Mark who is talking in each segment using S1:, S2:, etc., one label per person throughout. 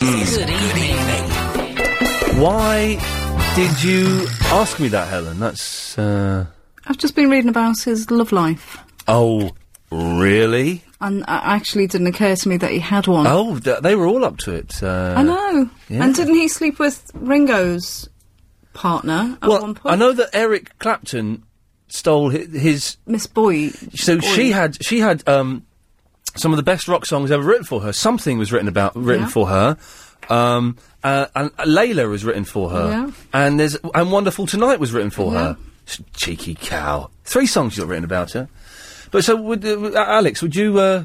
S1: Mm. Why did you ask me that, Helen? That's. Uh...
S2: I've just been reading about his love life,
S1: Oh, really?
S2: and it actually didn't occur to me that he had one.
S1: Oh, th- they were all up to it. Uh...
S2: I know.
S1: yeah.
S2: And didn't he sleep with Ringo's partner at
S1: Well,
S2: one point?
S1: I know that Eric Clapton stole his. his
S2: Miss Boy.
S1: so she
S2: Boy.
S1: had she had um, some of the best rock songs ever written for her. Something was written about written
S2: Yeah.
S1: for her. Um, uh, and Layla was written for her.
S2: Yeah.
S1: And there's and Wonderful Tonight was written for
S2: Yeah.
S1: her. S- Cheeky cow. Three songs she's got written about her. But so would uh, uh, Alex? Would you uh,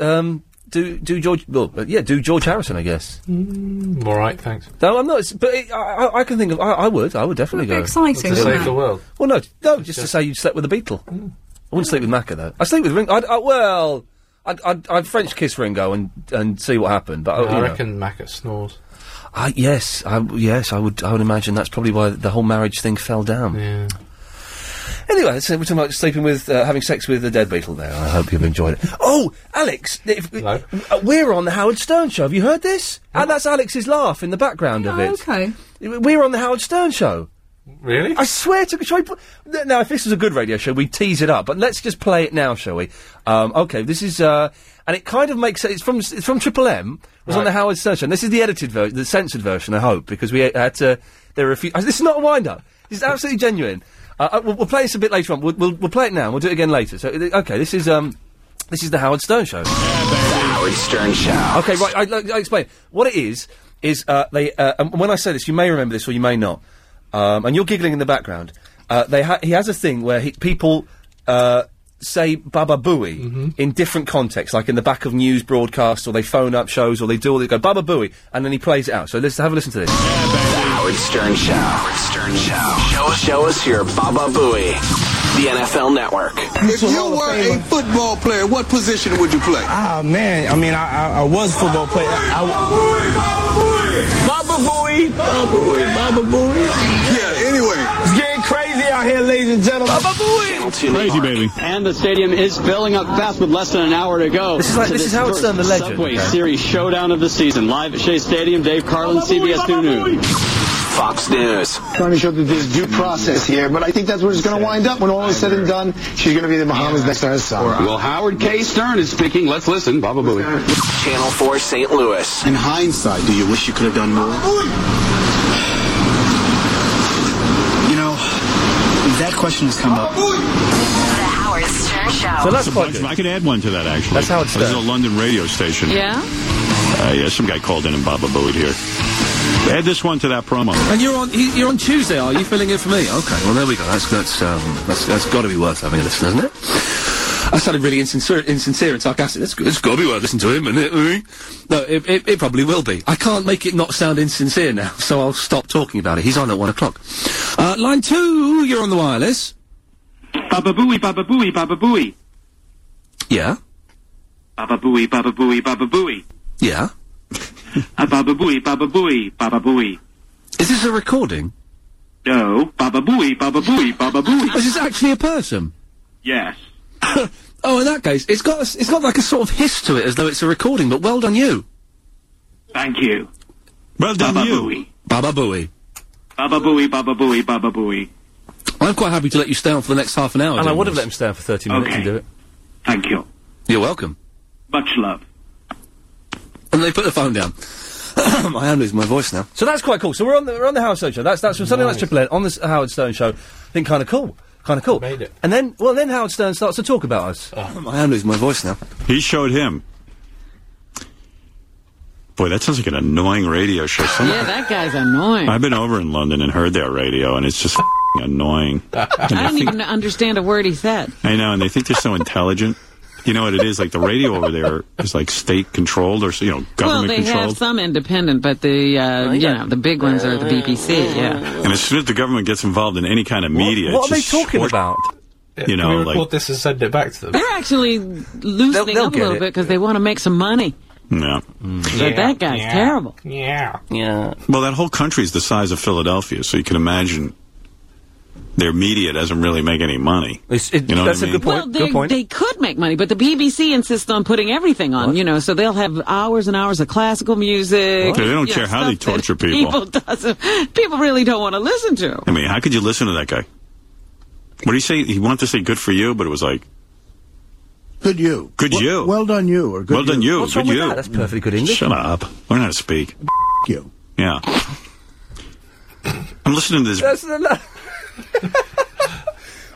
S1: um, do do George? Well, uh, yeah, do George Harrison, I guess.
S3: All right, thanks.
S1: No, I'm not. it's- But it, I, I- I can think of. I, I would. I would definitely
S2: Would
S1: go.
S2: it be exciting?
S3: To
S2: wouldn't
S3: save
S2: it?
S3: the world. Mm.
S1: Well, no, no, just to say you slept with a beetle. I wouldn't sleep with Macca though. I sleep with Ringo. I'd, I, well, I'd, I'd, I'd French kiss Ringo and and see what happened. But I,
S3: I
S1: you know.
S3: reckon Mackett snores.
S1: I, yes, I, yes, I would. I would imagine that's probably why the whole marriage thing fell down.
S3: Yeah.
S1: Anyway, so we're talking about sleeping with, uh, having sex with a dead beetle. There, I hope you've enjoyed it. Oh, Alex, if,
S3: Hello.
S1: uh, we're on the Howard Stern show. Have you heard this? And that's Alex's laugh in the background of
S2: Oh,
S1: it.
S2: okay.
S1: We're on the Howard Stern show.
S3: Really?
S1: I swear to shall we put, th- now if this was a good radio show we'd tease it up but let's just play it now shall we um, okay this is uh, and it kind of makes it's from it's from Triple M It was on
S3: Right.
S1: the Howard Stern show and this is the edited version the censored version I hope because we had to there are a few uh, this is not a wind up this is absolutely genuine uh, uh, we'll, we'll play this a bit later on we'll, we'll, we'll play it now and we'll do it again later so uh, okay this is um this is the Howard Stern show
S4: Howard Stern Show.
S1: Okay, right. I, I, I explain what it is. Is uh, they? Uh, and when I say this, you may remember this or you may not. Um, and you're giggling in the background. Uh, they ha- he has a thing where he, people uh, say "Baba Booey" in different contexts, like in the back of news broadcasts, or they phone up shows, or they do all they go "Baba Booey," and then he plays it out. So let's have a listen to this.
S4: Howard Stern Show. Howard Stern Show. Show us, show us your Baba Booey. The NFL Network.
S5: If you were a football player, what position would you play?
S6: Ah man, I mean, I I, I was a football player. I,
S4: Baba Booey. Baba Booey. Baba Booey.
S5: Yeah, anyway.
S6: it's getting crazy out here, ladies and gentlemen.
S4: Baba Booey. Crazy baby.
S7: And the stadium is filling up fast with less than an hour to go.
S1: This is like-
S7: to
S1: this is how it's
S7: first
S1: done, the legend,
S7: Subway
S1: okay.
S7: Series showdown of the season. Live at Shea Stadium, Dave Carlin, CBS 2 News.
S4: Fox News.
S8: trying to show that there's due process here, but I think that's where it's going to wind up when all is said and done. She's going to be the Muhammad's next to her son.
S9: Well, Howard K. Stern is speaking. Let's listen. Baba Booey.
S4: Channel 4 St. Louis.
S8: In hindsight, do you wish you could have done more? You know, that question has come up.
S10: The Howard Stern
S1: So
S10: Show.
S1: that's quite
S9: bunch
S1: good.
S9: of- I could add one to that, actually.
S1: That's how it's
S9: This is a
S1: done.
S9: London radio station.
S2: Yeah.
S9: Uh, yeah, some guy called in and Baba Booey here. Add this one to that promo.
S1: And you're on you- you're on Tuesday, are you filling in for me? Okay, well there we go. That's that's um, that's, that's got to be worth having a listen, isn't it? I sounded really insincere, insincere and sarcastic. That's, it's got to be worth listening to him, isn't it? Mm. No, it, it, it probably will be. I can't make it not sound insincere now, so I'll stop talking about it. He's on at one o'clock. Uh, line two, you're on the wireless.
S7: Baba Booey, Baba Booey, Baba Booey.
S1: Yeah,
S7: Baba Booey, Baba Booey, Baba Booey.
S1: yeah.
S7: A Baba Booey, Baba Booey, Baba Booey.
S1: Is this a recording?
S7: No, Baba Booey, Baba Booey, Baba Booey.
S1: Is this actually a person?
S7: Yes.
S1: Oh, in that case, it's got a s it's got like a sort of hiss to it, as though it's a recording. But well done, you,
S7: Thank you.
S9: Well done,
S7: Baba
S9: you.
S7: Booey.
S1: Baba Booey.
S7: Baba Booey, Baba Booey, Baba Booey.
S1: I'm quite happy to let you stay on for the next half an hour.
S3: And I would
S1: have let him stay on for 30
S7: minutes Okay. and do it. Thank you.
S1: You're welcome.
S7: Much love.
S1: And they put the phone down. I am losing my voice now. So that's quite cool. So we're on the, we're on the Howard Stern show. That's that's from something like Triple N on the s- Howard Stern show. I think kind of cool, kind of cool.
S3: Made it. Uh,
S1: And then well, then Howard Stern starts to talk about us. Oh, I am losing my voice now.
S9: He showed him. Boy, that sounds like an annoying radio show. Some-
S11: Yeah, that guy's annoying.
S9: I've been over in London and heard their radio, and it's just f***ing annoying.
S11: I don't even understand a word he said.
S9: I know, and they think they're so intelligent. You know what it is? Like the radio over there is like state controlled or you know
S11: Well,
S9: government
S11: they have
S9: controlled.
S11: some independent, but the uh, you know the big ones are the BBC. Yeah,
S9: and as soon as the government gets involved in any kind of media,
S1: what
S9: it's
S1: are they
S9: just
S1: talking
S9: short-
S1: about?
S3: Yeah,
S9: You know,
S3: can we
S9: like-
S3: record this and send it back to them.
S11: they're actually loosening
S1: They'll- they'll
S11: up a
S1: get
S11: little
S1: it.
S11: bit because they want to make some money.
S9: Yeah.
S11: But that guy's terrible.
S3: Yeah.
S1: Yeah.
S9: Well, that whole country is the size of Philadelphia, so you can imagine their media doesn't really make any money. you know
S1: that's
S9: what
S1: a good
S9: I mean?
S1: point.
S11: Well, they, they could make money, but the BBC insists on putting everything on, you know, so they'll have hours and hours of classical music.
S9: They don't
S11: you
S9: care
S11: know,
S9: how they
S11: stuff that
S9: torture people.
S11: People, doesn't, people really don't want to listen to.
S9: I mean, how could you listen to that guy? What did he say? He wanted to say "good for you," but it was like
S12: Good you.
S9: Good you.
S12: Well done you. Or good
S9: "well done you."
S12: What's
S9: good
S12: wrong with
S9: you.
S12: that? That's perfectly good English.
S9: Shut up. Learn how to speak.
S12: you.
S9: Yeah. I'm listening to this.
S1: That's the la-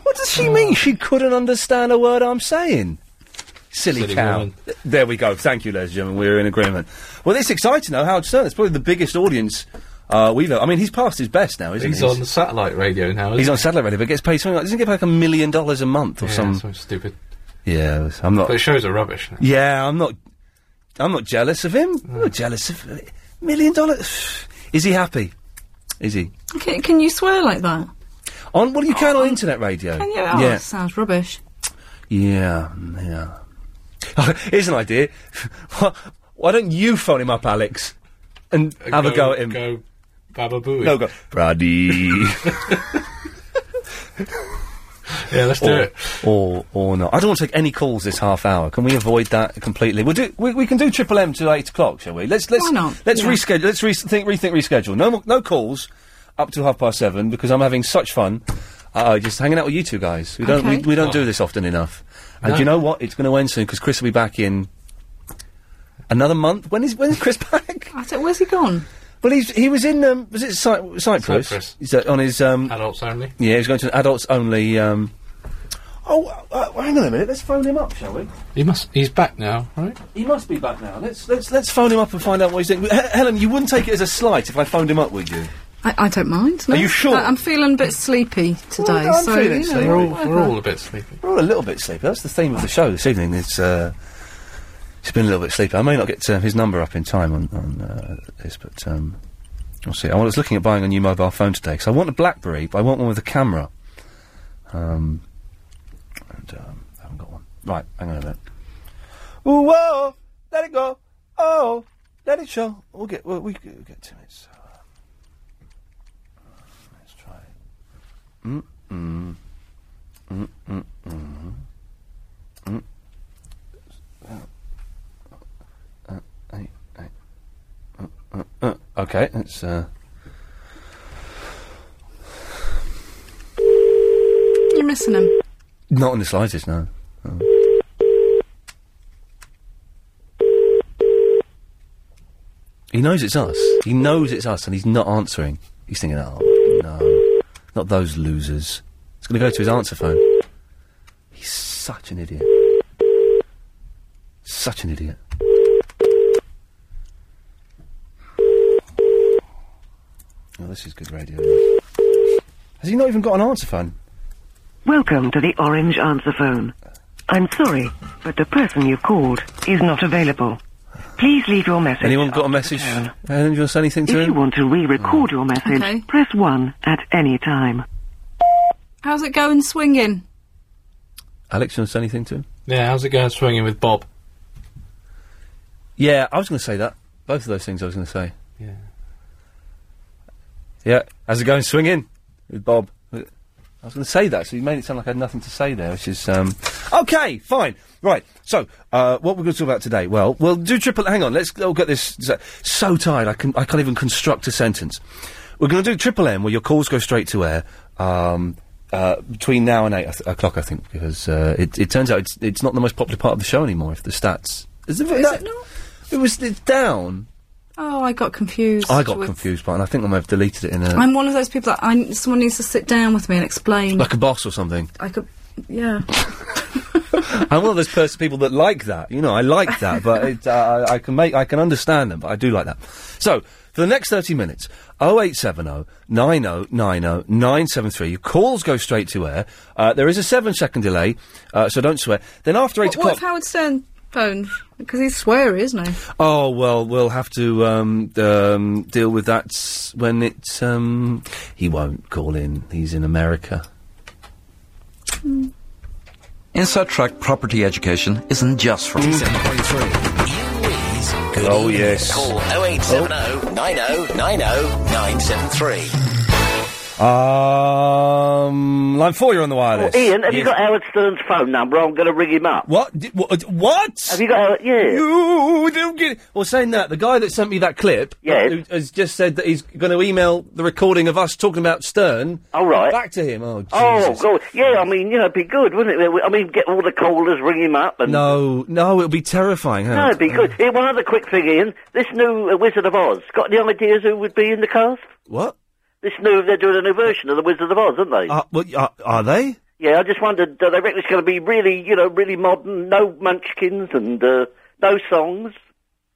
S1: what does she mean? She couldn't understand a word I'm saying. Silly,
S9: Silly
S1: cow.
S9: woman.
S1: Th- There we go. Thank you, ladies and gentlemen. We're in agreement. Well, it's exciting, though. Howard Stern. It's probably the biggest audience uh, we've. I mean, he's past his best now, isn't
S13: He's
S1: he?
S13: on satellite radio now. Isn't
S1: He's
S13: he?
S1: on satellite radio, but gets paid something like doesn't he get paid like a million dollars a month or
S13: yeah,
S1: some.
S13: something stupid.
S1: Yeah, it was- I'm not.
S13: But the shows are rubbish.
S1: Yeah, I'm not. I'm not jealous of him. I'm
S13: Mm.
S1: not jealous of million dollars. Is he happy? Is he
S2: Can, can you swear like that?
S1: on? Well, you
S13: Oh,
S1: can on internet radio.
S2: Can you? Oh,
S1: yeah.
S2: that sounds rubbish.
S1: Yeah, yeah. Here's an idea. Why- Why don't you phone him up, Alex, and have a go at him?
S13: Uh, Go, Baba Booey.
S1: No, go, Brady.
S13: Yeah, let's do
S1: or,
S13: it.
S1: Or, or not. I don't want to take any calls this half hour. Can we avoid that completely? We'll do. We, we can do triple M to eight o'clock, shall we? Let's let's
S2: Why not?
S1: let's
S2: Yeah.
S1: reschedule. Let's rethink, rethink, reschedule. No more, no calls up to half past seven because I'm having such fun. Uh, just hanging out with you two guys. We don't we,
S2: Okay.
S1: we don't
S2: Oh.
S1: do this often enough. And
S2: No.
S1: you know what? It's going to end soon because Chris will be back in another month. When is when is Chris back?
S2: I don't, where's he gone?
S1: Well, he's, he was in um, was it Cy- Cyprus?
S13: Cyprus.
S1: He's uh, on his um,
S13: Adults only.
S1: yeah, he's going to an adults only. Um, oh, uh, uh, hang on a minute. Let's phone him up, shall we?
S13: He must. He's back now, right?
S1: He must be back now. Let's let's let's phone him up and find out what he's doing. H- Helen, you wouldn't take it as a slight if I phoned him up, would you?
S2: I, I don't mind. No.
S1: Are you sure?
S2: I, am feeling a bit sleepy today.
S1: I'm
S2: so,
S1: feeling
S2: you know,
S1: sleepy. We're all- we're all
S13: A bit sleepy.
S1: We're all a little bit sleepy. That's the theme of the show this evening. It's uh, it's been a little bit sleepy. I may not get uh, his number up in time on on uh, this, but um, we'll see. I was looking at buying a new mobile phone today because I want a BlackBerry, but I want one with a camera. Um, and um, I haven't got one. Right, hang on a minute. Ooh, whoa, let it go. Oh, let it show. We'll get we'll, we we'll get two minutes. Let's try. Mm mm. Mm mm mm. Mm. Uh, I, I, uh, uh, uh, okay, that's uh.
S2: You're missing him.
S1: Not in the slightest, no. No. He knows it's us. He knows it's us, and he's not answering. He's thinking, oh, no. Not those losers. It's going to go to his answer phone. He's such an idiot. Such an idiot. Oh, this is good radio. Has he not even got an answer phone?
S14: Welcome to the Orange Answer Phone. I'm sorry, but the person you called is not available. Please leave your message.
S1: Anyone got a message? Helen, do you want to say anything to
S14: If
S1: him?
S14: you want to re-record your message,
S2: Okay.
S14: press 1 at any time.
S2: How's it going swinging?
S1: Alex, you want to say anything to him?
S13: Yeah, how's it going swinging with Bob?
S1: Yeah, I was going to say that. Both of those things I was going to say.
S13: Yeah.
S1: Yeah, how's it going swinging with Bob? I was going to say that, so you made it sound like I had nothing to say there, which is, um... Okay, fine. Right, so, uh, what we're going to talk about today? Well, we'll do triple... Hang on, let's all get this... So tired, I, can, I can't even construct a sentence. We're going to do triple M, where your calls go straight to air, um... Uh, between now and eight o- o'clock, I think, because uh, it, it turns out it's, it's not the most popular part of the show anymore. If the stats, is it, that- It was it's down.
S2: Oh, I got confused.
S1: I got uh,
S2: with-
S1: confused by, it, and I think I may have deleted it in a
S2: I'm one of those people that I, someone needs to sit down with me and explain.
S1: like a boss or something.
S2: I could, yeah.
S1: I'm one of those pers- people that like that. You know, I like that, but it, uh, I I can make, I can understand them, but I do like that. So, for the next 30 minutes, 0870 9090 973. Your calls go straight to air. Uh, there is a seven second delay, uh, so don't swear. Then after 8
S2: What, what if
S1: o'clock.
S2: Howard Stern phone? Because he's sweary, isn't he?
S1: Oh, well, we'll have to um, um, deal with that s- when it's. Um, he won't call in. He's in America.
S15: Inside Track Property Education isn't just
S16: Mm.
S15: for.
S1: Mm. Oh, yes.
S16: oh, Call 0870 9090 973.
S1: Um, line four, you're on the wireless.
S7: Oh, Ian, have you
S1: Yes.
S7: got Howard Stern's phone number? I'm going to ring him up.
S1: What? What? what?
S7: Have you got Howard? Yeah.
S1: You don't get it. Well, saying that, the guy that sent me that clip uh,
S7: Yes.
S1: who has just said that he's going to email the recording of us talking about Stern
S7: All right.
S1: back to him. Oh,
S7: Oh,
S1: Jesus.
S7: God. Yeah, I mean, you know, it'd be good, wouldn't it? I mean, get all the callers, ring him up. And...
S1: No, no, it'll be terrifying.
S7: No, it'd be good. Here, one other quick thing, Ian. This new uh, Wizard of Oz, got any ideas who would be in the cast?
S1: What?
S7: This new, they're doing a new version of the Wizard of Oz, aren't they?
S1: Uh, well, are, are they?
S7: yeah, I just wondered, uh, they reckon it's going to be really, you know, really modern, no munchkins and uh, no songs.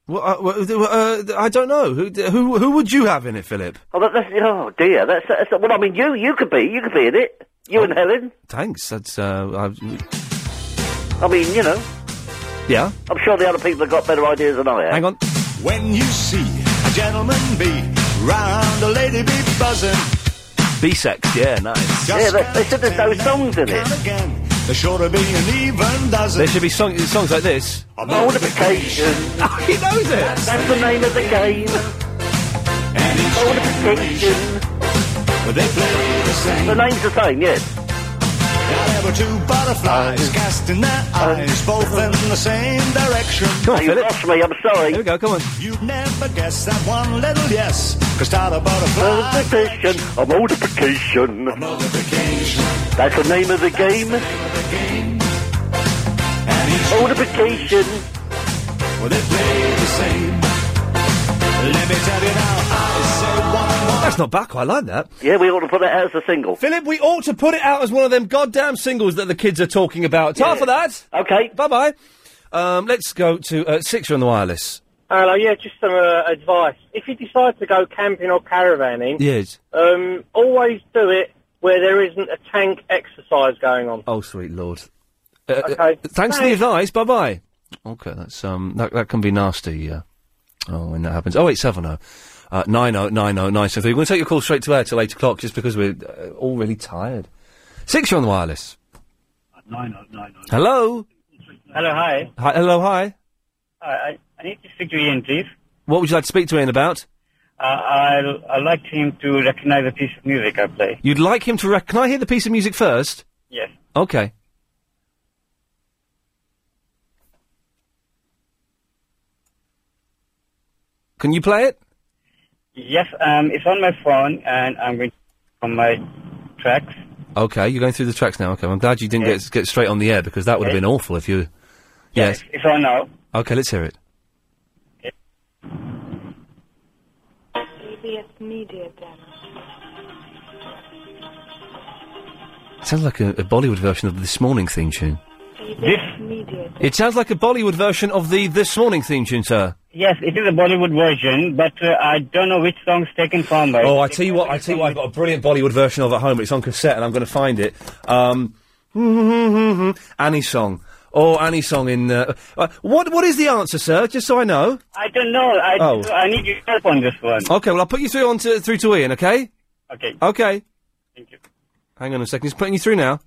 S1: Well, uh, well, th- well, uh, I don't know. Who, d- who, who would you have in it, Philip?
S7: Oh, that, that's, oh dear, that's, that's, well, I mean, you, you could be, you could be in it. You and Helen.
S1: Thanks. That's uh, I,
S7: I mean, you know,
S1: yeah.
S7: I'm sure the other people have got better ideas than I have.
S1: Hang on.
S10: When you see a gentleman be round, a lady be buzzing.
S1: Be sex, yeah, nice.
S7: Yeah, they, they said there's no songs in it.
S10: There sure to be an even dozen.
S1: There should be song, songs like this.
S7: Multiplication.
S10: Oh,
S1: he knows it.
S7: That's the name of the game. Multiplication.
S10: They play the same.
S7: The name's the same, yes. Oh.
S10: There were two butterflies casting their eyes both in the same direction.
S7: Come on, you lost me, I'm sorry. Here
S1: we go, come on.
S10: You'd never guess that one little yes could start a butterfly.
S7: Multiplication. A multiplication. A multiplication. That's the name of the game. Multiplication.
S10: Well, they play the same. Let me tell you now, I say one, one.
S1: That's not bad. Quite like that.
S7: Yeah, we ought to put that out as a single.
S1: Philip, we ought to put it out as one of them goddamn singles that the kids are talking about. Time for that.
S7: Okay.
S1: Bye bye. Um, let's go to uh, six. You're on the wireless.
S17: Hello, yeah, just some uh, advice. If you decide to go camping or caravanning,
S1: Yes.
S17: um, always do it where there isn't a tank exercise going on.
S1: Oh, sweet lord. Uh, uh,
S17: Okay.
S1: thanks for the
S17: Thanks.
S1: advice. Bye bye. Okay, that's um, that that can be nasty. Uh, oh, when that happens. Oh eight seven zero. Uh, 9090973. We're going to take your call straight to air till 8 o'clock just because we're uh, all really tired. Six, you're on the wireless. Hello?
S18: Hello, hi.
S1: Hi, hello, hi.
S18: Uh, I, I need to speak to Ian, please.
S1: What would you like to speak to Ian about?
S18: Uh, I'll, I'd like him to recognize a piece of music I play.
S1: You'd like him to rec- Can I hear the piece of music first?
S18: Yes.
S1: Okay. Can you play it?
S18: Yes, um, it's on my phone, and I'm going to from my tracks.
S1: Okay, you're going through the tracks now. Okay, I'm glad you didn't
S18: Yeah.
S1: get get straight on the air because that would have
S18: Yeah.
S1: been awful if you. Yes.
S18: It's on now.
S1: Okay, let's hear it.
S19: CBS Media Demo.
S1: Sounds like a, a Bollywood version of the This Morning theme tune.
S18: This-
S19: Media
S1: It sounds like a Bollywood version of the This Morning theme tune, sir.
S18: Yes, it is a Bollywood version, but uh, I don't know which song's taken from. But
S1: Oh, I tell you what, I tell you what, I've got a brilliant Bollywood version of at home. It's on cassette, and I'm going to find it. Um, Annie song. Oh, Annie song in. Uh, uh, what What is the answer, sir? Just so I know.
S18: I don't know. I,
S1: Oh.
S18: I need your help on this one.
S1: Okay, well, I'll put you through on to, through to Ian. Okay.
S18: Okay.
S1: Okay.
S18: Thank you.
S1: Hang on a second. He's putting you through now.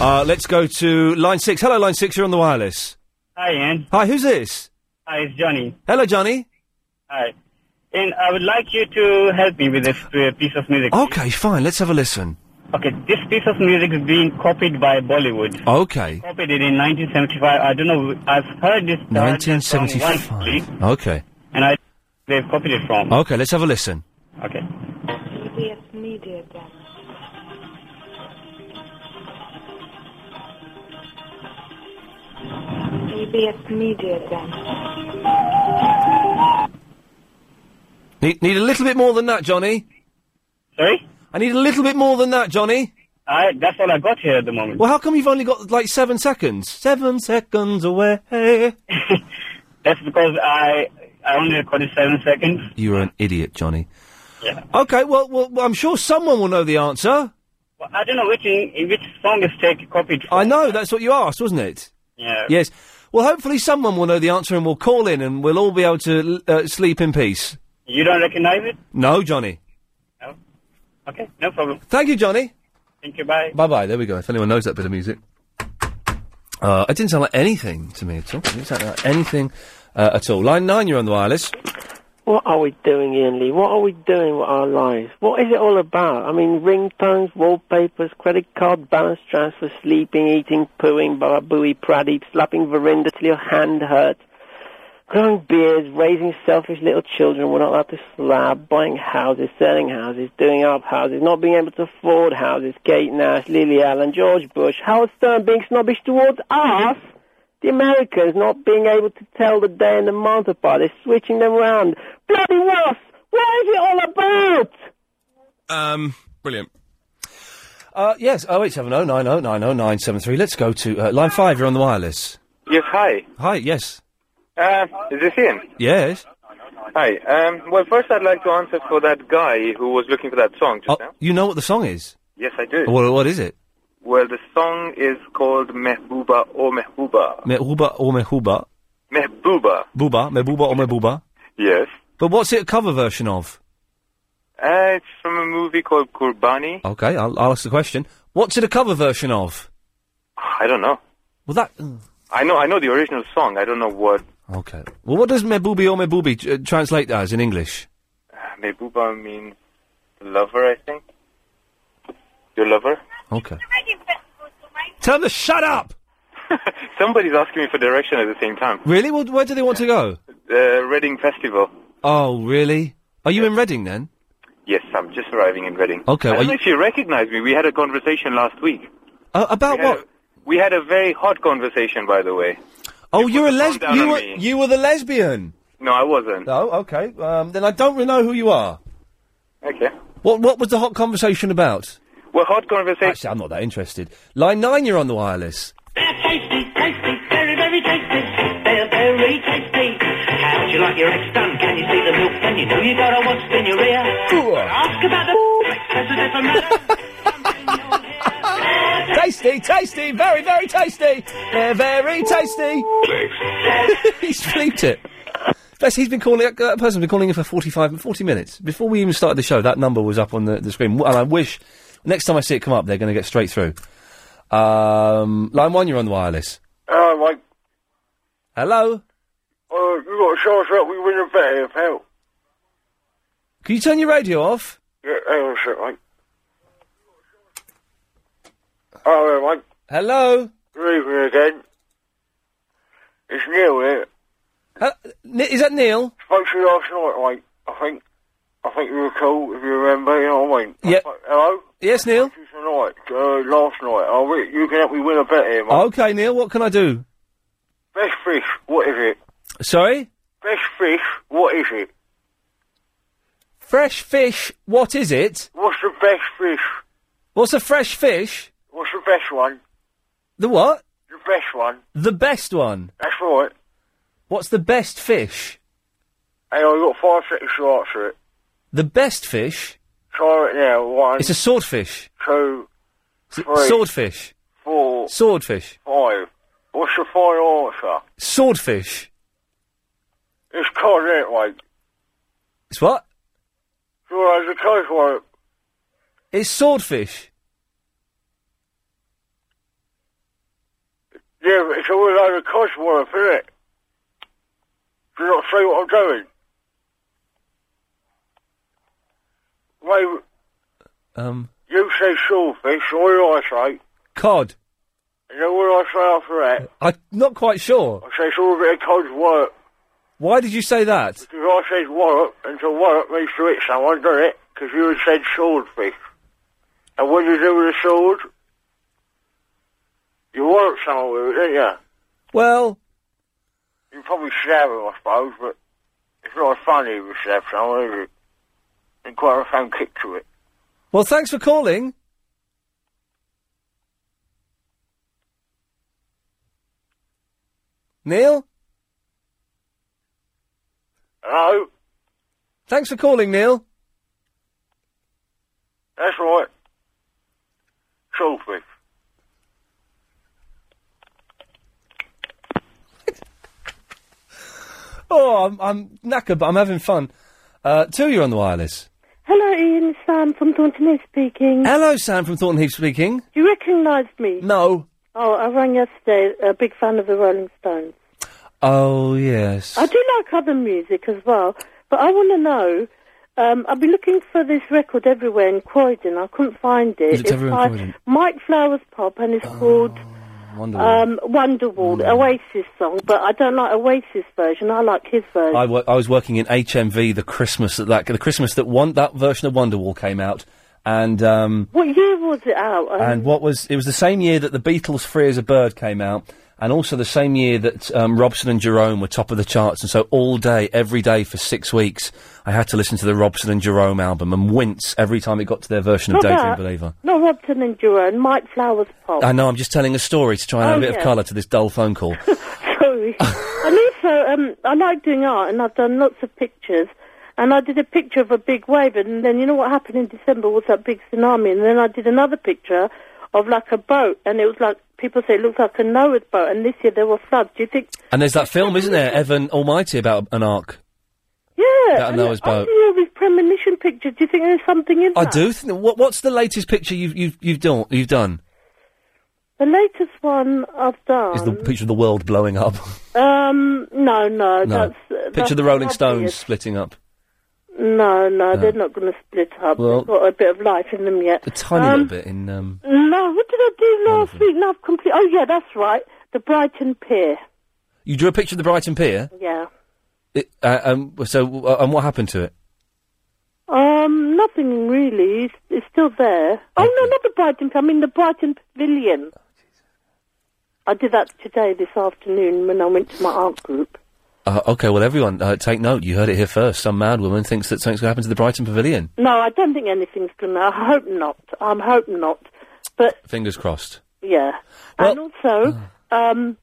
S1: Uh, let's go to line six. Hello, line six. You're on the wireless.
S18: Hi, Ian.
S1: Hi, who's this?
S18: Hi, it's Johnny.
S1: Hello, Johnny.
S18: Hi. Ian, I would like you to help me with this uh, piece of music.
S1: Okay, fine. Let's have a listen.
S18: Okay, this piece of music is being copied by Bollywood.
S1: Okay.
S18: Copied it in 1975. I don't know. I've heard this. heard this song once,
S1: 1975. Okay.
S18: and I they've copied it from.
S1: Okay, let's have a listen.
S18: Okay.
S19: CBS Media Demo. CBS Media Demo.
S1: Need, need a little bit more than that, Johnny.
S18: Sorry?
S1: I need a little bit more than that, Johnny.
S18: I, that's all I got here at the moment.
S1: Well, how come you've only got like seven seconds? Seven seconds away.
S18: That's because I I only recorded seven seconds.
S1: You are an idiot, Johnny.
S18: Yeah.
S1: Okay, well, well, well, I'm sure someone will know the answer.
S18: Well, I don't know which in, in which song is taken copied. From.
S1: I know, that's what you asked, wasn't it?
S18: Yeah.
S1: Yes. Well, hopefully someone will know the answer and will call in and we'll all be able to uh, sleep in peace.
S18: You don't recognize it?
S1: No, Johnny.
S18: Okay, no problem.
S1: Thank you, Johnny.
S18: Thank you. Bye.
S1: Bye bye. There we go. If anyone knows that bit of music, uh, it didn't sound like anything to me at all. It didn't sound like anything uh, at all. Line nine, you're on the wireless.
S20: What are we doing, Ian Lee? What are we doing with our lives? What is it all about? I mean, ringtones, wallpapers, credit card balance transfers, sleeping, eating, pooing, baba booey, praddy, slapping Verinda till your hand hurts, growing beards, raising selfish little children, we're not allowed to slab, buying houses, selling houses, doing up houses, not being able to afford houses, Kate Nash, Lily Allen, George Bush, Howard Stern being snobbish towards us the Americans not being able to tell the day and the month apart. They're switching them around. Bloody wasps! What is it all about?
S1: Um, brilliant. Uh, yes, oh eight seven oh nine oh nine oh nine seven three. Let's go to uh, line five. You're on the wireless.
S21: Yes, hi.
S1: Hi. Yes.
S21: Uh, is this Ian?
S1: Yes.
S21: Hi. Um, well, first I'd like to answer for that guy who was looking for that song just now.
S1: You know what the song is?
S21: Yes, I do.
S1: Oh. What, what is it?
S21: Well, the song is called Mehbuba or Mehbuba.
S1: Mehuba or Mehuba?
S21: Mehbuba.
S1: Buba, Mebuba or Mebuba?
S21: Yes.
S1: But what's it a cover version of?
S21: Uh, it's from a movie called Kurbani.
S1: Okay, I'll, I'll ask the question. What's it a cover version of?
S21: I don't know.
S1: Well, that.
S21: I know. I know the original song. I don't know what
S1: Okay. Well, what does Mebubi or Mebubi uh, translate as in English?
S21: Mehbuba means. Lover, I think. Your lover.
S1: Okay. Tell them to shut up!
S21: Somebody's asking me for direction at the same time.
S1: Really? Well, where do they want to go?
S21: Uh, Reading Festival.
S1: Oh, really? Are you in Reading then?
S21: Yes, I'm just arriving in Reading.
S1: Okay,
S21: I
S1: are
S21: don't know
S1: you-
S21: if you recognize me. We had a conversation last week.
S1: Uh, about
S21: We had
S1: what?
S21: a- we had a very hot conversation, by the way.
S1: Oh, you're a lesbian.
S21: down
S1: You
S21: on
S1: were
S21: me.
S1: you were the lesbian.
S21: No, I wasn't.
S1: No, okay. Um, then I don't really know who you are.
S21: Okay.
S1: What what was the hot conversation about?
S21: Well, hot conversation.
S1: Actually, I'm not that interested. Line nine, you're on the wireless.
S7: Very, very tasty. They're very tasty. How would you like your ex done? Can you see the milk? Can you know you got a wasp in your ear? Ask about the breakfast as if a matter.
S1: Tasty, tasty, very, very tasty. They're very tasty. he's flipped it. Bless, he's been calling, uh, that person's been calling in for 45, 40 minutes. Before we even started the show, that number was up on the, the screen. And I wish, next time I see it come up, they're going to get straight through. Um, line one, you're on the wireless.
S22: Uh, like,
S1: Hello?
S22: uh, you got a show us up, we win a bet if hell.
S1: Can you turn your radio off?
S22: Yeah, hang on a sec, mate. Hello, there, mate.
S1: Hello?
S22: Good evening again. It's Neil here.
S1: Uh, Ni- is that Neil?
S22: Spoke to you last night, mate. I think, I think you were cool, if you remember, you know what I mean?
S1: Yeah.
S22: Hello?
S1: Yes, Neil?
S22: It's Tonight, uh, last night. Oh, wait, you can help me win a bet here, mate.
S1: Okay, Neil, what can I do?
S22: Best fish, what is it?
S1: Sorry?
S22: Best fish, what is it?
S1: Fresh fish, what is it?
S22: What's the best fish?
S1: What's a fresh fish?
S22: What's the best one?
S1: The what?
S22: The best one.
S1: The best one.
S22: That's right.
S1: What's the best fish?
S22: Hang on, you've got five seconds to answer it.
S1: The best fish?
S22: Try it now. One,
S1: It's a swordfish.
S22: two,
S1: S-
S22: Three.
S1: Swordfish.
S22: four,
S1: Swordfish.
S22: five. What's the final answer?
S1: Swordfish.
S22: It's correct, mate.
S1: It's what?
S22: You're the close one.
S1: It's swordfish.
S22: Yeah, but it's all a load of cosworth, isn't it? Do you not see what I'm doing? Mate,
S1: Um,
S22: you say swordfish, what do I say?
S1: cod.
S22: And then what do I say after that?
S1: I'm not quite sure.
S22: I say it's all a bit of cosworth.
S1: Why did you say that?
S22: Because I said wallop, and to wallop means to hit someone, doesn't it? Because you had said swordfish. And what do you do with a sword? You wallop someone with it, don't you?
S1: Well,
S22: You probably stab him, I suppose, but it's not funny if you stab someone, is it? And quite a fun kick to it.
S1: well, thanks for calling. Neil?
S22: Hello?
S1: Thanks for calling, Neil.
S22: That's right. Swordfish.
S1: Oh, I'm, I'm knackered, but I'm having fun. Uh, two, you're on the wireless.
S23: Hello, Ian. It's Sam from Thornton Heath speaking.
S1: Hello, Sam from Thornton Heath speaking.
S23: You recognised me?
S1: No.
S23: Oh, I rang yesterday. A big fan of the Rolling Stones.
S1: Oh, yes.
S23: I do like other music as well, But I want to know. Um, I've been looking for this record everywhere in Croydon. I couldn't find it.
S1: Is it everywhere in
S23: by
S1: Croydon? Oh,
S23: Mike Flowers Pop, and it's called
S1: Wonderwall.
S23: um, Wonderwall, Oasis song. But I don't like Oasis version. I like his version.
S1: I wa- I was working in HMV the Christmas that, that the Christmas that one that version of Wonderwall came out, and um,
S23: what year was it out? Um,
S1: and what was it was the same year that the Beatles' "Free as a Bird" came out, and also the same year that um, Robson and Jerome were top of the charts, and so all day, every day for six weeks, I had to listen to the Robson and Jerome album and wince every time it got to their version of
S23: not
S1: "Daydream
S23: that-
S1: Believer."
S23: Not Robson and Jerome. Mike Flowers Pop.
S1: I know I'm just telling a story to try and
S23: Oh,
S1: add a bit of
S23: yeah.
S1: colour to this dull phone call.
S23: Sorry. and also, um, I like doing art, and I've done lots of pictures. And I did a picture of a big wave, and then you know what happened in December was that big tsunami. And then I did another picture of like a boat, and it was like people say it looked like a Noah's boat. And this year there were floods. Do you think?
S1: and there's that film, isn't there, Evan Almighty about an ark?
S23: Yeah.
S1: That
S23: and
S1: Noah's
S23: I
S1: boat.
S23: see all these premonition pictures. Do you think there's something in
S1: I
S23: that?
S1: do. Think, what, what's the latest picture you've you've you've done? You've done
S23: The latest one I've done.
S1: is the picture of the world blowing up.
S23: Um, no, no,
S1: no,
S23: that's uh,
S1: picture
S23: that's
S1: of the Rolling
S23: obvious.
S1: Stones splitting up.
S23: No, no,
S1: No.
S23: they're not going to split up.
S1: Well-
S23: They've got a bit of life in them yet.
S1: A tiny
S23: Um,
S1: little bit in. Um,
S23: No, what did I do last week? No, I've complete. Oh yeah, that's right. The Brighton Pier.
S1: you drew a picture of the Brighton Pier.
S23: Yeah.
S1: It, uh, um, so, uh, and what happened to it?
S23: Um, nothing really. It's, it's still there. Oh no, not the Brighton. Pier, I mean the Brighton Pavilion. I did that today, this afternoon, when I went to my art group.
S1: Uh, okay, well, everyone, uh, take note. You heard it here first. Some mad woman thinks that something's going to happen to the Brighton Pavilion.
S23: No, I don't think anything's going to. I hope not. I'm hoping not. But
S1: Fingers crossed.
S23: Yeah. and also,
S24: uh,
S23: um,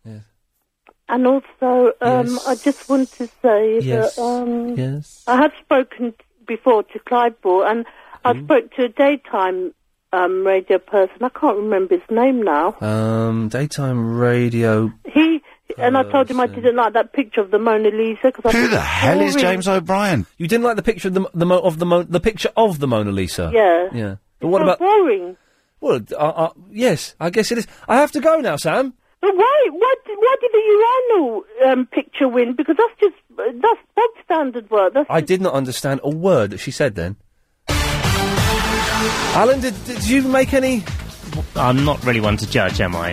S23: and also, um, I just want to say
S24: Yes.
S23: that um,
S24: Yes.
S23: I have spoken t- before to Clive Ball, and I spoke to a daytime um, radio person. I can't remember his name now.
S1: Um, daytime radio.
S23: He and I
S24: Oh,
S23: told him I didn't like that picture of the Mona Lisa because who the
S1: hell is James O'Brien? You didn't like the picture of the, the mo- of the mo- the picture of the Mona Lisa.
S23: Yeah.
S1: Yeah. But what
S23: so
S1: about?
S23: boring?
S1: Well, uh, uh, yes, I guess it is. I have to go now, Sam.
S23: But why? Why did, why did the urinal um, picture win? Because that's just that's bog standard work. That's
S1: I did not understand a word that she said then. Alan, did, did you make any?
S25: I'm not really one to judge, am I?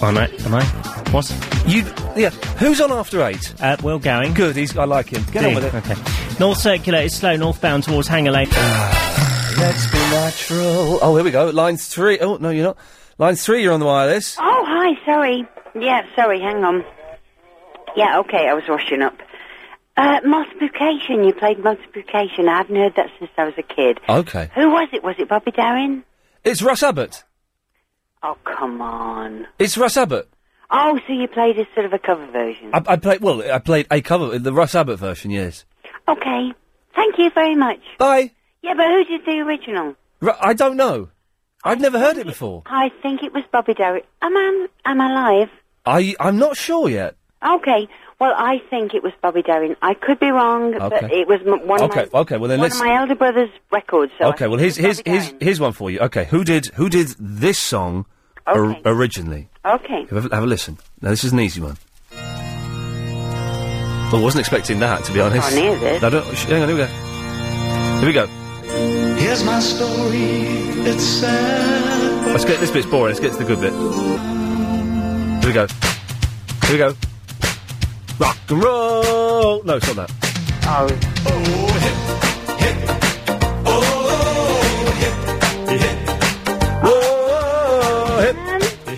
S25: Am I? Am I? What?
S1: You? Yeah. Who's on after eight?
S25: Uh, Will going.
S1: Good. He's. I like him. Get
S25: Do
S1: on
S25: you?
S1: with it.
S25: Okay. North Circular is slow northbound towards Hanger Lane.
S1: Let's be natural. Oh, here we go. Lines three. Oh no, you're not. Lines three. You're on the wireless.
S7: Oh, hi, sorry. Yeah, sorry, hang on. Yeah, okay, I was washing up. Uh, multiplication, you played multiplication. I haven't heard that since I was a kid.
S1: Okay.
S7: Who was it? Was it Bobby Darin?
S1: It's Russ Abbott.
S7: Oh, come on.
S1: It's Russ Abbott.
S7: Oh, so you played a sort of a cover version.
S1: I, I played. Well, I played a cover, the Russ Abbott version. Yes.
S7: Okay. Thank you very much.
S1: Bye.
S7: Yeah, but who did the original?
S1: Ru- I don't know. I've never heard it before.
S7: I think it was Bobby Darin. Am I, am I live?
S1: I. I'm not sure yet.
S7: Okay. Well, I think it was Bobby Darin. I could be wrong, but
S1: Okay.
S7: it was m- one,
S1: Okay.
S7: of, my,
S1: Okay. Well, then
S7: one
S1: let's.
S7: of my elder brother's records. So I
S1: Okay. Well, here's here's here's here's one for you. Okay. Who did who did this song or- originally?
S7: Okay.
S1: Have a, have a listen. Now, this is an easy one. Well, I wasn't expecting that, to be honest.
S7: Oh, near this.
S1: No, don't, sh- hang on, here we go. Here we go.
S24: Here's my story. It's sad.
S1: Let's get this bit's boring. Let's get to the good bit. Here we go. Here we go. Rock and roll. No, it's not that.
S7: Oh.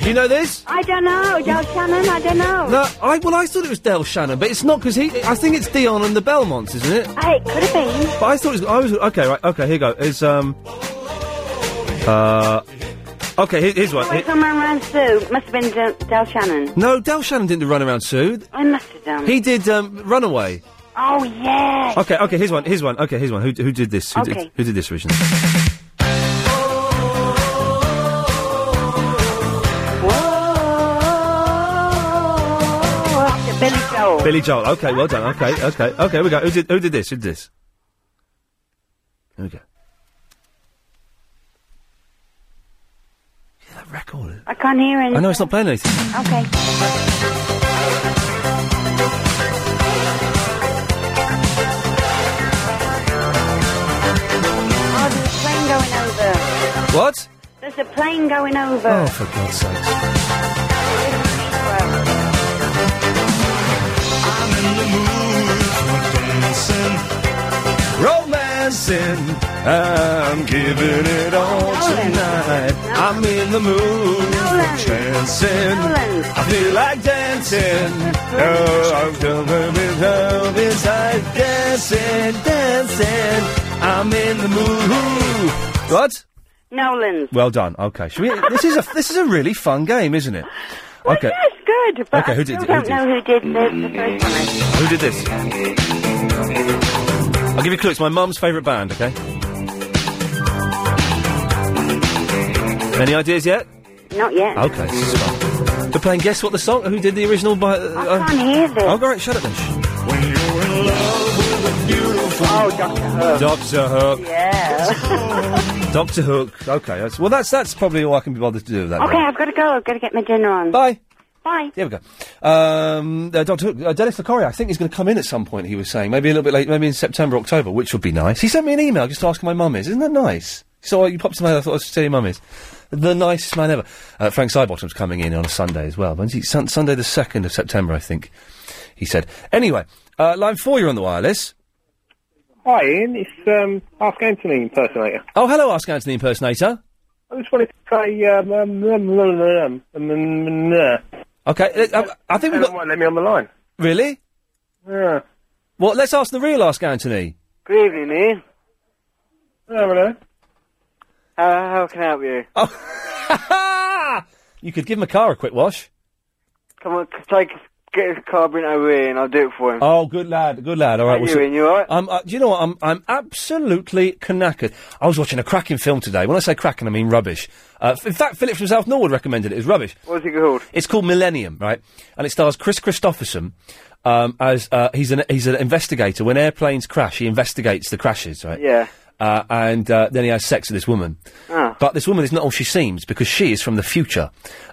S1: Do you know this?
S7: I don't know, Oh, Del Shannon, I don't know.
S1: No, I well, I thought it was Del Shannon, but it's not because he. I think it's Dion and the Belmonts, isn't it?
S7: Hey, it Uh, could have been.
S1: But I thought it was, I was okay. Right, okay, here go. It's um, uh, okay. Here, here's one.
S7: Wait,
S1: Here-
S7: come around Sue. Must have been Del, Del Shannon.
S1: no, Del Shannon didn't do Run Around Sue.
S7: I must have done.
S1: He did um, Runaway.
S7: Oh, yeah.
S1: Okay, okay. Here's one. Here's one. Okay, here's one. Who, who did this? Who,
S7: Okay.
S1: did, who did this originally?
S7: Oh, Billy Joel.
S1: Billy Joel. Okay, well done. Okay, okay, okay. We go. Who did who did this? Who did this? There we go. Yeah, that record.
S7: I can't hear anything.
S1: I know it's not playing anything.
S7: Okay. Oh,
S1: What?
S7: There's a plane going over.
S1: Oh, for God's sake. Romancing, I'm giving it all tonight. I'm in the mood for chancing. I feel like dancing. Oh, I'm coming with love inside. Dancing, dancing. I'm in the mood. What?
S7: Nolan's.
S1: Well done. Okay. Should we, this is a this is a really fun game, isn't it? Okay.
S7: That's good, but
S1: Okay, who did-
S7: I
S1: who
S7: still don't
S1: did?
S7: know who did the, the first one.
S1: Who did this? I'll give you clues. My mum's favourite band. Okay. Any ideas yet?
S7: Not yet.
S1: Okay, this is fun. We're playing Guess What the Song? Who did the original? By, uh, I
S7: can't hear this.
S1: Oh, alright, shut up then.
S7: Oh,
S1: Doctor
S7: Doctor Who.
S1: Hook.
S7: Yeah.
S1: Doctor Hook. Okay, that's, well, that's that's probably all I can be bothered to do with that.
S7: okay, I've got to go. I've got to get my dinner on.
S1: Bye.
S7: Bye.
S1: There we go. Um, uh, Doctor Hook, uh, Dennis Lucario, I think he's going to come in at some point. He was saying maybe a little bit late, maybe in September, October, which would be nice. He sent me an email just to ask who my mum is. Isn't that nice? So uh, you popped in my head. I thought I should tell you mum is the nicest man ever. Uh, Frank Sidebottom's coming in on a Sunday as well. When's he? Sun- Sunday the second of September, I think. He said. Anyway, uh, line four, you're on the wireless.
S26: Hi, Ian. It's um, Ask Anthony impersonator.
S1: Oh, hello, Ask Anthony impersonator.
S26: I just wanted to say, um, um, um, um, um, um, um, um,
S1: Okay, uh, um, I think we've got.
S26: Let me on the line.
S1: Really?
S26: Yeah.
S1: Well, let's ask the real Ask Anthony.
S26: Good evening, Ian. Hello. How, how can I help you?
S1: Oh. You could give him a car a quick wash.
S26: Come on, c- take get his carbon over here, and I'll do it for him.
S1: Oh, good lad, good lad. All right,
S26: How you Ian, you all right?
S1: I'm, uh, do you know what? I'm, I'm absolutely knackered. I was watching a cracking film today. When I say cracking, I mean rubbish. Uh, f- in fact, Phillips from South Norwood recommended it. It's rubbish.
S26: What's it called?
S1: It's called Millennium, right? And it stars Chris Christopherson um, as uh, he's an he's an investigator. When airplanes crash, he investigates the crashes, right?
S26: Yeah.
S1: Uh, and uh, then he has sex with this woman. But this woman is not all she seems because she is from the future,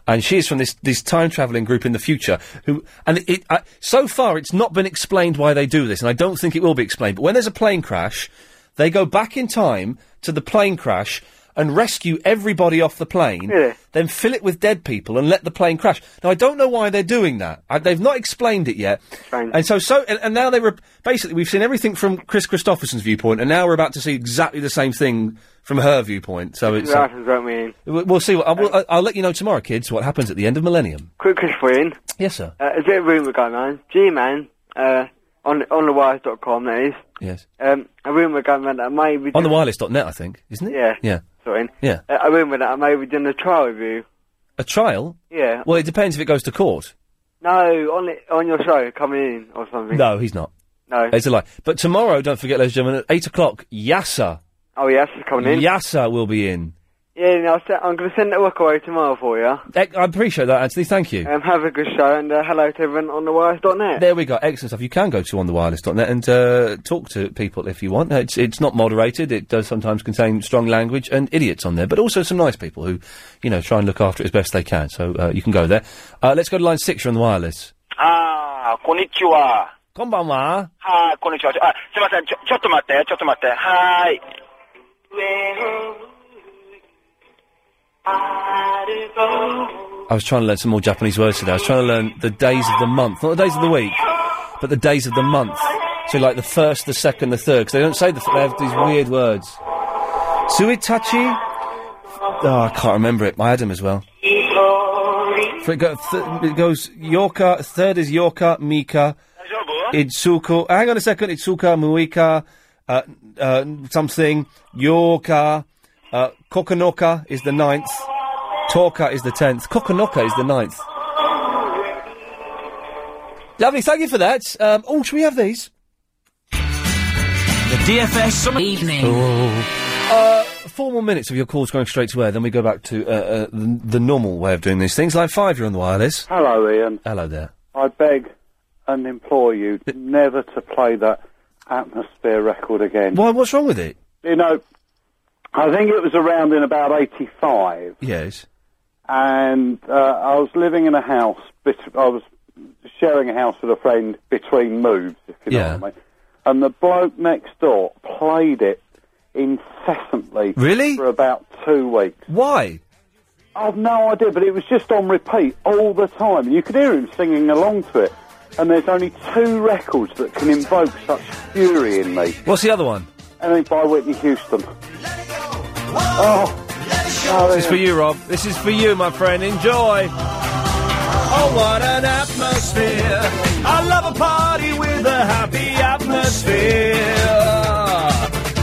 S1: and she is from this this time traveling group in the future. Who and it, it uh, so far it's not been explained why they do this, and I don't think it will be explained. But when there's a plane crash, they go back in time to the plane crash and rescue everybody off the plane,
S26: Really?
S1: then fill it with dead people and let the plane crash. Now I don't know why they're doing that. I, they've not explained it yet. And so so and, and now they were basically we've seen everything from Chris Christopherson's viewpoint, and now we're about to see exactly the same thing from her viewpoint. So it's. uh,
S26: Right, don't mean.
S1: we- We'll see. What, I will, I- I'll let you know tomorrow, kids, what happens at the end of Millennium.
S26: Quick question for you, Ian.
S1: Yes, sir.
S26: Uh, is there a rumour going on? G-Man, uh, on, on thewires.com, that is.
S1: Yes.
S26: Um, a rumour going on that I may be...
S1: On the wireless.net, I think, isn't it?
S26: Yeah.
S1: Yeah.
S26: Sorry.
S1: Yeah.
S26: Uh, a rumour that I may be doing a trial review.
S1: A trial?
S26: Yeah.
S1: Well, it depends if it goes to court.
S26: No, on it, on your show, coming in or something.
S1: No, he's not.
S26: No.
S1: It's a lie. But tomorrow, don't forget, ladies and gentlemen, at 8 o'clock, Yasser.
S26: Oh, yes, it's coming in.
S1: Yasser will be in.
S26: Yeah, no, I'll se- I'm going to send that work away tomorrow for you.
S1: Ec- I appreciate that, Anthony. Thank you.
S26: Um, have a good show, and uh, hello to everyone on thewires.net.
S1: There we go. Excellent stuff. You can go to onthewireless.net and uh, talk to people if you want. Uh, It's it's not moderated. It does sometimes contain strong language and idiots on there, but also some nice people who, you know, try and look after it as best they can. So uh, you can go there. Uh, let's go to line six. You're on the wireless.
S26: Ah,
S14: あー、こんにちは。
S1: こんばんは。
S14: はーい、こんにちは。あ、すいません。ちょ、ちょっと待って、ちょっと待って。はーい。
S1: I was trying to learn some more Japanese words today. I was trying to learn the days of the month, not the days of the week, but the days of the month. So like the first, the second, the third. 'cause they don't say the. F- they have these weird words. Suitachi. Oh, I can't remember it. I had them as well. So it, go, th- it goes Yorka, third is Yorka, Mika, Itsuko. Hang on a second, Itsuka, Muika, uh, uh, something, Yorka, uh, Kokonoka is the ninth, Torka is the tenth, Kokonoka is the ninth. Lovely, thank you for that. Um, oh, should we have these? The DFS Summer Evening. Uh, four more minutes of your calls going straight to air, then we go back to uh, uh, the, the normal way of doing these things. Line five, you're on the wireless.
S27: Hello, Ian.
S1: Hello there.
S27: I beg and implore you never to play that atmosphere record again.
S1: Why, what's wrong with it?
S27: You know, I think it was around in about 85,
S1: Yes.
S27: and uh, I was living in a house, bet- I was sharing a house with a friend between moves, if you know
S1: Yeah.
S27: what I mean. And the bloke next door played it
S15: incessantly.
S1: Really?
S15: For about two weeks.
S1: Why?
S15: I've no idea, but it was just on repeat all the time. You could hear him singing along to it. And there's only two records that can invoke such fury in me.
S1: What's the other one?
S15: Anything by Whitney Houston. Oh,
S1: This is for you, Rob. This is for you, my friend. Enjoy. Oh, what an atmosphere. I love a party with a happy atmosphere.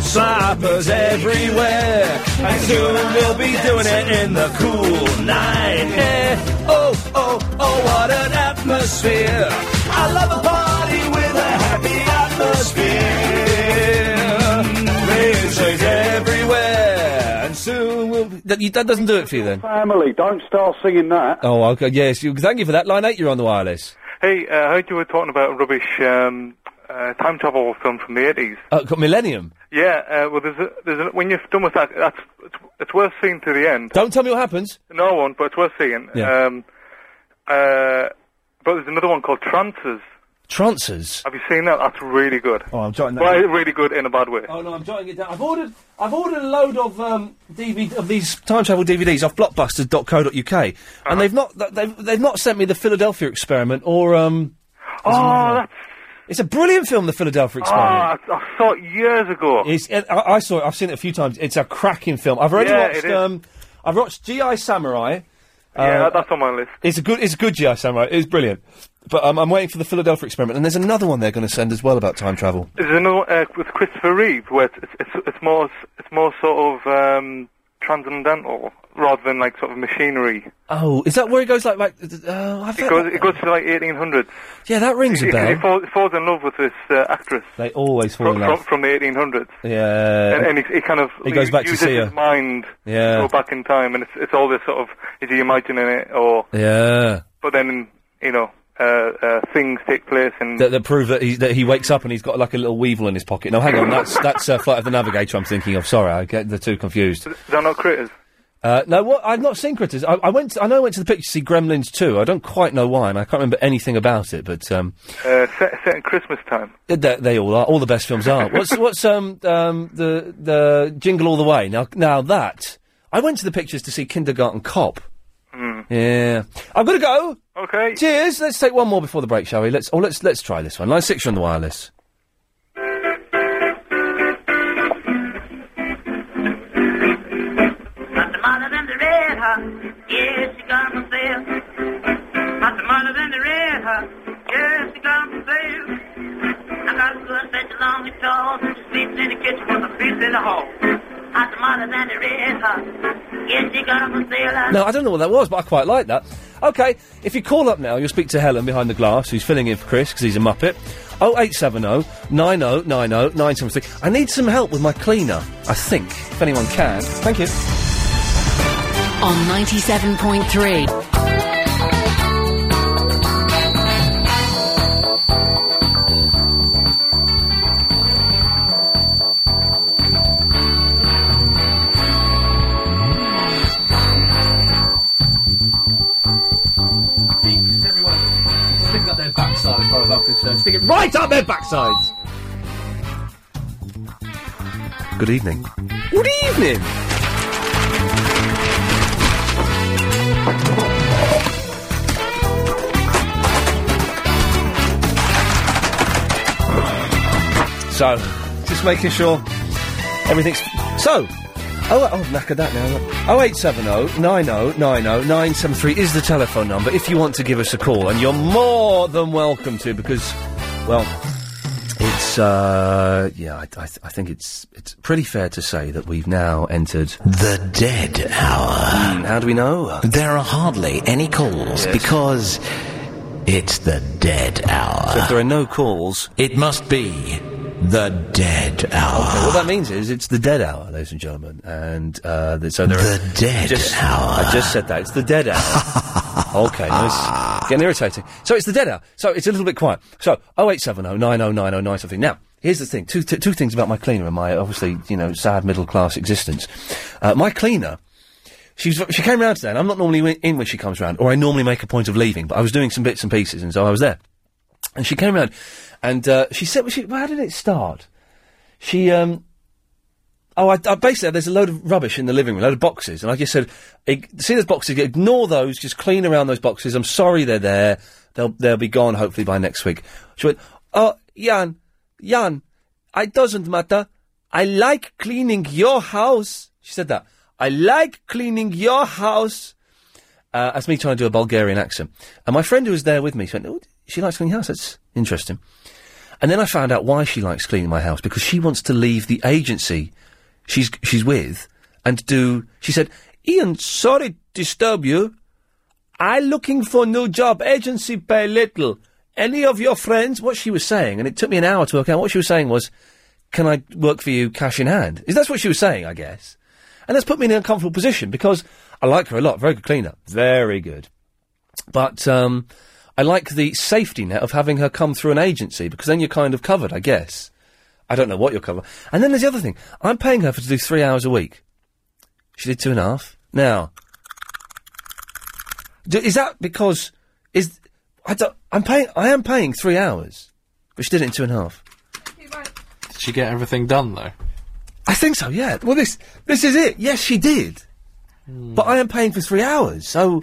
S1: Slappers everywhere. And soon we'll be doing it in the cool night. air. Oh, oh, oh, what an atmosphere. I love a party with a happy atmosphere. Racers everywhere. And soon we'll be. That, you- that doesn't do it for you then?
S15: Family, don't start singing that.
S1: Oh, okay. Yes, you, thank you for that. Line 8, you're on the wireless.
S28: Hey, uh, I heard you were talking about a rubbish um, uh, time travel film from the 80s.
S1: Uh, got Millennium.
S28: Yeah, uh, well, there's a, there's a, when you're done with that, that's, it's, it's worth seeing to the end.
S1: Don't tell me what happens.
S28: No, I won't, but it's worth seeing.
S1: Yeah.
S28: Um, uh, but there's another one called Trances.
S1: Trances.
S28: Have you seen that? That's really good.
S1: Oh, I'm jotting that
S28: Well,
S1: down.
S28: really good in a bad way.
S1: Oh no, I'm jotting it down. I've ordered, I've ordered a load of um, DVD of these time travel DVDs off Blockbusters.co.uk,
S28: Uh-huh.
S1: and they've not, th- they've, they've not sent me the Philadelphia Experiment or um.
S28: Oh,
S1: that's. It's a brilliant film, The Philadelphia Experiment.
S28: Ah, I, I saw it years ago.
S1: It's, it, I, I saw it. I've seen it a few times. It's a cracking film. I've already
S28: Yeah,
S1: watched.
S28: it is.
S1: Um, I've watched GI Samurai.
S28: yeah,
S1: uh,
S28: that- that's on my list.
S1: It's a good, it's a good GI Samurai. It's brilliant. But um, I'm waiting for the Philadelphia Experiment, and there's another one they're going to send as well about time travel.
S28: There's another one, uh, with Christopher Reeve where it's it's, it's more s- it's more sort of um, transcendental rather than like sort of machinery.
S1: Oh, is that where it goes? Like, like, uh, I've
S28: It goes it goes to like 1800s.
S1: Yeah, that rings
S28: he,
S1: a
S28: he- He
S1: bell.
S28: falls, he falls in love with this uh, actress
S1: They always fall
S28: from,
S1: in
S28: from
S1: love.
S28: from the 1800s,
S1: Yeah,
S28: and, and he, he kind of
S1: He goes
S28: u-
S1: back to
S28: uses
S1: see her.
S28: his mind
S1: Yeah.
S28: to go back in time, and it's it's all this sort of is he imagining it or
S1: yeah.
S28: but then you know uh, uh, things take place and
S1: That, that prove that he that he wakes up and he's got like a little weevil in his pocket. No, hang on, that's that's uh, Flight of the Navigator. I'm thinking of. Sorry, I get the two confused.
S28: they're not critters.
S1: Uh, no, what I've not seen Critters. I, I went. To, I know I went to the picture to see Gremlins 2. I don't quite know why, and I can't remember anything about it. But um,
S28: Uh, set, set in Christmas time.
S1: they, they all are. All the best films are. What's what's um, um the the Jingle All the Way? Now now that I went to the pictures to see Kindergarten Cop.
S28: Mm.
S1: Yeah, I've got to go.
S28: Okay.
S1: Cheers. Let's take one more before the break, shall we? Let's. Oh, let's let's try this one. Line six, you're on the wireless.
S29: Not the mother than the red hot. Yes, she got for sale. Not the mother than the red hot. Yes, she got for sale. I got a good such long and tall. Sleeps in the kitchen with a piece in the hole. Not the mother than the red hot. Yes, she got for sale.
S1: No, I don't know what that was, but I quite like that. Okay, if you call up now, you'll speak to Helen behind the glass, who's filling in for Chris because he's a muppet. Oh, 0870 9090 973. I need some help with my cleaner, I think, if anyone can. Thank you.
S11: On 97.3.
S1: Stick up their backside, as far as I'm concerned. Stick it right up their backsides! Good evening. Good evening! So, just making sure everything's. So, oh, oh, knack of that now. Oh, 0870 90 90 973 is the telephone number if you want to give us a call, and you're more than welcome to because, well, it's, uh, yeah, I, I, I think it's, it's pretty fair to say that we've now entered the dead hour. how do we know?
S16: There are hardly any calls
S1: Yes.
S16: because it's the dead hour.
S1: If there are no calls,
S16: it must be the dead hour.
S1: Okay, what that means is it's the dead hour, ladies and gentlemen, and uh, th- so there
S16: The dead
S1: hour. I just said that it's the dead hour. okay, now it's getting irritating. So it's the dead hour. So it's a little bit quiet. So 0870 90909 something. Now here's the thing: two, two, two things about my cleaner and my obviously you know sad middle class existence. Uh, my cleaner. She's, she came round today, and I'm not normally wi- in when she comes round, or I normally make a point of leaving, but I was doing some bits and pieces, and so I was there. And she came round, and uh, she said, well, she, well, How did it start? She, um, Oh, I, I basically there's a load of rubbish in the living room, a load of boxes, and I just said, ig- see those boxes, ignore those, just clean around those boxes. I'm sorry they're there. They'll they'll be gone hopefully by next week. She went, oh Jan, Jan, it doesn't matter. I like cleaning your house. She said that. I like cleaning your house. Uh, that's me trying to do a Bulgarian accent. And my friend who was there with me, she went, oh, she likes cleaning house. That's interesting. And then I found out why she likes cleaning my house because she wants to leave the agency she's she's with and do. She said, "Ian, sorry to disturb you. I looking for new job. Agency pay little. Any of your friends?" What she was saying, and it took me an hour to work out. What she was saying was, "Can I work for you, cash in hand?" Is that's what she was saying, I guess. And that's put me in an uncomfortable position because I like her a lot. Very good cleaner. Very good. But um, I like the safety net of having her come through an agency because then you're kind of covered, I guess. I don't know what you're covered. And then there's the other thing. I'm paying her for to do three hours a week. She did two and a half. Now, do, is that because is I don't, I'm paying I am paying three hours, but she did it in two and a half.
S30: Did she get everything done though?
S1: I think so. Yeah. Well, this this is it. Yes, she did. But I am paying for three hours, so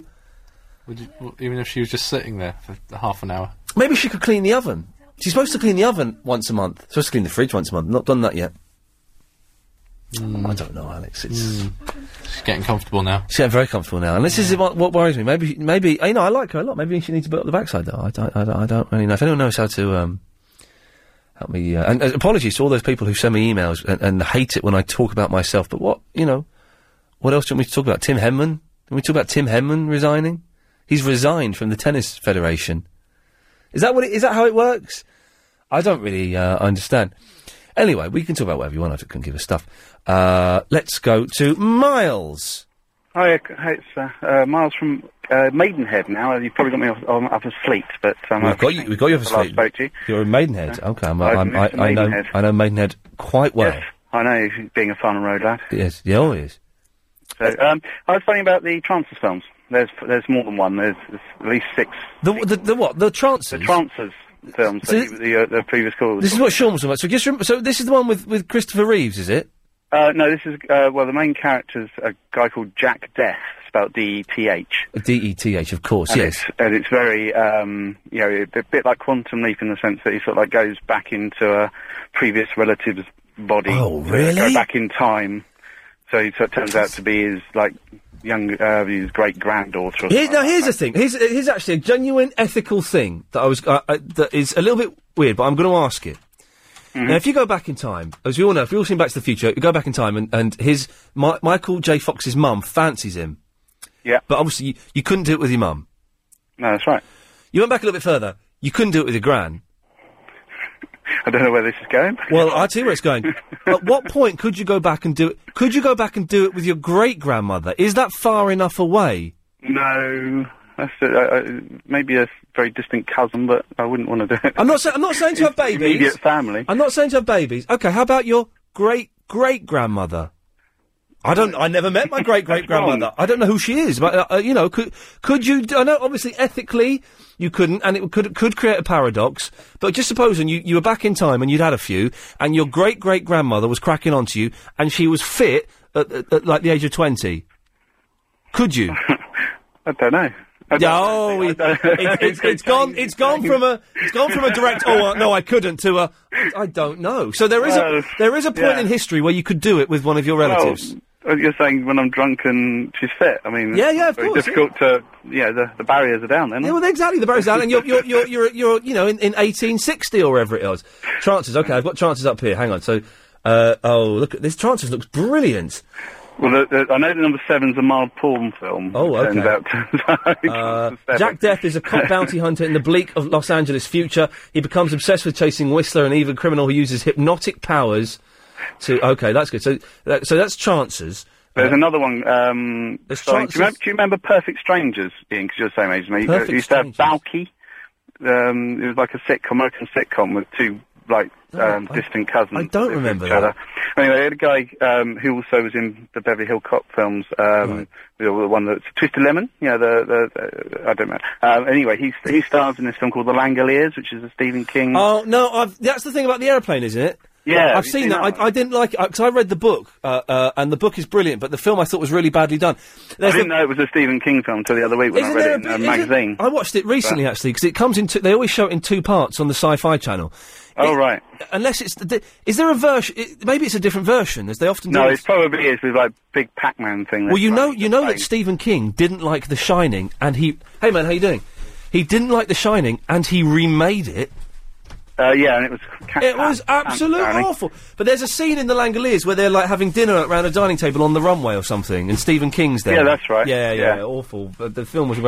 S30: Would you, w- even if she was just sitting there for half an hour?
S1: Maybe she could clean the oven. She's supposed to clean the oven once a month. Supposed to clean the fridge once a month. Not done that yet. I don't know, Alex. It's
S30: Hmm. She's getting comfortable now.
S1: she's getting very comfortable now, and this is what, what worries me. Maybe, maybe you know, I like her a lot. Maybe she needs to build up the backside, though. I don't, I don't, I don't really know. If anyone knows how to um, help me, uh, and uh, apologies to all those people who send me emails and, and hate it when I talk about myself. But what you know, what else do we talk about? Tim Henman? Can we talk about Tim Henman resigning? He's resigned from the tennis federation. Is that what? It, is that how it works? I don't really uh, understand. Anyway, we can talk about whatever you want. I can give us stuff. Uh, let's go to Miles.
S13: Hi, uh, hi it's uh, uh, Miles from uh, Maidenhead now. You've probably got me off, on, off asleep, but um,
S1: we've got you. We've got you
S13: since
S1: for
S13: I last
S1: sleep.
S13: spoke to you.
S1: You're in Maidenhead. Okay, I'm,
S13: I've
S1: I'm,
S13: moved
S1: I,
S13: to
S1: I know.
S13: Maidenhead.
S1: I know Maidenhead quite well.
S13: Yes, I know, you being a Farnham Road lad.
S1: Yes, yeah, oh, always.
S13: So, um, I was funny about the Trancers films. There's there's more than one. There's, there's at least six.
S1: The, the, the what? The Trancers?
S13: The Trancers films
S1: So-
S13: that you, the, uh, the previous call was
S1: This is what Sean was talking about. So just remember. So this is the one with with Christopher Reeves, is it?
S13: Uh, no, this is uh, well. The main character's a guy called Jack Death, spelled D E T H.
S1: D E T H, of course.
S13: And
S1: yes.
S13: it's, and it's very, um, you know, a bit like Quantum Leap in the sense that he sort of like goes back into a previous relative's body. Oh,
S1: really?
S13: Go back in time. So he sort of turns out to be his like young, uh, his great granddaughter. or
S1: Here, now here's the thing. Here's, here's actually a genuine ethical thing that I was uh, uh, that is a little bit weird, but I'm going to ask it.
S13: Mm-hmm.
S1: Now, if you go back in time, as we all know, if we all seen Back to the Future, you go back in time, and and his Mi- Michael J. Fox's mum fancies him.
S13: Yeah.
S1: But obviously, you, you couldn't do it with your mum.
S13: No, that's right.
S1: You went back a little bit further. You couldn't do it with your gran.
S13: I don't know where this is going.
S1: Well, I tell you where it's going. At what point could you go back and do it? Could you go back and do it with your great grandmother? Is that far enough away?
S13: No, that's a, uh, uh, maybe a very distant cousin, but I wouldn't want to do it.
S1: I'm not. Sa- I'm not saying to have babies.
S13: Immediate family.
S1: I'm not saying to have babies. Okay, how about your great great grandmother? I don't. I never met my great great grandmother. I don't know who she is. But uh, uh, you know, could could you? I know, obviously, ethically, you couldn't, and it could could create a paradox. But just supposing you you were back in time and you'd had a few, and your great great grandmother was cracking onto you, and she was fit at, at, at like the age of twenty. Could you?
S13: I don't know.
S1: oh, it, it's- it's- it's gone. Um, It's gone from a. It's gone from a direct. Oh uh, no, I couldn't. To a. I, I don't know. So there is
S13: Well,
S1: a there is a point
S13: yeah.
S1: in history where you could do it with one of your relatives.
S13: Well, uh, you're saying when I'm drunk and she's fit. I mean,
S1: Yeah,
S13: it's
S1: yeah, of
S13: very
S1: course,
S13: difficult to, yeah, the, the barriers are down then.
S1: yeah, well, exactly. The barrow's down, and you're you're you're you're, you're you know in, in 1860 or wherever it is. Chances. Okay, I've got chances up here. Hang on. So, uh, oh look at this. Chances looks brilliant.
S13: Well, the, the, I know the number seven's a mild porn film.
S1: Oh,
S13: it
S1: okay.
S13: Turns out to,
S1: Uh, Jack Death is a cop bounty hunter in the bleak of Los Angeles future. He becomes obsessed with chasing Whistler, an evil criminal who uses hypnotic powers to. Okay, that's good. So, that, so that's chances.
S13: There's another one. Um, sorry,
S1: uh, chances-
S13: do, you remember, do you remember Perfect Strangers, Ian? Because you're the same age as me.
S1: Perfect
S13: it used to have Balky. Um, it was like a sitcom, American sitcom with two like um, distant cousins. I
S1: Oh, don't remember
S13: each
S1: that.
S13: Other. Anyway, they had a guy um, who also was in the Beverly Hill Cop films. Um, you know, the one that's Twisted Lemon. Yeah, the, the, the I don't know. Um, anyway, he he stars in this film called The Langoliers, which is a Stephen King.
S1: Oh no, I've, that's the thing about the aeroplane, isn't it? I've
S24: Yeah, have you
S1: seen,
S24: seen
S1: that.
S24: that
S1: I, I didn't like it because I read the book, uh, uh, and the book is brilliant, but the film I thought was really badly done.
S13: I didn't know it was a Stephen King film until the other week when I
S1: Isn't
S13: read
S1: there
S13: it in
S1: a
S13: a
S1: bit- isn't-
S13: magazine.
S1: I watched it recently actually because it comes in. Two, they always show it in two parts on the Sci-Fi Channel.
S13: Oh,
S1: It-
S13: right.
S1: Unless it's the- is there a version? It, maybe it's a different version, as they often do.
S13: No, it probably is with like big Pac-Man thing.
S1: Well,
S13: that's
S1: you
S13: like-
S1: know, you know that Stephen King didn't like The Shining, and he. Hey, man, how you doing? He didn't like The Shining, and he remade it.
S13: Uh, yeah, and it was.
S1: it was absolute awful. But there's a scene in The Langoliers where they're like having dinner around a dining table on the runway or something, and Stephen King's there.
S13: Yeah, that's right.
S1: Yeah, yeah,
S13: Yeah.
S1: awful. But the film was.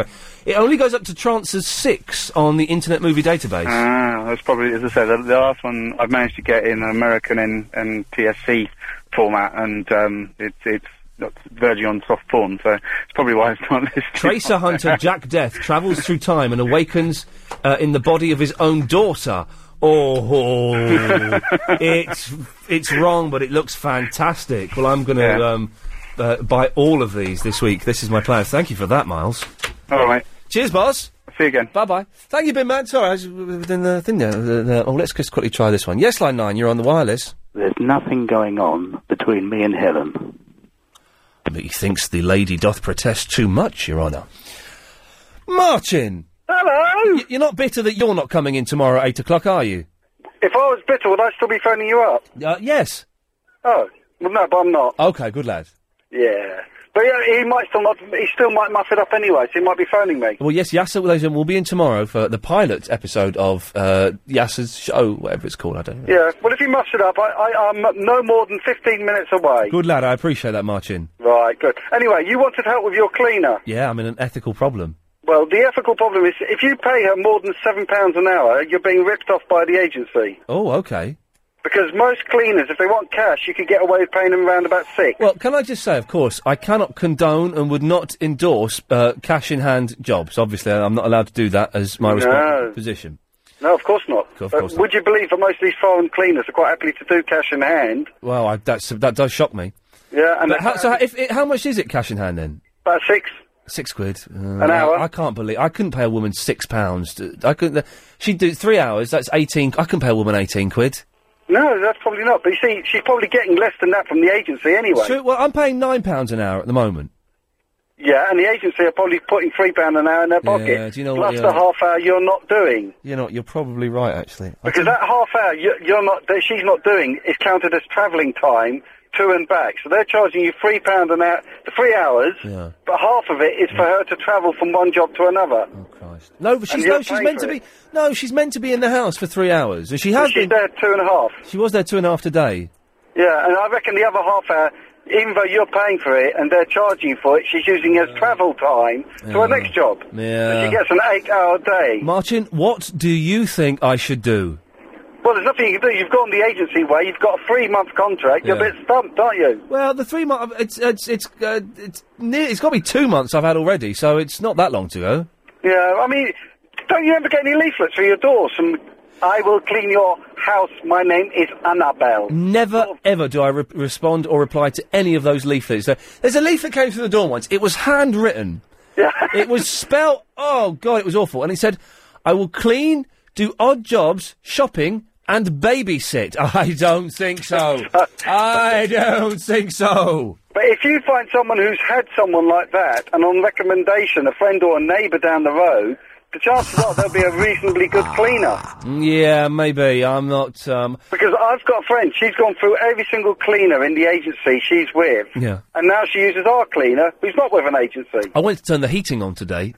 S1: It only goes up to Trance's six on the Internet Movie Database.
S13: Ah, that's probably as I said. The, the last one I've managed to get in American and, and TSC format, and um, it's it's not verging on soft porn, so it's probably why it's not listed.
S1: Tracer
S13: on
S1: hunter
S13: there.
S1: Jack Death travels through time and awakens uh, in the body of his own daughter. Oh, it's it's wrong, but it looks fantastic. Well, I'm going to
S13: Yeah.
S1: um, uh, buy all of these this week. This is my plan. Thank you for that, Miles.
S13: All right.
S1: Cheers, boss.
S13: See you again.
S1: Bye bye. Thank you, Bin Man. Sorry, I was w- within the thing there. the- the- oh, let's just quickly try this one. Yes, line nine. You're on the wireless.
S19: There's nothing going on between me and Helen.
S1: But he thinks the lady doth protest too much, Your Honour. Martin. Hello. you're not bitter that you're not coming in tomorrow at eight o'clock, are you?
S31: If I was bitter, would I still be phoning you up?
S1: Uh, yes.
S31: Oh, well, no, but I'm not.
S1: Okay, good lad.
S31: Yeah. But yeah, he might still not, he still might muff it up anyway, so he might be phoning me.
S1: Well, yes, Yasser Wilson will be in tomorrow for the pilot episode of uh, Yasser's show, whatever it's called. I don't know.
S31: Yeah, well, if he muffs it up, I, I, I'm no more than 15 minutes away.
S1: Good lad, I appreciate that, Martin.
S31: Right, good. Anyway, you wanted help with your cleaner.
S1: Yeah, I'm in an ethical problem.
S31: Well, the ethical problem is if you pay her more than £7 an hour, you're being ripped off by the agency.
S1: Oh, okay.
S31: Because most cleaners, if they want cash, you could get away with paying them around about six.
S1: Well, can I just say, of course, I cannot condone and would not endorse uh, cash in hand jobs. Obviously, I'm not allowed to do that as my
S31: No.
S1: responsible position.
S31: No, of course not.
S1: Of
S31: But
S1: course not.
S31: Would you believe that most of these foreign cleaners are quite happy to do cash in hand?
S1: Well, I, that's, that does shock me.
S31: Yeah, and um,
S1: But how, so, how- if, it, how much is it cash in hand then?
S31: about six.
S1: Six quid. Uh,
S31: An hour.
S1: I, I can't believe I couldn't pay a woman six pounds. to- I couldn't. She'd do three hours. That's eighteen. I couldn't pay a woman eighteen quid.
S31: No, that's probably not. But you see, she's probably getting less than that from the agency anyway.
S1: So, well, I'm paying nine pounds an hour at the moment.
S31: Yeah, and the agency are probably putting three pound an hour in their
S1: Yeah,
S31: pocket.
S1: do you know what
S31: plus
S1: the
S31: the
S1: other-
S31: half hour you're not doing.
S1: You know, what, you're probably right actually. I think-
S31: Because that half hour you, you're not, that she's not doing is counted as travelling time to and back. So they're charging you three pound an hour, three hours,
S1: Yeah.
S31: but half of it is for her to travel from one job to another.
S1: Mm. No, but she's
S31: And you're
S1: no, she's
S31: paying
S1: meant
S31: for
S1: to
S31: it.
S1: be. No, she's meant to be in the house for three hours, and she has
S31: she's
S1: been.
S31: there two and a half.
S1: She was there two and a half today.
S31: Yeah, and I reckon the other half hour, even though you're paying for it and they're charging for it, she's using it as travel time to her next job.
S1: Yeah.
S31: She gets an eight-hour day.
S1: Martin, what do you think I should do?
S31: Well, there's nothing you can do. You've gone the agency way. You've got a three-month contract. You're
S1: Yeah.
S31: a bit stumped, aren't you?
S1: Well, the three months. It's it's it's uh, it's near. It's got to be two months I've had already, so it's not that long to go.
S31: Yeah, I mean, don't you ever get any leaflets for your door? Some, I will clean your house. My name is Annabelle.
S1: Never ever do I re- respond or reply to any of those leaflets. There- There's a leaflet came through the door once. It was handwritten. it was spelled. Oh god, it was awful. And it said, "I will clean, do odd jobs, shopping, and babysit." I don't think so. I don't think so.
S31: But if you find someone who's had someone like that, and on recommendation, a friend or a neighbour down the road, the chances are they'll be a reasonably good cleaner.
S1: Mm, Yeah, maybe I'm not. Um,
S31: Because I've got a friend, she's gone through every single cleaner in the agency she's with,
S1: yeah.
S31: and now she uses our cleaner, who's not with an agency.
S1: I went to turn the heating on today,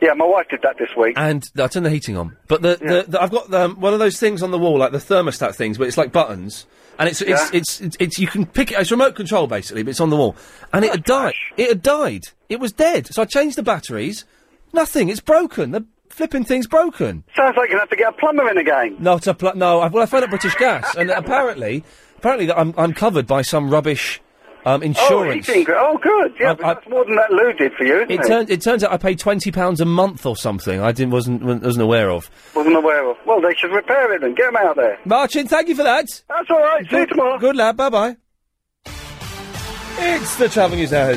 S31: Yeah, my wife did that this week.
S1: and I turned the heating on. But the, the, the I've got um, one of those things on the wall, like the thermostat things, where it's like buttons, and it's it's,
S31: Yeah.
S1: it's it's it's you can pick it. It's remote control basically, but it's on the wall, and it had died. It had died. It was dead. So I changed the batteries. Nothing. It's broken. The flipping thing's broken.
S31: Sounds like you're going to have to get a plumber in again.
S1: Not a pl- no. I, well, I found out British Gas, and apparently, apparently that I'm I'm covered by some rubbish um, insurance.
S31: Oh, heating. gr- Oh, good. Yeah, but that's more than that Lou did for you, isn't it?
S1: It turns it turns out I pay twenty pounds a month or something. I didn't wasn't wasn't aware of.
S31: Wasn't aware of. Well, they should repair it then. Get them out there.
S1: Martin, thank you for that.
S31: That's all right. See you tomorrow.
S1: Good lad. Bye bye. It's the travelling is now.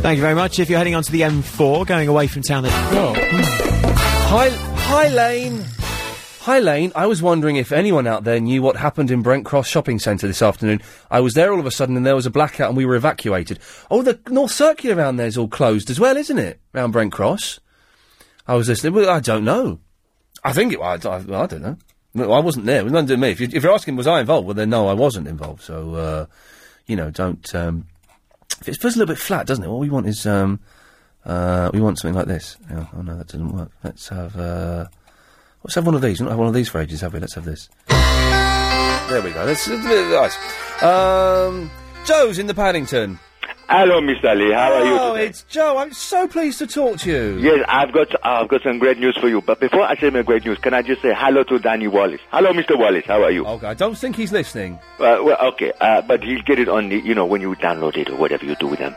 S2: Thank you very much. If you're heading onto the M4, going away from town, at
S1: High High Lane, Hi, Lane. I was wondering if anyone out there knew what happened in Brent Cross Shopping Centre this afternoon. I was there all of a sudden and there was a blackout and we were evacuated. Oh, the North Circular round there's all closed as well, isn't it? Round Brent Cross. I was listening. Well, I don't know. I think it was. I, I don't know. Well, I wasn't there. It was nothing to do with me. If, you, if you're asking, was I involved? Well, then no, I wasn't involved. So, uh, you know, don't. Um, it feels a little bit flat, doesn't it? What we want is um, uh, we want something like this. Yeah. Oh no, that doesn't work. Let's have uh, let's have one of these. We don't have one of these for ages, have we? Let's have this. there we go. That's, that's a bit nice. Um, Joe's in the Paddington.
S10: Hello, Miss Ali. How are you?
S1: Oh, it's Joe. I'm so pleased to talk to you.
S10: Yes, I've got I've got some great news for you. But before I say my great news, can I just say hello to Danny Wallace? Hello, Mr. Wallace. How are you?
S1: Okay, Oh, I don't think he's listening.
S10: Uh, well, okay, uh, but he'll get it on the you know when you download it or whatever you do with them,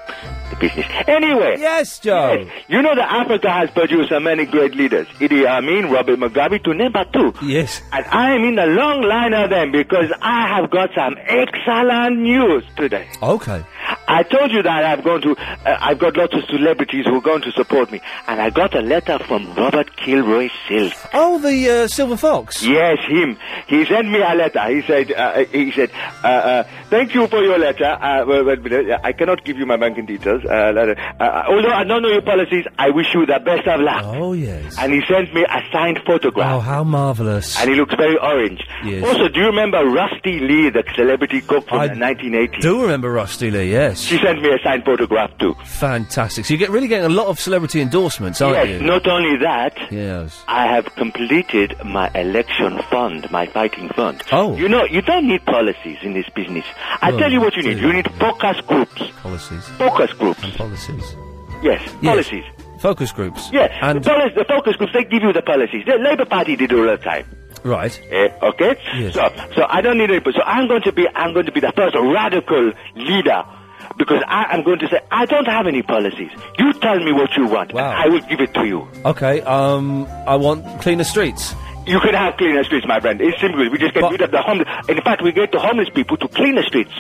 S10: the business. Anyway,
S1: Yes, Joe.
S10: you know that Africa has produced so many great leaders. Idi Amin, Robert Mugabe, to name but two.
S1: Yes.
S10: And I am in the long line of them because I have got some excellent news today.
S1: Okay.
S10: I told you that I've gone to, uh, I've got lots of celebrities who are going to support me, and I got a letter from Robert Kilroy Silk.
S1: Oh, the uh, Silver Fox.
S10: Yes, him. He sent me a letter. He said, uh, he said, uh, uh, thank you for your letter. Uh, well, well, well, I cannot give you my banking details. Uh, letter. Uh, although I don't know your policies, I wish you the best of luck.
S1: Oh yes.
S10: And he sent me a signed photograph.
S1: Oh, how marvellous.
S10: And he looks very orange.
S1: Yes.
S10: Also, do you remember Rusty Lee, the celebrity cook from
S1: I
S10: the 1980s?
S1: Do remember Rusty Lee? Yes.
S10: She sent me a signed photograph too.
S1: Fantastic. So you get really getting a lot of celebrity endorsements, aren't
S10: yes,
S1: you?
S10: not only that,
S1: Yes.
S10: I have completed my election fund, my fighting fund.
S1: Oh.
S10: You know, you don't need policies in this business. I
S1: Well,
S10: tell you what you need. You need focus groups.
S1: Policies.
S10: Focus groups.
S1: policies.
S10: Yes, policies.
S1: Focus groups.
S10: Yes, the, policy, the focus groups, they give you the policies. The Labour Party did all the time.
S1: Right.
S10: Eh, okay? So, so I don't need anybody. So I'm going to be, I'm going to be the first radical leader because I am going to say, I don't have any policies. You tell me what you want, and I will give it to you.
S1: Okay. Um, I want cleaner streets.
S10: You can have cleaner streets, my friend. It's simple. We just get rid of the homeless. In fact, we get the homeless people to clean the streets.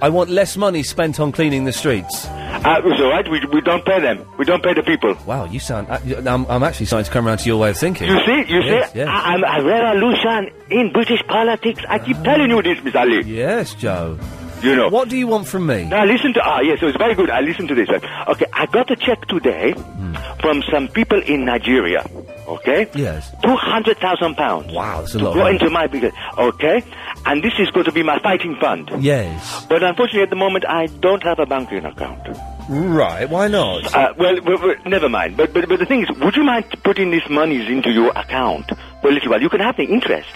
S1: I want less money spent on cleaning the streets.
S10: Uh, it's all right. We, we don't pay them. We don't pay the people.
S1: Wow, you sound. Uh, y- I'm, I'm actually starting to come around to your way of thinking.
S10: You see, you
S1: Yes,
S10: see,
S1: yes.
S10: I, I'm a revolution in British politics. I keep telling you this, Miss Ali.
S1: Ah. Yes, Joe.
S10: You know.
S1: What do you want from me?
S10: Now listen to ah yes, it was very good. I listened to this. Right? Okay, I got a check today
S1: Hmm.
S10: from some people in Nigeria. Okay.
S1: Yes.
S10: Two hundred thousand pounds.
S1: Wow, that's a
S10: to
S1: lot of
S10: go
S1: money.
S10: into my business. Okay, and this is going to be my fighting fund.
S1: Yes.
S10: But unfortunately, at the moment, I don't have a banking account.
S1: Right. Why not?
S10: Uh, well, well, well, never mind. But, but but the thing is, would you mind putting these monies into your account for a little while? You can have the interest.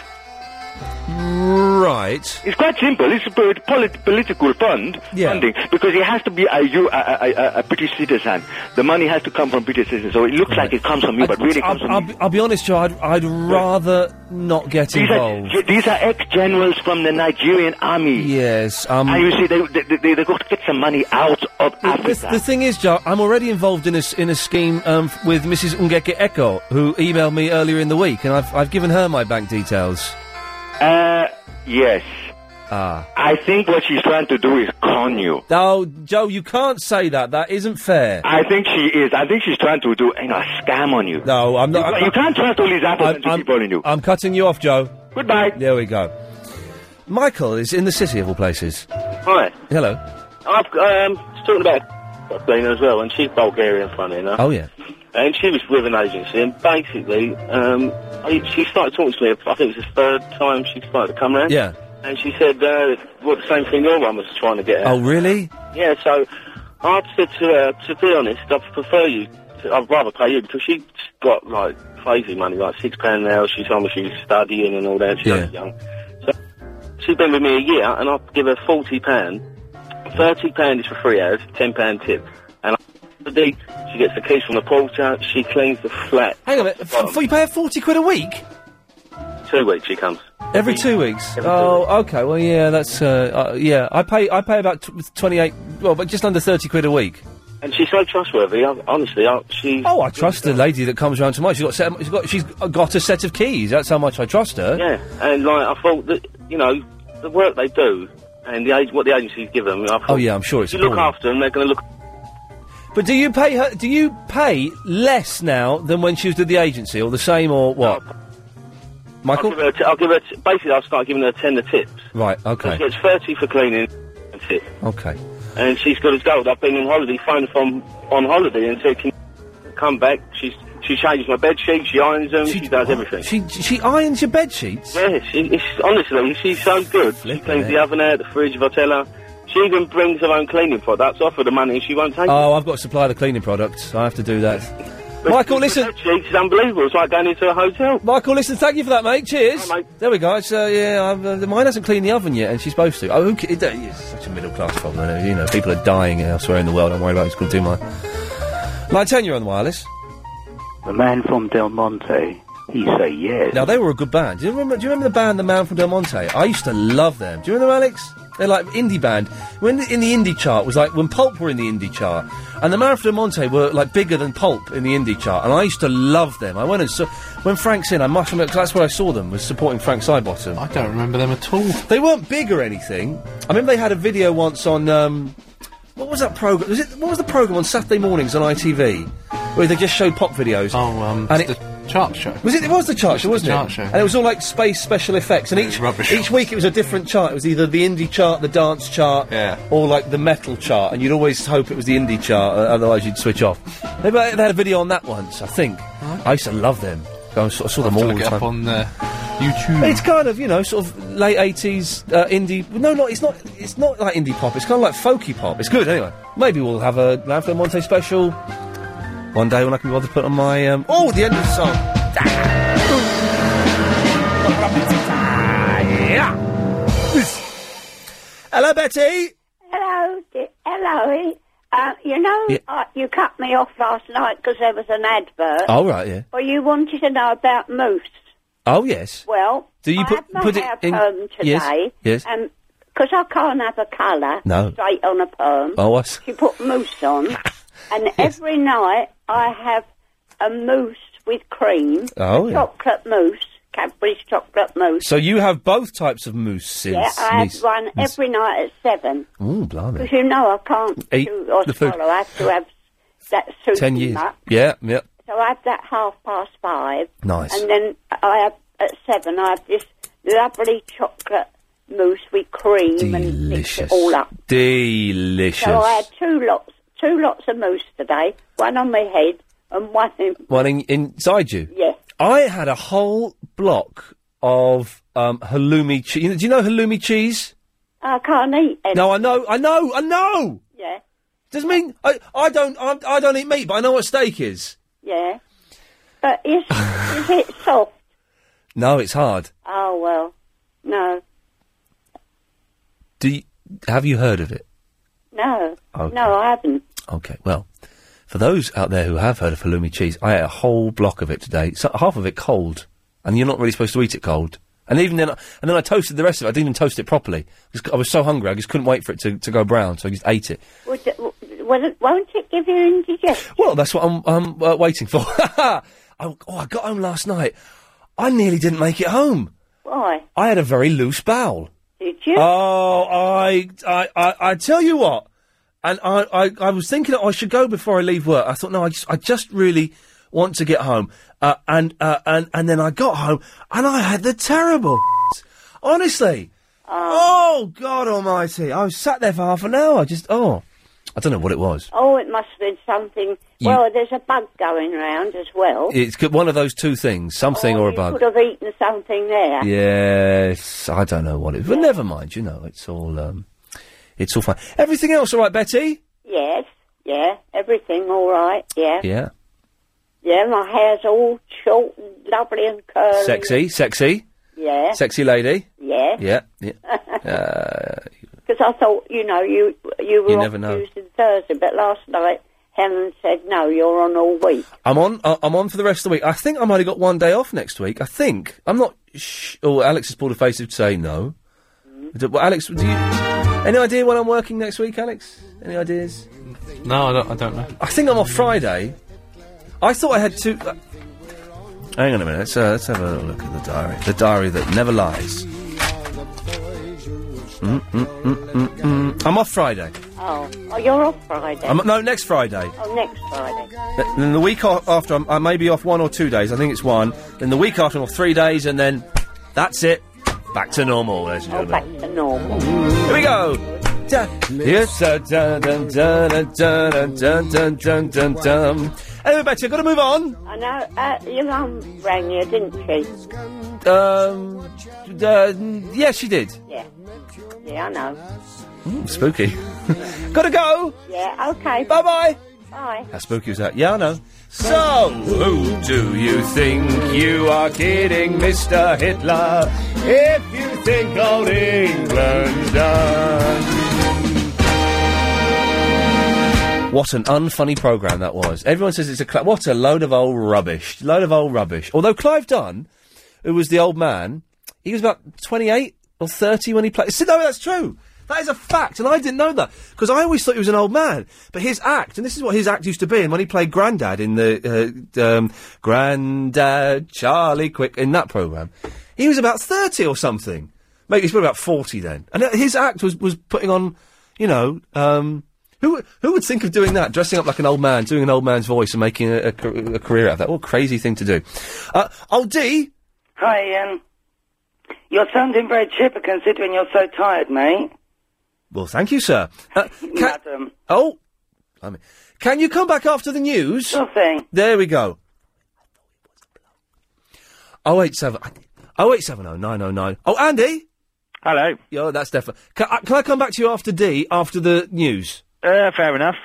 S10: Uh,
S1: Right.
S10: It's quite simple. It's a polit- polit- political fund
S1: Yeah.
S10: funding because it has to be a, U- a, a, a, a British citizen. The money has to come from British citizens. So it looks like it comes from you, but really it comes
S1: I'll,
S10: from
S1: I'll, be, I'll be honest, Joe. I'd, I'd rather not get
S10: these are,
S1: involved.
S10: yeah, these are ex-generals from the Nigerian army.
S1: Yes. Um,
S10: and you see, they, they, they, they've got to get some money out of
S1: The,
S10: Africa.
S1: the thing is, Joe, I'm already involved in a, s- in a scheme um, f- with Mrs. Ungeke Eko, who emailed me earlier in the week, and I've, I've given her my bank details.
S10: Uh, yes.
S1: Ah.
S10: I think what she's trying to do is con you.
S1: Oh, Joe, you can't say that. That isn't fair.
S10: I think she is. I think she's trying to do you know, a scam on you.
S1: No, I'm not.
S10: You,
S1: I'm-
S10: you can't trust all these applicants who keep calling you.
S1: I'm cutting you off, Joe.
S10: Goodbye.
S1: There we go. Michael is in the city of all places.
S32: Hi.
S1: Hello.
S32: I've um, she's talking about Dana as well, and she's Bulgarian, funny enough.
S1: Oh yeah.
S32: And she was with an agency, and basically, um, I, she started talking to me. I think it was the third time she started to come round.
S1: Yeah.
S32: And she said, uh, well, the same thing your one was trying to get at.
S1: Oh really?
S32: Yeah, so I said to her, to be honest, I prefer you. To, I'd rather pay you because she's got like crazy money, like six pound an hour. She's on she's studying and all that. She's
S29: Yeah.
S32: young. So she's been with me a year, and I give her forty pound. Thirty pound is for three hours, ten pound tip, and I, she gets the keys from the porter. She cleans the flat.
S1: Hang on a minute. F- f- you pay her forty quid a week
S32: Two weeks she comes.
S1: every two weeks. Oh, okay. Well, yeah, that's uh, uh, yeah. I pay I pay about tw twenty-eight, well, but just under thirty quid a week.
S32: And she's so trustworthy. I, honestly, I, she.
S1: Oh, I trust the lady that comes round tomorrow. She's got, a set, she's got she's got a set of keys. That's how much I trust her.
S32: Yeah, and like I thought that you know the work they do and the age what the agencies give them. I thought,
S1: Oh, yeah, I'm sure it's
S32: If you look
S1: appalling.
S32: after them, they're going to look.
S1: But do you pay her? Do you pay less now than when she was with the agency, or the same, or what? Michael?
S32: I'll give her, a t- I'll give her t- basically, I'll start giving her 10 the tips.
S1: Right,
S32: So She
S1: okay.
S32: gets 30 for cleaning and tip.
S1: Okay.
S32: And she's got as gold. I've been on holiday, phoned from on holiday and said, can you come back? She's, she changes my bed sheets, she irons them, she, does everything.
S1: She she irons your bed sheets?
S32: Yeah, she, it's, honestly, she's so good. she cleans
S1: heck.
S32: the oven out, the fridge, if I tell her. She even brings her own cleaning products, offer the money, and she won't take
S1: Oh, I've got to supply the cleaning products. I have to do that.
S32: it. Michael, listen. Sheets is unbelievable. It's like going into a hotel.
S1: Michael, listen, thank you for that, mate. Cheers. There we go. So yeah, I've, uh, mine hasn't cleaned the oven yet, and she's supposed to. Oh, okay. it- It's such a middle class problem. isn't it? You know, people are dying elsewhere in the world. I'm worried about it's going to do my. Line ten, you're on the wireless.
S19: The man from Del Monte, he say yes.
S1: Now they were a good band. Do you remember? Do you remember the band The Man from Del Monte? I used to love them. Do you remember Alex? They're like indie band. When in the indie chart was like when Pulp were in the indie chart, and The Man from Del Monte were like bigger than Pulp in the indie chart, and I used to love them. I went and saw when Frank's in. I must remember 'cause that's where I saw them was supporting Frank Sidebottom. I don't remember them at all. They weren't big or anything. I remember they had a video once on. Um, what was that program? Was it what was the program on Saturday mornings on ITV where they just showed pop videos? Oh, um, and it, the chart show. Was it? It was the chart show, wasn't
S30: the
S1: it?
S30: chart show,
S1: And it was all like space special effects, and each each week it was a different chart. It was either the indie chart, the dance chart, yeah. or like the metal chart, and you'd always hope it was the indie chart, uh, otherwise you'd switch off. They, they had a video on that once, I think. I used to love them. I saw, I saw them
S30: I'll
S1: all
S30: look
S1: the
S30: it up
S1: time
S30: on, uh, YouTube.
S1: It's kind of you know sort of late eighties uh, indie. No, not it's not it's not like indie pop. It's kind of like folky pop. It's good anyway. Maybe we'll have a Lanford Monte special one day when I can be bothered to put on my um, oh the end of the song. Hello, Betty.
S29: Hello, di- hello. eh? Uh, you know,
S1: Yeah.
S29: uh, you cut me off last night because there was an advert.
S1: Oh right, yeah.
S29: Well, you wanted to know about moose.
S1: Oh yes.
S29: Well,
S1: Do you
S29: I
S1: put
S29: had my
S1: put it
S29: hair
S1: in?
S29: perm today.
S1: Yes. Yes.
S29: because I can't have a colour
S1: No.
S29: straight on a perm.
S1: Oh, I s-
S29: You put moose on, and every night I have a mousse with cream.
S1: Oh, yeah.
S29: Chocolate mousse, Cadbury's chocolate mousse.
S1: so you have both types of mousses.
S29: yeah, I have
S1: Miss-
S29: one
S1: Miss-
S29: every night at seven.
S1: Ooh, blimey.
S29: Because you know I can't
S1: Eat
S29: chew or
S1: the food.
S29: swallow. I have to have that soup.
S1: Ten
S29: in
S1: years.
S29: that.
S1: Yeah, yeah.
S29: So I have that half past five.
S1: Nice.
S29: And then I have at seven. I have this lovely chocolate mousse with cream and mix it
S1: Delicious.
S29: all up.
S1: Delicious.
S29: So I had two lots, two lots of mousse today. One on my head and one in.
S1: One in, inside you.
S29: Yeah.
S1: I had a whole block of um, halloumi cheese. Do you know halloumi cheese?
S29: I can't eat any.
S1: No, I know, I know, I know.
S29: Yeah.
S1: Doesn't mean I, I don't I, I don't eat meat, but I know what steak is.
S29: Yeah. But is is it soft?
S1: No, it's hard.
S29: Oh well. No.
S1: Do you, have you heard of it?
S29: No.
S1: Okay.
S29: No, I haven't.
S1: Okay, well, for those out there who have heard of halloumi cheese, I ate a whole block of it today. So, half of it cold, and you're not really supposed to eat it cold. And even then, and then I toasted the rest of it. I didn't even toast it properly. 'cause I was so hungry, I just couldn't wait for it to, to go brown, so I just ate it.
S29: Would, would, won't it give you indigestion?
S1: Well, that's what I'm, I'm uh, waiting for. I, oh, I got home last night. I nearly didn't make it home.
S29: Why?
S1: I had a very loose bowel.
S29: Did you?
S1: Oh, I, I, I, I tell you what. And I, I, I was thinking that I should go before I leave work. I thought, no, I just, I just really want to get home. Uh, and, uh, and, and then I got home and I had the terrible. Honestly. Oh, God almighty. I was sat there for half an hour. Just, oh. I don't know what it was.
S29: Oh, it must have been something.
S1: You-
S29: Well, there's a bug going round as well.
S1: It's good- one of those two things, something or a
S29: You
S1: bug.
S29: Could have eaten something there.
S1: Yes, I don't know what it. But never mind. You know, it's all um, it's all fine. Everything else, all right, Betty?
S29: Yes. Yeah. Everything all right. Yeah.
S1: Yeah.
S29: Yeah, my hair's all short and lovely and curly.
S1: Sexy, sexy,
S29: Yeah.
S1: sexy lady.
S29: Yeah.
S1: Yeah. Yeah. uh,
S29: Because I thought, you know, you you were
S1: You
S29: on
S1: never know.
S29: Tuesday and Thursday, but last night Helen said, no, you're on all week.
S1: I'm on. I- I'm on for the rest of the week. I think I'm only got one day off next week. I think I'm not. Sh- oh, Alex has pulled a face to say no. D- well, Alex, do you? Any idea when I'm working next week, Alex? Any ideas?
S30: No, I don't, I don't know.
S1: I think I'm off Friday. I thought I had two. uh, Hang on a minute. Let's, uh, let's have a little look at the diary. The diary that never lies. Mm, mm, mm, mm, mm. I'm off Friday.
S29: Oh, oh you're off Friday.
S1: I'm, no, next Friday.
S29: Oh, next Friday.
S1: Th- Then the week o- after, I'm, I may be off one or two days. I think it's one. Then the week after, I'm off three days, and then That's it. Back to normal, ladies and
S29: Back
S1: gentlemen.
S29: to normal.
S1: Here we go. Da- Yes, uh, dun, dun, dun, dun, dun, dun, dun, dun, dun, dun. Anyway, Betty, I've got to move on.
S29: I know. Uh, your mum rang you, didn't she?
S1: Um, d- uh, n- yeah, she did.
S29: Yeah. Yeah, I know.
S1: Ooh, spooky. Gotta go.
S29: Yeah. Okay.
S1: Bye bye.
S29: Bye.
S1: How spooky was that? Yeah, I know. So, who do you think you are kidding, Mr. Hitler? If you think old England's done. What an unfunny programme that was. Everyone says it's a. Cl- what a load of old rubbish. Load of old rubbish. Although Clive Dunn, who was the old man, he was about 28 or 30 when he played. See, No, that's true. That is a fact, and I didn't know that because I always thought he was an old man. But his act, and this is what his act used to be, and when he played Grandad in the uh, um, Grandad Charlie Quick in that program, he was about thirty or something. Maybe he's probably about forty then. And uh, his act was was putting on, you know, um, who who would think of doing that? Dressing up like an old man, doing an old man's voice, and making a, a, ca- a career out of that. What a crazy thing to do! Uh, old D,
S33: Hi, Ian. You're sounding very chipper considering you're so tired, mate.
S1: well, thank you, sir. Uh,
S33: Madam.
S1: Oh, I mean, can you come back after the news? Sure
S33: thing.
S1: There we go. Oh eight seven. Oh eight seven oh nine oh nine. Oh Andy.
S34: Hello.
S1: Yeah, that's definitely. Can, I- can I come back to you after D after the news?
S34: Uh, fair enough.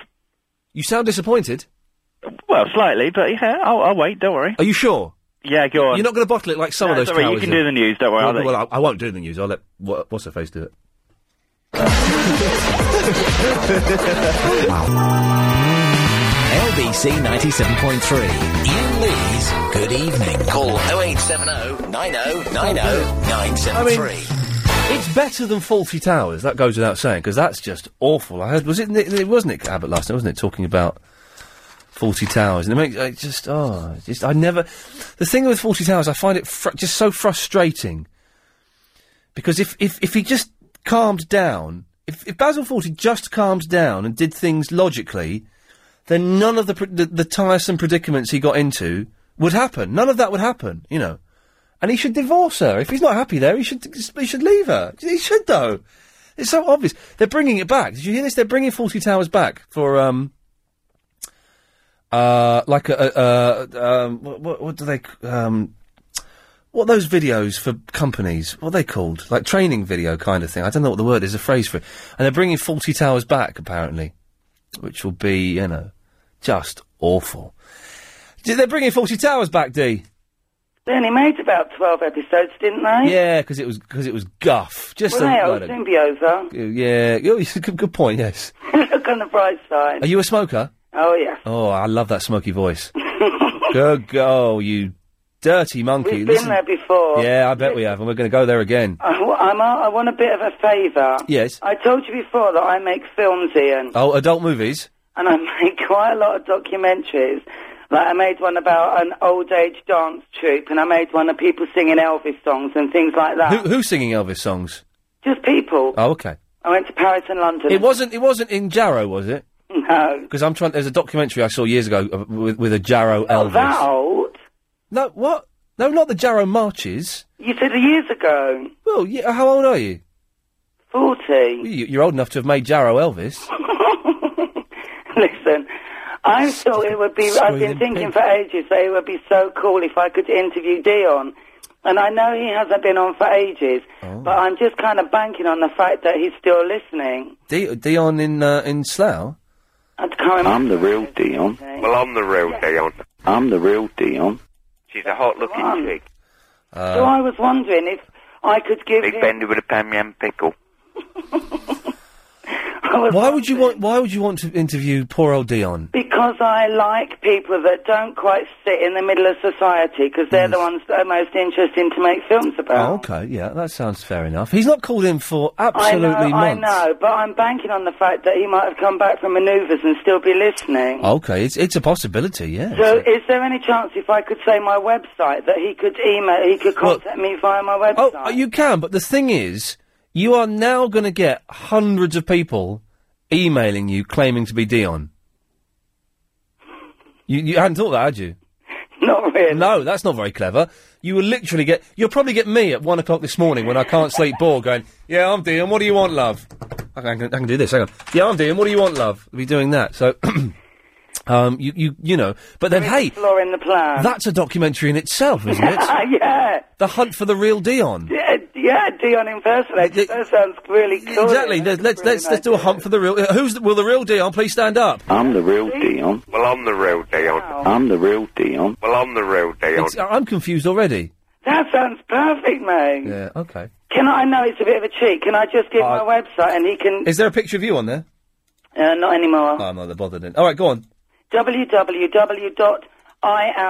S1: You sound disappointed.
S34: Well, slightly, but yeah, I'll, I'll wait. Don't worry.
S1: Are you sure?
S34: Yeah, go on.
S1: You're not going to bottle it like some
S34: No,
S1: of those.
S34: it's all right, you
S1: cowards
S34: can
S1: that-
S34: do the news, don't worry,
S1: Well,
S34: I'll let
S1: well,
S34: you-
S1: I, I won't do the news. I'll let what, what's her face do it.
S16: LBC 97.3. Ian Lee's Good Evening. Call 0870 90 90 oh, 973.
S1: It's better than Faulty Towers. That goes without saying because that's just awful. I heard was it Nick- it was Nick Abbott last night, wasn't it? Talking about Faulty Towers, and it makes it just oh, it's just I never. The thing with Faulty Towers, I find it fr- just so frustrating because if if if he just calmed down, if, if Basil Fawlty just calmed down and did things logically, then none of the, pr- the the tiresome predicaments he got into would happen. None of that would happen, you know. And he should divorce her if he's not happy there. He should he should leave her. He should though. It's so obvious. They're bringing it back. Did you hear this? They're bringing Forty Towers back for um. Uh, like a, a, a um, what, what, what do they c- um, what are those videos for companies? What are they called? Like training video kind of thing. I don't know what the word is, a phrase for it. And they're bringing Faulty Towers back, apparently, which will be, you know, just awful. D- They're bringing Faulty Towers back, D.
S33: They only made about 12 episodes, didn't they?
S1: Yeah, because it was because it was guff. Just
S33: well,
S1: a,
S33: they will
S1: load of-
S33: soon be over.
S1: yeah. Oh, good, good point. Yes.
S33: Look on the bright side.
S1: Are you a smoker?
S33: Oh, yeah.
S1: Oh, I love that smoky voice. good go, you dirty monkey.
S33: We've
S1: Listen-
S33: been there before. Um,
S1: Yeah, I bet we have, and we're going to go there again.
S33: I, w- I'm, a- I want a bit of a favour.
S1: Yes.
S33: I told you before that I make films, Ian,
S1: Oh, adult movies.
S33: and I make quite a lot of documentaries. Like I made one about an old age dance troupe, and I made one of people singing Elvis songs and things like that.
S1: Who, who's singing Elvis songs?
S33: Just people.
S1: Oh, okay.
S33: I went to Paris and London.
S1: It wasn't. It wasn't in Jarrow, was it?
S33: No.
S1: Because I'm trying. There's a documentary I saw years ago uh, with, with a Jarrow Elvis.
S33: Oh, that old.
S1: No, what? No, not the Jarrow marches.
S33: You said years ago.
S1: Well, yeah. How old are you?
S33: Forty.
S1: You, you're old enough to have made Jarrow Elvis.
S33: Listen, I thought it would be. I've been
S1: Screaming
S33: thinking
S1: pig.
S33: for ages that it would be so cool if I could interview Dion. And I know he hasn't been on for ages,
S1: Oh.
S33: but I'm just kind of banking on the fact that he's still listening.
S1: D- Dion in uh, in Slough.
S33: I can't
S6: Um,
S33: remember.
S19: I'm the real Dion.
S20: Well, I'm the real Dion.
S19: I'm the real Dion.
S20: She's a hot looking chick.
S1: Uh.
S33: so I was wondering if I could give
S20: Big
S33: him.
S20: Bendy with a Pam Yam pickle.
S1: Why would you want? Why would you want to interview poor old Dion?
S33: Because I like people that don't quite sit in the middle of society, because they're
S1: Mm.
S33: the ones that are most interesting to make films about.
S1: Oh, okay. Yeah, that sounds fair enough. He's not called in for absolutely
S33: I know,
S1: months.
S33: I know, but I'm banking on the fact that he might have come back from manoeuvres and still be listening.
S1: Okay, it's it's a possibility. Oh, Yeah.
S33: So, is there any chance if I could say my website that he could email, he could
S1: Well-
S33: contact me via my website?
S1: Oh, you can, but the thing is, you are now going to get hundreds of people emailing you claiming to be Dion. You, you hadn't thought that, had you?
S33: Not
S1: in. No, that's not very clever. You will literally get. You'll probably get me at one o'clock this morning when I can't sleep, bored, going, "Yeah, I'm Dion. What do you want, love? I can, I can do this. Hang on. Yeah, I'm Dion. What do you want, love? I'll be doing that. So, um, you, you, you know. But then, hey,
S33: Exploring the plan.
S1: that's a documentary in itself, isn't it?
S33: yeah.
S1: the hunt for the real Dion.
S33: Yeah, yeah, Dion impersonator. That sounds really cool.
S1: Exactly. Let's let's let's, let's do a hunt for the real. uh, Who's the, will the real Dion? Please stand up.
S19: I'm the real Dion.
S20: Well, I'm the real Dion.
S19: I'm the real Dion.
S20: Well, I'm the real Dion.
S1: It's- I'm confused already.
S33: That sounds perfect, mate.
S1: Yeah. Okay.
S33: Can I, I know it's a bit of a cheat. Can I just give my website and he can.
S1: Is there a picture of you on there?
S33: Uh, not anymore.
S1: Oh, I'm not bothered. Then. All right, go on.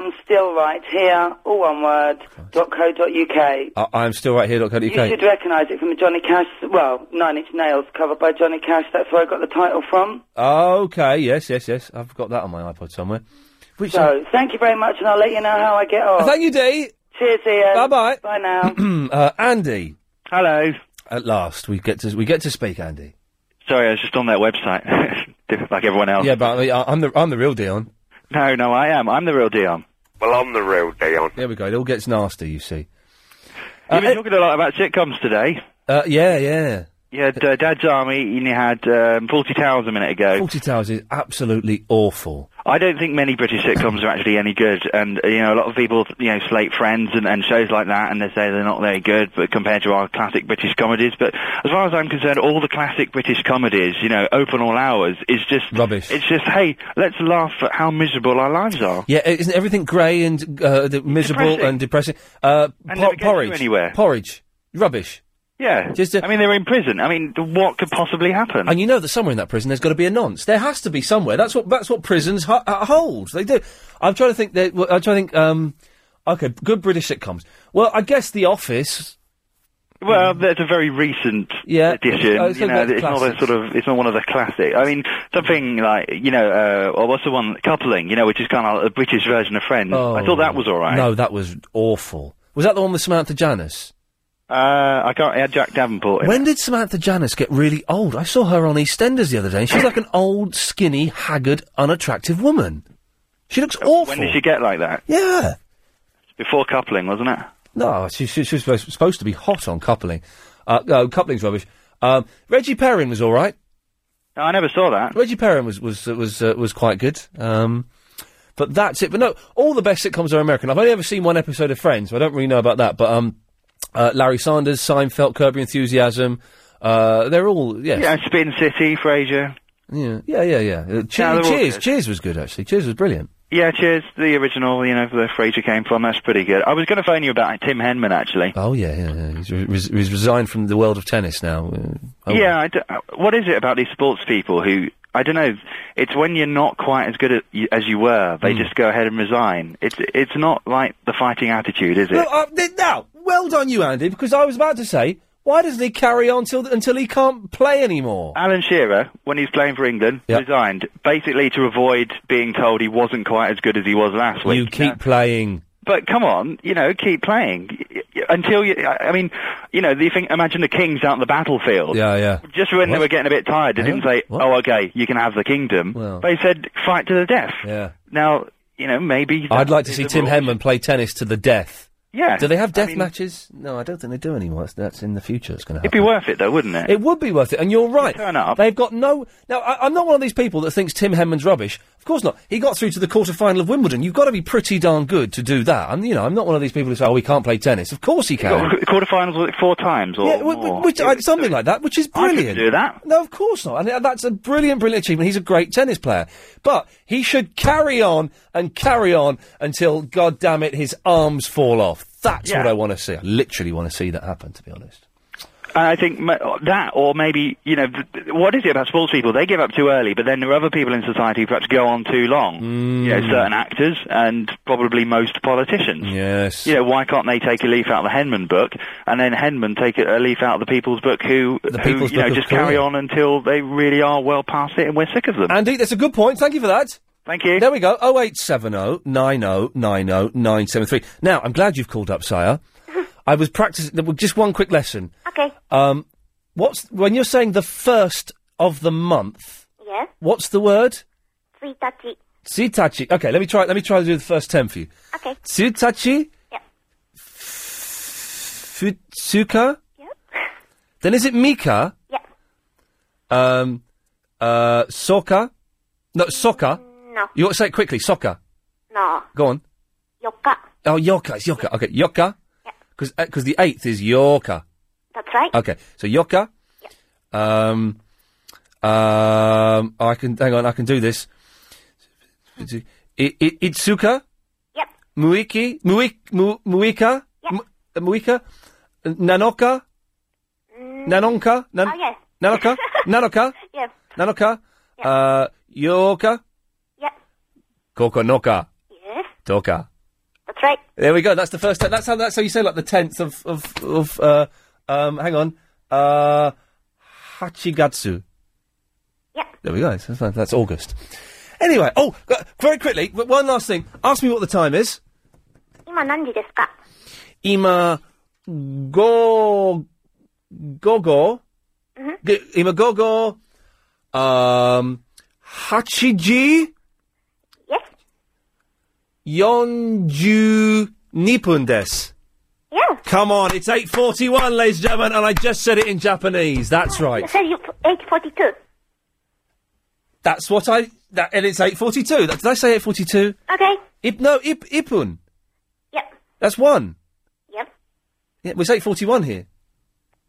S33: www.iamstillrighthere, all one word, dot co dot uk.
S1: I- I'm still right here. Dot
S33: You should recognise it from Johnny Cash, well, Nine Inch Nails, covered by Johnny Cash. That's where I got the title from.
S1: Okay. Yes. Yes. Yes. I've got that on my iPod somewhere. Which
S33: so, thank you very much, and I'll let you know how I get on.
S1: Thank you, Dee.
S33: Cheers, Ian.
S1: Bye-bye.
S33: Bye now.
S1: uh, Andy.
S34: Hello.
S1: At last, we get to we get to speak, Andy.
S34: Sorry, I was just on their website, like everyone else.
S1: Yeah, but I- I'm the I'm the real Dion.
S34: No, no, I am. I'm the real Dion.
S20: Well, I'm the real Dion.
S1: There we go. It all gets nasty, you see.
S34: You've been talking a lot about sitcoms today.
S1: Uh, yeah, yeah.
S34: Yeah, d- uh, Dad's Army, and you had um, 40 Towers a minute ago.
S1: Forty Towers is absolutely awful.
S34: I don't think many British sitcoms are actually any good, and uh, you know a lot of people you know slate Friends and, and shows like that, and they say they're not very good, but compared to our classic British comedies. But as far as I'm concerned, all the classic British comedies, you know, open all hours, is just rubbish. It's just hey, let's laugh at how miserable our lives are.
S1: Yeah, i- isn't everything grey and uh, d- miserable
S34: depressing.
S1: and depressing? Uh,
S34: And
S1: por-
S34: never gets you
S1: porridge.
S34: anywhere.
S1: Porridge. Rubbish.
S34: Yeah,
S1: Just
S34: I mean they're in prison. I mean, what could possibly happen?
S1: And you know that somewhere in that prison there's got to be a nonce. There has to be somewhere. That's what that's what prisons ho- uh, hold. They do. I'm trying to think. That, well, I'm trying to think. Um, okay, good British sitcoms. Well, I guess The Office.
S34: Well, that's a very recent
S1: Yeah.
S34: edition.
S1: I was
S34: you
S1: thinking
S34: know,
S1: about the
S34: Uh, oh, it's not a
S1: classics.
S34: sort of, it's not one of the classic. I mean, something like you know, uh, or what's the one, coupling? You know, which is kind of a British version of Friends. I thought that was all right.
S1: Oh, No, that was awful. Was that the one with Samantha Janice?
S34: Uh, I can't. It had Jack Davenport. In
S1: When
S34: it.
S1: did Samantha Janice get really old? I saw her on EastEnders the other day. and She's like an old, skinny, haggard, unattractive woman. She looks awful.
S34: When did she get like that?
S1: Yeah.
S34: Before coupling, wasn't it?
S1: No, she, she, she was supposed- supposed to be hot on coupling. Uh, no, coupling's rubbish. Um, Reggie Perrin was all right.
S34: No, I never saw that.
S1: Reggie Perrin was was uh, was uh, was quite good. Um, but that's it. But no, all the best sitcoms are American. I've only ever seen one episode of Friends, so I don't really know about that. But um, uh, Larry Sanders, Seinfeld, Curb Your Enthusiasm, uh, they're all yes.
S34: Yeah, Spin City, Frasier.
S1: Yeah, yeah, yeah, yeah. Uh, Che-
S34: No, they're all
S1: Cheers,
S34: good.
S1: Cheers was good actually. Cheers was brilliant.
S34: Yeah, cheers. The original, you know, where Frasier came from. That's pretty good. I was going to phone you about Tim Henman actually.
S1: Oh yeah, yeah, yeah. He's, re- res- he's resigned from the world of tennis now. Uh, oh,
S34: Yeah, I d- uh, what is it about these sports people who I don't know? It's when you're not quite as good at, you- as you were,
S1: Hmm.
S34: they just go ahead and resign. It's it's not like the fighting attitude, is it?
S1: Look, uh, th- now, well done you, Andy, because I was about to say, why doesn't he carry on till until he can't play anymore?
S34: Alan Shearer, when he was playing for England, resigned basically to avoid being told he wasn't quite as good as he was last week.
S1: you keep playing.
S34: But come on, you know, keep playing Y- y- until you. I I mean, you know, the thing. Imagine the Kings out on the battlefield.
S1: Yeah, yeah.
S34: Just when they were getting a bit tired, they didn't say, "Oh, okay, you can have the kingdom." They said, "Fight to the death."
S1: Yeah.
S34: Now, you know, maybe
S1: I'd
S34: that
S1: like to
S34: is
S1: see
S34: the
S1: Tim
S34: rule.
S1: Henman play tennis to the death.
S34: Yeah.
S1: Do they have
S34: I
S1: death
S34: mean-
S1: matches? No, I don't think they do anymore. That's, that's in the future. It's going to
S34: It'd
S1: happen.
S34: be worth it, though, wouldn't it?
S1: It would be worth it, and you're right.
S34: Turn up.
S1: They've got no. Now, I, I'm not one of these people that thinks Tim Henman's rubbish. Of course not. He got through to the quarter final of Wimbledon. You've got to be pretty darn good to do that. I'm, you know, I'm not one of these people who say, "Oh, we can't play tennis." Of course he can.
S34: Got quarterfinals was it four times or
S1: Yeah, wh- wh-
S34: more?
S1: which, I, something like that, which is
S34: I could
S1: brilliant.
S34: do that.
S1: No, of course not. And uh, that's a brilliant, brilliant achievement. He's a great tennis player, but he should carry on and carry on until, God damn it, his arms fall off. That's
S34: Yeah.
S1: what I want to see. I literally want to see that happen. To be honest.
S34: And I think ma- that, or maybe you know, th- th- what is it about sports people? They give up too early, but then there are other people in society who perhaps go on too long. You know,
S1: Mm.
S34: certain actors and probably most politicians.
S1: Yes.
S34: You know, why can't they take a leaf out of the Henman book and then Henman take a a leaf out of the People's Book, who, who
S1: People's
S34: you know
S1: Book of
S34: just carry
S1: Korea.
S34: on until they really are well past it and we're sick of them.
S1: Andy, that's a good point. Thank you for that.
S34: Thank you.
S1: There we go. 0870 90 90 973. Now, I'm glad you've called up, Sire. I was practicing. there were Just one quick lesson.
S25: Okay.
S1: Um, what's when you're saying the first of the month?
S25: Yes.
S1: What's the word?
S25: Three thirty.
S1: Sitachi. Okay, let me try. Let me try to do the first ten for you.
S25: Okay.
S1: Tsutachi. Yep. Futsuka. Yep. Then is it Mika?
S25: Yep.
S1: Um. Uh. Soka. No, Soka.
S25: No.
S1: You want to say it quickly? Soka.
S25: No.
S1: Go on.
S25: Yoka.
S1: Oh, Yoka. It's Yoka. Okay, Yoka. Because the eighth is Yoka.
S25: That's right.
S1: Okay, so Yoka. Um, um, I can hang on. I can do this. I, I, Itsuka.
S25: Yep.
S1: Muiki. Muik. Mu, Muika. Yep. Muika. Nanoka. Nanonka. Nan-
S25: Mm. Oh, yes.
S1: Nanoka. Nanoka.
S25: Yes.
S1: Nanoka. Uh, Yoka.
S25: Yep.
S1: Kokonoka.
S25: Yes.
S1: Toka.
S25: That's right.
S1: There we go. That's the first. That's how. That's how you say like the tenth of of of. Uh, um, hang on. Uh, Hachigatsu.
S25: Yeah.
S1: There we go. That's, that's- that's August. Anyway, oh, uh, very quickly, w- one last thing. Ask me what the time is.
S25: 今何時ですか
S1: Ima go gogo.
S25: Mhm.
S1: G- Ima gogo. Um, hachiji.
S25: Yes.
S1: Yonju nipun desu.
S25: Yeah.
S1: Come on, it's 8.41, ladies and gentlemen, and I just said it in Japanese. That's right.
S25: You said you 8.42.
S1: That's what I. That, and it's eight forty-two. That, did I say eight forty-two?
S25: Okay.
S1: Ip, no, ip, ipun.
S25: Yep.
S1: That's one.
S25: Yep.
S1: Yeah, well, it's eight forty-one here.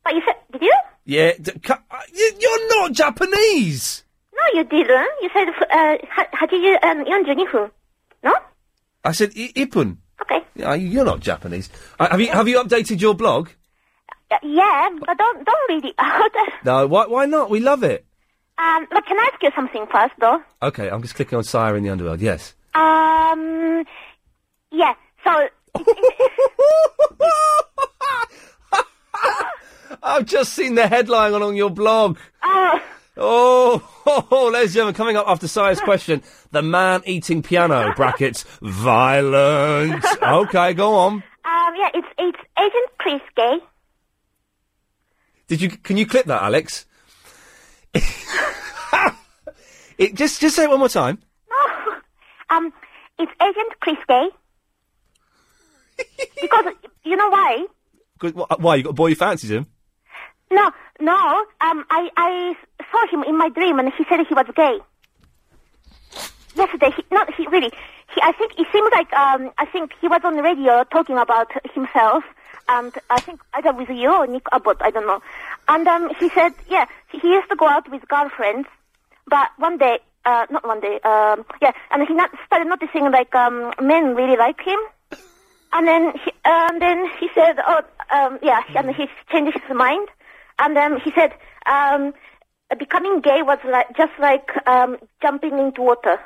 S25: But you said, did you?
S1: Yeah, d- cu- uh, y- you're not Japanese.
S25: No, you didn't. You said uh, ha- 80, um, 42分。
S1: I said I- ipun.
S25: Okay.
S1: Yeah, you're not Japanese. Uh, have you have you updated your blog?
S25: Uh, yeah, but don't don't read it out.
S1: No. Why why not? We love it.
S25: Um, but can I ask you something first, though?
S1: Okay, I'm just clicking on Sire in the Underworld. Yes.
S25: Um, yeah. So um,
S1: I've just seen the headline on, on your blog.
S25: Oh.
S1: Oh, ladies and gentlemen, coming up after Sire's question, the man eating piano, brackets, violent. Okay, go on.
S25: um, yeah, it's it's Agent Chris Gay.
S1: Did you, can you clip that, Alex? it, just, just say it one more time.
S25: No, um, it's Agent Chris Gay. because you know why?
S1: 'Cause wh- Why, you got a boy who fancies him?
S25: No, no. Um, I I saw him in my dream, and he said he was gay. Yesterday, he, not he really. He, I think it seems like um, I think he was on the radio talking about himself, and I think either with you or Nick Abbott, I don't know. And um, he said, yeah, he he used to go out with girlfriends, but one day, uh, not one day, um, yeah, and he not, started noticing like um, men really like him. And then he, um, then he said, oh, um, yeah, and he changed his mind. And then he said, um, becoming gay was like just like um, jumping into water.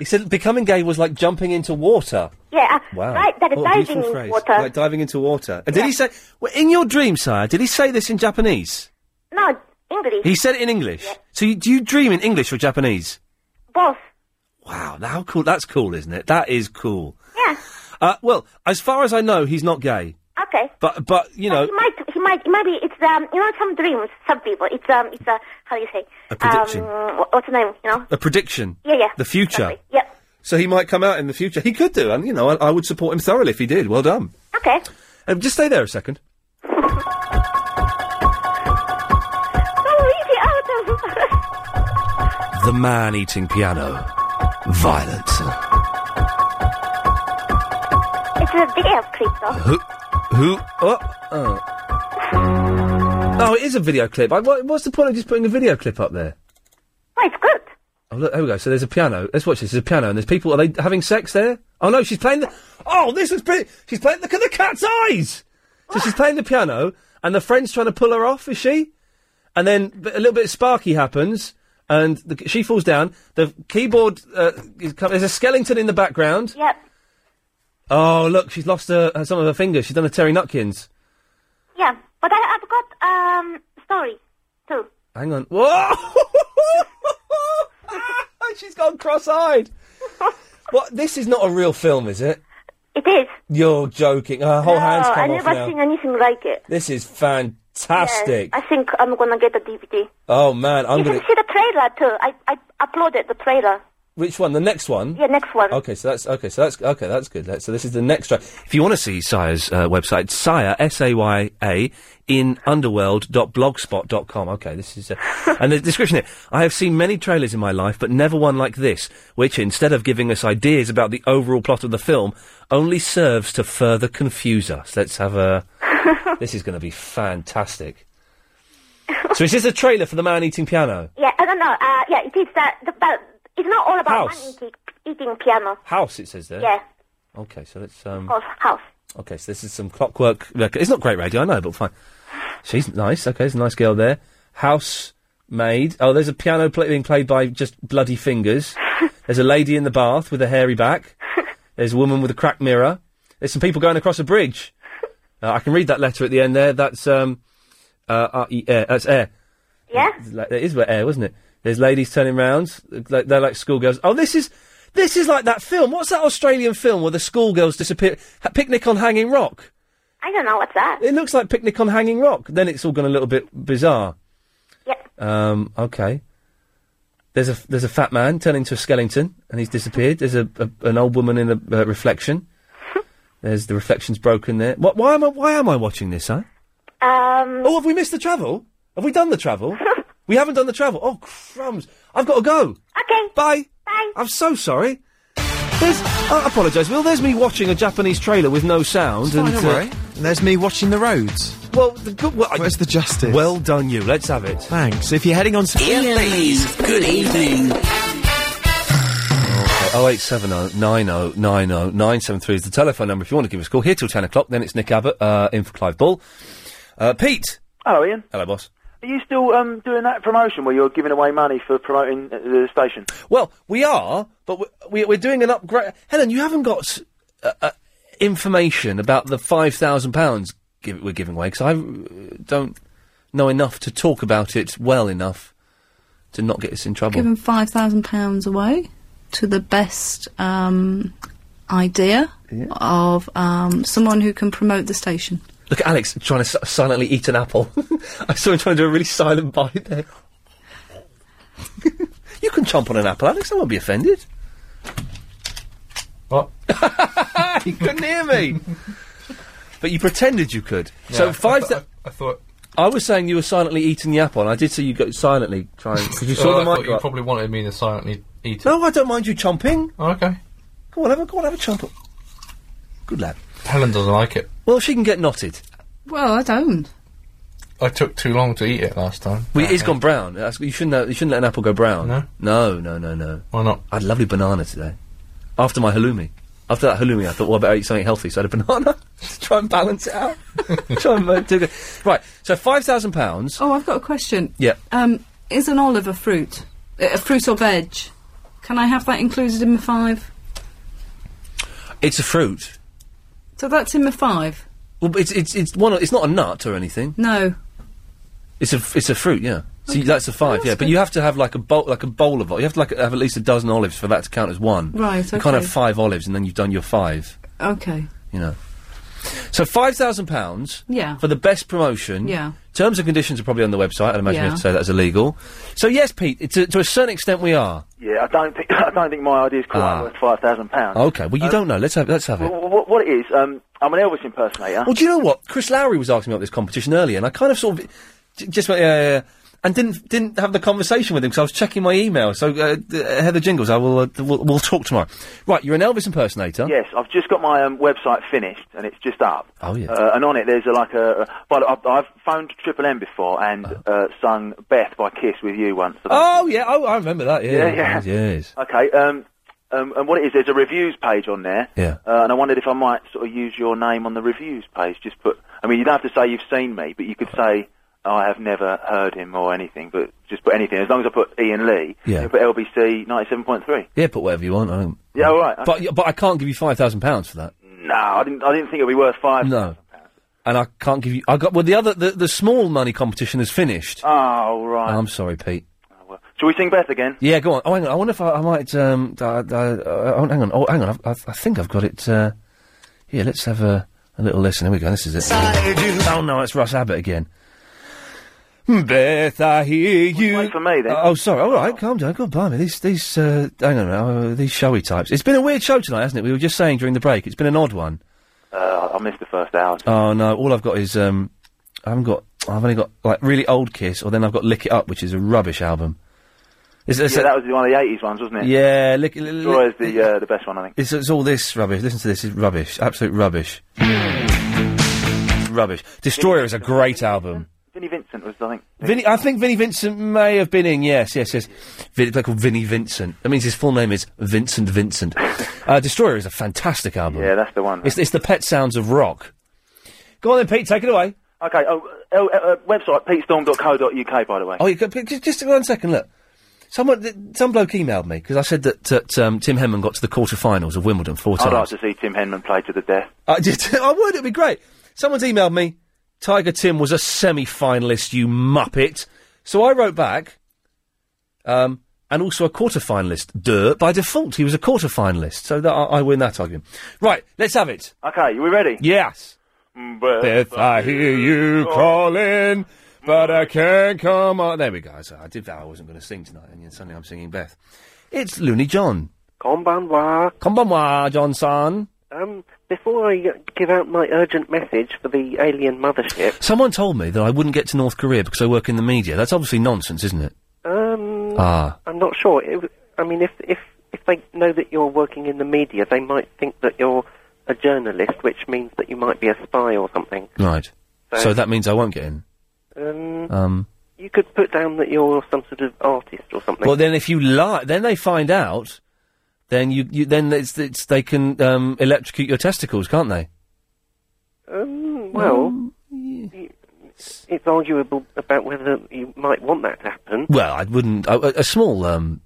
S1: He said becoming gay was like jumping into water.
S25: Yeah, uh,
S1: Wow.
S25: right, that is
S1: What a
S25: diving
S1: beautiful
S25: into
S1: phrase.
S25: water.
S1: Like diving into water. And did he say, well, in your dream, Sire, did he say this in Japanese?
S25: No, English,
S1: He said it in English. So you, do you dream in English or Japanese?
S25: both.
S1: Wow, that- how cool! That's cool, isn't it? That is cool.
S25: Yeah.
S1: Uh, well, as far as I know, he's not gay,
S25: Okay.
S1: but but you know,
S25: He might, he might, maybe it's um, you know, some dreams, some people. It's um, it's a how do you say?
S1: A prediction.
S25: Um, wha- what's the name? You know?
S1: a prediction.
S25: Yeah, yeah.
S1: The future.
S25: Yeah.
S1: So he might come out in the future. He could do, and you know, I, I would support him thoroughly if he did. Well done.
S25: Okay.
S1: Um, just stay there a second.
S25: Oh, easy out of.
S1: The man eating piano, Violet.
S25: It's a video clip, though.
S1: Who? Who? Oh, oh. No, it is a video clip. I, what, what's the point of just putting a video clip up there?
S25: Oh, it's good.
S1: Oh, look, here we go. So there's a piano. Let's watch this. There's a piano, and there's people. Are they having sex there? Oh no, she's playing the. Oh, this is pretty. She's playing. Look at the cat's eyes. So she's playing the piano, and the friend's trying to pull her off. Is she? And then b- a little bit of sparky happens, and the, she falls down. The keyboard. Uh, is, co- there's a skeleton in the background.
S25: Yep.
S1: Oh look, she's lost her, her- some of her fingers. She's done a Terry Nutkins.
S25: Yeah, but I, I've got um story too.
S1: Hang on. Whoa! She's gone cross-eyed. what? This is not a real film, is it?
S25: It is.
S1: You're joking. Her whole hand's
S25: no, I
S1: come off
S25: never
S1: now.
S25: seen anything like it.
S1: This is fan. Fantastic.
S25: Yes, I think I'm gonna get the DVD.
S1: Oh man, I'm
S25: you
S1: gonna.
S25: can see the trailer too. I, I uploaded the trailer.
S1: Which one? The next one?
S25: Yeah, next one.
S1: Okay, so that's okay. So that's okay. That's good. That's- So this is the next track. If you want to see Sire's uh, website, Sire S A Y A in underworld.blogspot.com. Okay, this is uh, and the description here. I have seen many trailers in my life, but never one like this, which instead of giving us ideas about the overall plot of the film, only serves to further confuse us. Let's have a. this is going to be fantastic. so is this a trailer for the man eating piano?
S25: Yeah, I don't know. Uh, yeah, it is uh, the, but it's not all about
S1: House.
S25: man eating, eating piano.
S1: House, it says there.
S25: Yeah,
S1: Okay, so let's um.
S25: of course, house.
S1: Okay, so this is some clockwork. look, It's not great radio, I know, but fine. She's nice. Okay, there's a nice girl there. Housemaid. Oh, there's a piano play- being played by just bloody fingers. There's a lady in the bath with a hairy back. There's a woman with a cracked mirror. There's some people going across a bridge. Uh, I can read that letter at the end there. That's um, uh, R E air. That's air.
S25: Yeah.
S1: Like, that is where air, wasn't it? There's ladies turning round. Like, they're like schoolgirls. Oh, this is this is like that film. What's that Australian film where the schoolgirls disappear? Ha- Picnic on Hanging Rock.
S25: I don't know what's that.
S1: It looks like Picnic on Hanging Rock. Then it's all gone a little bit bizarre.
S25: Yep.
S1: Um. Okay. There's a there's a fat man turned into a skeleton and he's disappeared. There's a, a an old woman in a uh, reflection. There's the reflection's broken there. What? Why am I? Why am I watching this? Huh?
S19: Uh,
S25: Um.
S1: Oh, have we missed the travel? Have we done the travel? we haven't done the travel. Oh crumbs! I've got to go.
S25: Okay.
S1: Bye. Bye. I'm so sorry. There's. I apologise, Will. There's me watching a Japanese trailer with no sound.
S2: It's fine,
S1: and, uh,
S2: don't worry. And there's me watching the roads.
S1: Well, the good. Well,
S2: Where's the justice?
S1: Well done, you. Let's have it.
S2: Thanks. If you're heading on to
S16: Ian Lee's Good Evening.
S1: Oh eight seven oh nine oh nine oh nine seven three is the telephone number if you want to give us a call. Here till ten o'clock, then it's Nick Abbott, uh, in for Clive Ball. Uh, Pete.
S3: Hello, Ian.
S1: Hello, boss.
S3: Are you still um, doing that promotion where you're giving away money for promoting uh, the station?
S1: Well, we are, but we- we, we're doing an upgrade. Helen, you haven't got s- uh, uh, information about the five thousand pounds give- we're giving away because I uh, don't know enough to talk about it well enough to not get us in trouble.
S22: Given five thousand pounds away to the best um, idea of um, someone who can promote the station.
S1: Look at Alex trying to s- silently eat an apple. I saw him trying to do a really silent bite there. you can chomp on an apple, Alex. I won't be offended. What? you couldn't hear me. but you pretended you could. so five.
S30: I, I thought.
S1: I was saying you were silently eating the apple, and I did see you go silently trying because you saw
S30: Oh,
S1: the
S30: I thought
S1: mic.
S30: you
S1: go up.
S30: probably wanted me to silently eat.
S1: No, I don't mind you chomping.
S30: Oh, okay.
S1: Go on, have a go on, have a chomp. Good lad.
S30: Helen doesn't like it.
S1: Well, she can get knotted.
S22: Well, I don't.
S30: I took too long to eat it last time.
S1: Well, it's gone brown. That's- you shouldn't. Have, you shouldn't let an apple go brown.
S30: Ah, No?
S1: no, no, no, no.
S30: Why not?
S1: I had a lovely banana today. After my halloumi. After that halloumi, I thought, well, I better eat something healthy. So I had a banana to try and balance it out. try and uh, do good. Right. So five thousand pounds.
S22: Oh, I've got a question.
S1: Yeah.
S22: Um, is an olive a fruit? Uh, A fruit or veg? Can I have that included in my five?
S1: It's a fruit.
S22: So that's in my five.
S1: Well, but it's it's it's one. It's not a nut or anything.
S22: No.
S1: It's a f- it's a fruit. Yeah. So you- that's a
S22: Oh,
S1: five. yeah. But you have to have like a bowl like a bowl of. You have to like have at least a dozen olives for that to count as one.
S22: Right,
S1: You can't
S22: okay.
S1: have five olives and then you've done your five.
S22: Okay.
S1: You know. So five thousand pounds.
S22: Yeah.
S1: For the best promotion.
S22: Yeah.
S1: Terms and conditions are probably on the website. I'd imagine you
S3: Yeah.
S1: have to say that's illegal. So yes, Pete, it's a, to a certain extent we are.
S3: Yeah, I don't think I don't think my idea's quite
S1: Ah.
S3: worth five thousand pounds.
S1: Okay. Well, you don't know. Let's have let's have it.
S3: What, what it is? Um, I'm an Elvis impersonator.
S1: Well, do you know what? Chris Lowry was asking me about this competition earlier, and I kind of sort of j- just went, yeah, yeah, yeah, and didn't didn't have the conversation with him because I was checking my email. So uh, d- uh, Heather Jingles, I will uh, d- we'll, we'll talk tomorrow. Right, you're an Elvis impersonator.
S3: Yes, I've just got my um, website finished and it's just up.
S1: Oh yeah.
S3: Uh, and on it, there's a, like a. But I've, I've phoned Triple M before and uh, sung Beth by Kiss with you once.
S1: oh yeah. Oh, I remember that. Yeah.
S3: Yeah, yeah.
S1: Yes.
S3: Okay. Um, um, and what it is, there's a reviews page on there.
S1: Yeah.
S3: Uh, and I wondered if I might sort of use your name on the reviews page. Just put. I mean, you don't have to say you've seen me, but you could
S1: Oh.
S3: say "Oh, I have never heard him or anything. But just put anything as long as I put Ian Lee.
S1: Yeah.
S3: you Put LBC ninety-seven point three.
S1: Yeah, put whatever you want. I don't.
S3: Yeah. All right.
S1: But y- but I can't give you five thousand pounds for that.
S3: no, I didn't. I didn't think it'd be worth five.
S1: No. And I can't give you. I got well. The other the, the small money competition is finished.
S3: Oh right.
S1: I'm sorry, Pete.
S3: Shall we sing Beth again?
S1: Yeah, go on. Oh, hang on. I wonder if I, I might. Um, d- uh, d- uh, oh, hang on. Oh, hang on. I've, I've, I think I've got it. Uh, here, let's have a, a little listen. Here we go. This is it. Oh no, it's Russ Abbott again. Hmm, Beth, I hear you. Wait for me then. oh, sorry. All right, calm down. God blimey, these these uh, hang on, now, uh, these showy types. It's been a weird show tonight, hasn't it? We were just saying during the break. It's been an odd one.
S3: Uh, I missed the first hour.
S1: Oh no, all I've got is um, I haven't got. I've only got like really old Kiss, or then I've got Lick It Up, which is a rubbish album. Is
S3: yeah,
S1: this-
S3: that was one of the 80s ones, wasn't it?
S1: Yeah, lick,
S3: Joy is the, uh, the best one, I think.
S1: It's, it's all this rubbish. Listen to this. It's rubbish. Absolute rubbish. rubbish. Destroyer is a great album.
S3: Vinnie Vincent was, I think.
S1: Vinny, I think Vinnie Vincent may have been in. Yes, yes, yes. Vin, a bloke called Vinnie Vincent. That means his full name is Vincent Vincent. uh, Destroyer is a fantastic album.
S3: Yeah, that's the one.
S1: It's, it's the pet sounds of rock. Go on then, Pete. Take it away.
S3: Okay, oh, uh, uh, website, petestorm.co.uk, by the way.
S1: Oh, you could, just, just one second. Look, someone, th- some bloke emailed me because I said that, that um, Tim Henman got to the quarterfinals of Wimbledon four
S3: I'd like
S1: times.
S3: to see Tim Henman play to the death.
S1: I just, I would. It'd be great. Someone's emailed me. Tiger Tim was a semi-finalist, you muppet. So I wrote back, um, and also a quarter-finalist. Duh, by default, he was a quarter-finalist, so that I, I win that argument. Right, let's have it.
S3: Okay, you we ready?
S1: Yes. Beth, I hear you calling, but I can't come on. There we go. So I did vow I wasn't going to sing tonight, and then suddenly I'm singing Beth. It's Looney John.
S14: Konbanwa.
S1: Konbanwa, Johnson.
S14: Um, before I uh, give out my urgent message for the alien mothership,
S1: Someone told me that I wouldn't get to North Korea because I work in the media. That's obviously nonsense, isn't it?
S14: um,
S1: Ah.
S14: I'm not sure. It, w- I mean, if if if they know that you're working in the media, they might think that you're a journalist, which means that you might be a spy or something.
S1: Right.
S14: So-
S1: So that means I won't get in.
S14: Um,
S1: Um,
S14: you could put down that you're some sort of artist or something.
S1: well, then if you lie, then they find out. Then you, you then it's, it's they can um, electrocute your testicles, can't they?
S14: Um, well, y- it's arguable about whether you might want that to happen.
S1: Well, I wouldn't. I, a- a small. Um,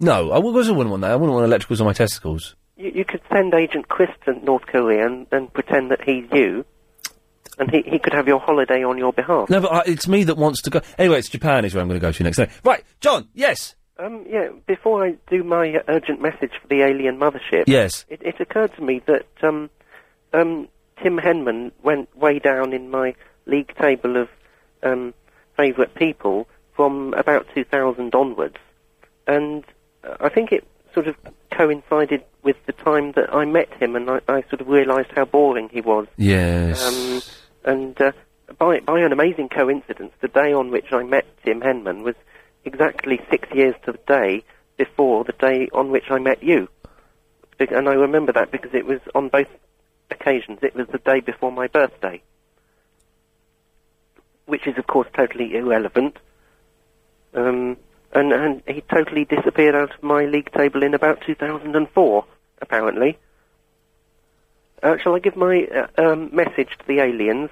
S1: no, I wouldn't want that. I wouldn't want electricals on my testicles.
S14: You, you could send Agent Chris to North Korea and, and pretend that he's you, and he, he could have your holiday on your behalf.
S1: No, but I, it's me that wants to go. Anyway, it's Japan is where I'm going to go to next. Anyway, Right, John. Yes.
S14: Um, yeah, before I do my uh, urgent message for the alien mothership,
S1: Yes.
S14: it, it occurred to me that um, um, Tim Henman went way down in my league table of um, favourite people from about 2000 onwards, and uh, I think it sort of coincided with the time that I met him, and I, I sort of realised how boring he was.
S1: Yes.
S14: Um, and uh, by, by an amazing coincidence, the day on which I met Tim Henman was exactly six years to the day before the day on which I met you. Be- And I remember that because it was on both occasions. It was the day before my birthday, which is, of course, totally irrelevant. Um, and, and he totally disappeared out of my league table in about 2004, apparently. Uh, shall I give my uh, um, message to the aliens?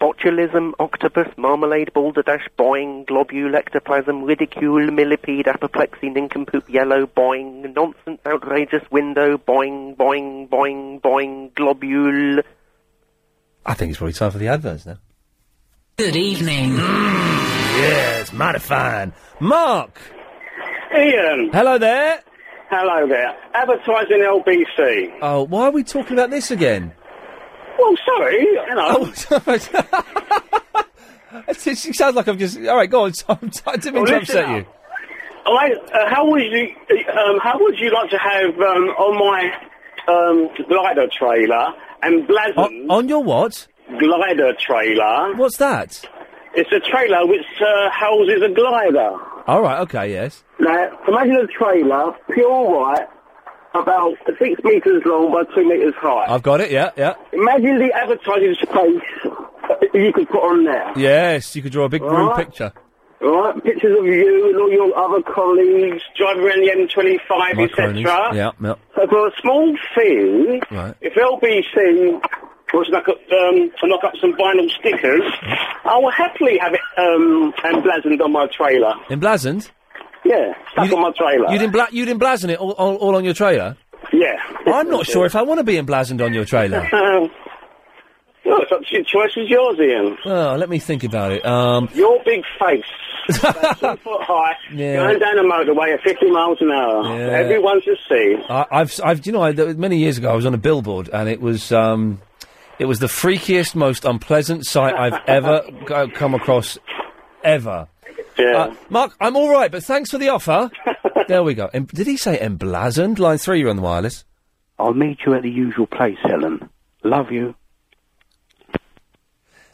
S14: Botulism, octopus, marmalade, balderdash, boing, globule, ectoplasm, ridicule, millipede, apoplexy, nincompoop, yellow, boing, nonsense, outrageous, window, boing, boing, boing, boing, globule.
S1: I think it's probably time for the adverts now.
S35: Good evening.
S1: Yes, Mm, mighty fine. Mark.
S7: Ian.
S1: Hello there.
S7: Hello there. Advertising LBC.
S1: Oh, why are we talking about this again?
S7: Well, sorry, you know.
S1: It's- it's- It sounds like I've just. All right, go on. I didn't mean
S7: Well,
S1: to
S7: listen
S1: upset
S7: up.
S1: you.
S7: I, uh, how would you um, how would you like to have um, on my um, glider trailer and blazon
S1: On your what?
S7: glider trailer?
S1: What's that?
S7: It's a trailer which uh, houses a glider.
S1: All right. Okay. Yes.
S7: Now, imagine a trailer, pure white, about six metres long by two metres high.
S1: I've got it. Yeah. Yeah.
S7: Imagine the advertising space you could put on there.
S1: Yes. You could draw a big room
S7: Right.
S1: picture.
S7: Right, pictures of you and all your other colleagues driving around the M25,
S1: My cronies.
S7: etc.
S1: Yeah. Yeah.
S7: So for a small fee,
S1: Right.
S7: if LBC was knock up, um, to knock up some vinyl stickers, I will happily have it um, emblazoned on my trailer.
S1: Emblazoned.
S7: Yeah, stuck on my trailer.
S1: You'd, embla- you'd emblazon it all, all, all on your trailer.
S7: Yeah.
S1: I'm not sure if I want to be emblazoned on your trailer.
S7: Um, no, it's up to your choice. Is yours, Ian?
S1: Well, let me think about it. Um,
S7: Your big face, about two foot high,
S1: Yeah.
S7: going down the motorway at 50 miles an hour.
S1: Yeah.
S7: Everyone should see.
S1: I, I've, I've, you know, I, there was- many years ago I was on a billboard and it was, um, It was the freakiest, most unpleasant sight I've ever go- come across, ever. Uh, Mark, I'm all right, but thanks for the offer. there we go. Em- did he say emblazoned? Line three, you're on the wireless.
S19: I'll meet you at the usual place, Helen. Love you.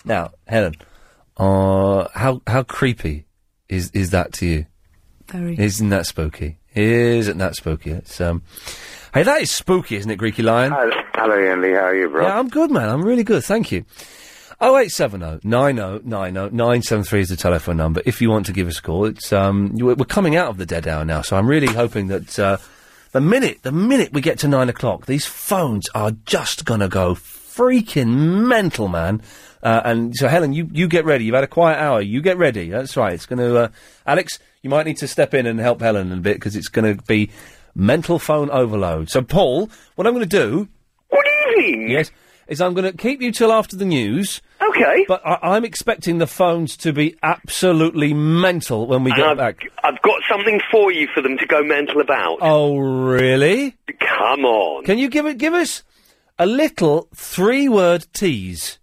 S1: Now, Helen, uh, how how creepy is is that to you?
S22: Very.
S1: Isn't that spooky? Isn't that spooky? It's um, hey, that is spooky, isn't it, Greeky Lion?
S20: Hello, Ian Lee. How are you, bro?
S1: Yeah, I'm good, man. I'm really good. Thank you. Oh, 0870 9090 973 is the telephone number. If you want to give us a call, it's um, you- we're coming out of the dead hour now, so I'm really hoping that uh, the minute the minute we get to nine o'clock, these phones are just gonna go freaking mental, man. Uh, and so, Helen, you, you get ready. You've had a quiet hour. You get ready. That's right. It's gonna. Uh, Alex, you might need to step in and help Helen a bit because it's gonna be mental phone overload. So, Paul, what I'm gonna do
S7: Good evening.
S1: Yes, is I'm going to keep you till after the news.
S7: Okay.
S1: But I- I'm expecting the phones to be absolutely mental when we get
S27: I've,
S1: back.
S27: I've got something for you for them to go mental about.
S1: Oh, really?
S27: Come on.
S1: Can you give it? Give us a little three-word tease.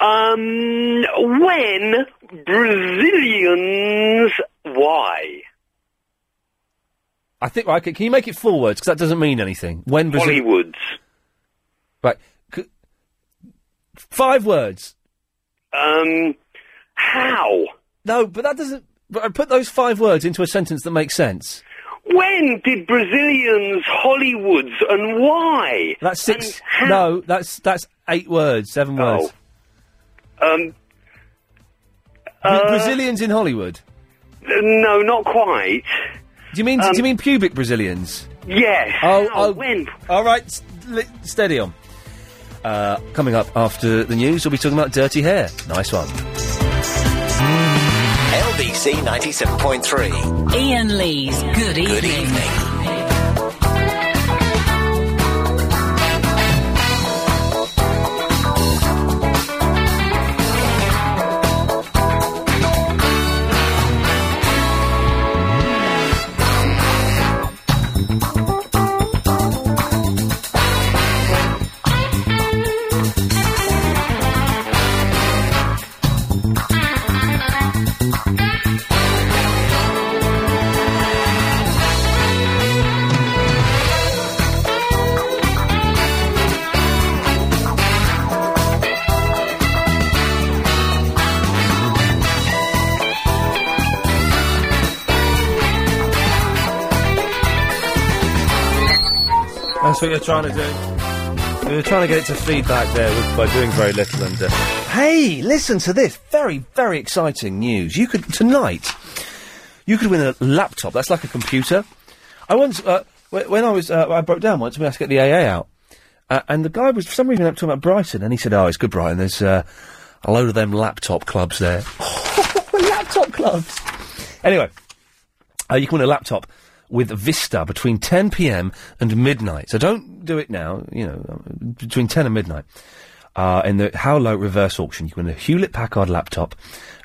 S27: Um, when Brazilians, why?
S1: I think. Right, can can you make it four words? Because that doesn't mean anything. When Brazil-
S27: Hollywoods.
S1: Right. C- five words.
S27: Um, how?
S1: No, but that doesn't. But I put those five words into a sentence that makes sense.
S27: When did Brazilians, Hollywoods, and why?
S1: That's six. No, that's that's eight words, seven words.
S27: Um, Oh, uh,
S1: Bra- Brazilians in Hollywood.
S27: no, not quite.
S1: Do you mean
S27: Um,
S1: do you mean pubic Brazilians?
S27: Yes.
S1: Oh,
S27: How?
S1: oh,
S27: when?
S1: All right, s- li- steady on. Uh, coming up after the news, we'll be talking about dirty hair. Nice one.
S16: LBC 97.3.
S35: Ian Lee's Good Evening.
S16: Good evening.
S1: That's what you're trying to do. We were trying to get it to feedback there with, by doing very little and. Uh, hey, listen to this very very exciting news. You could tonight, you could win a laptop. That's like a computer. I once uh, wh- when I was uh, I broke down once. We had to get the AA out, uh, and the guy was for some reason up talking about Brighton, and he said, "Oh, it's good Brighton. There's uh, a load of them laptop clubs there." laptop clubs. Anyway, uh, you can win a laptop with Vista between 10 p.m. and midnight. So don't do it now. You know, uh, between 10 and midnight. Uh, in the How Low reverse auction, you can win a Hewlett Packard laptop.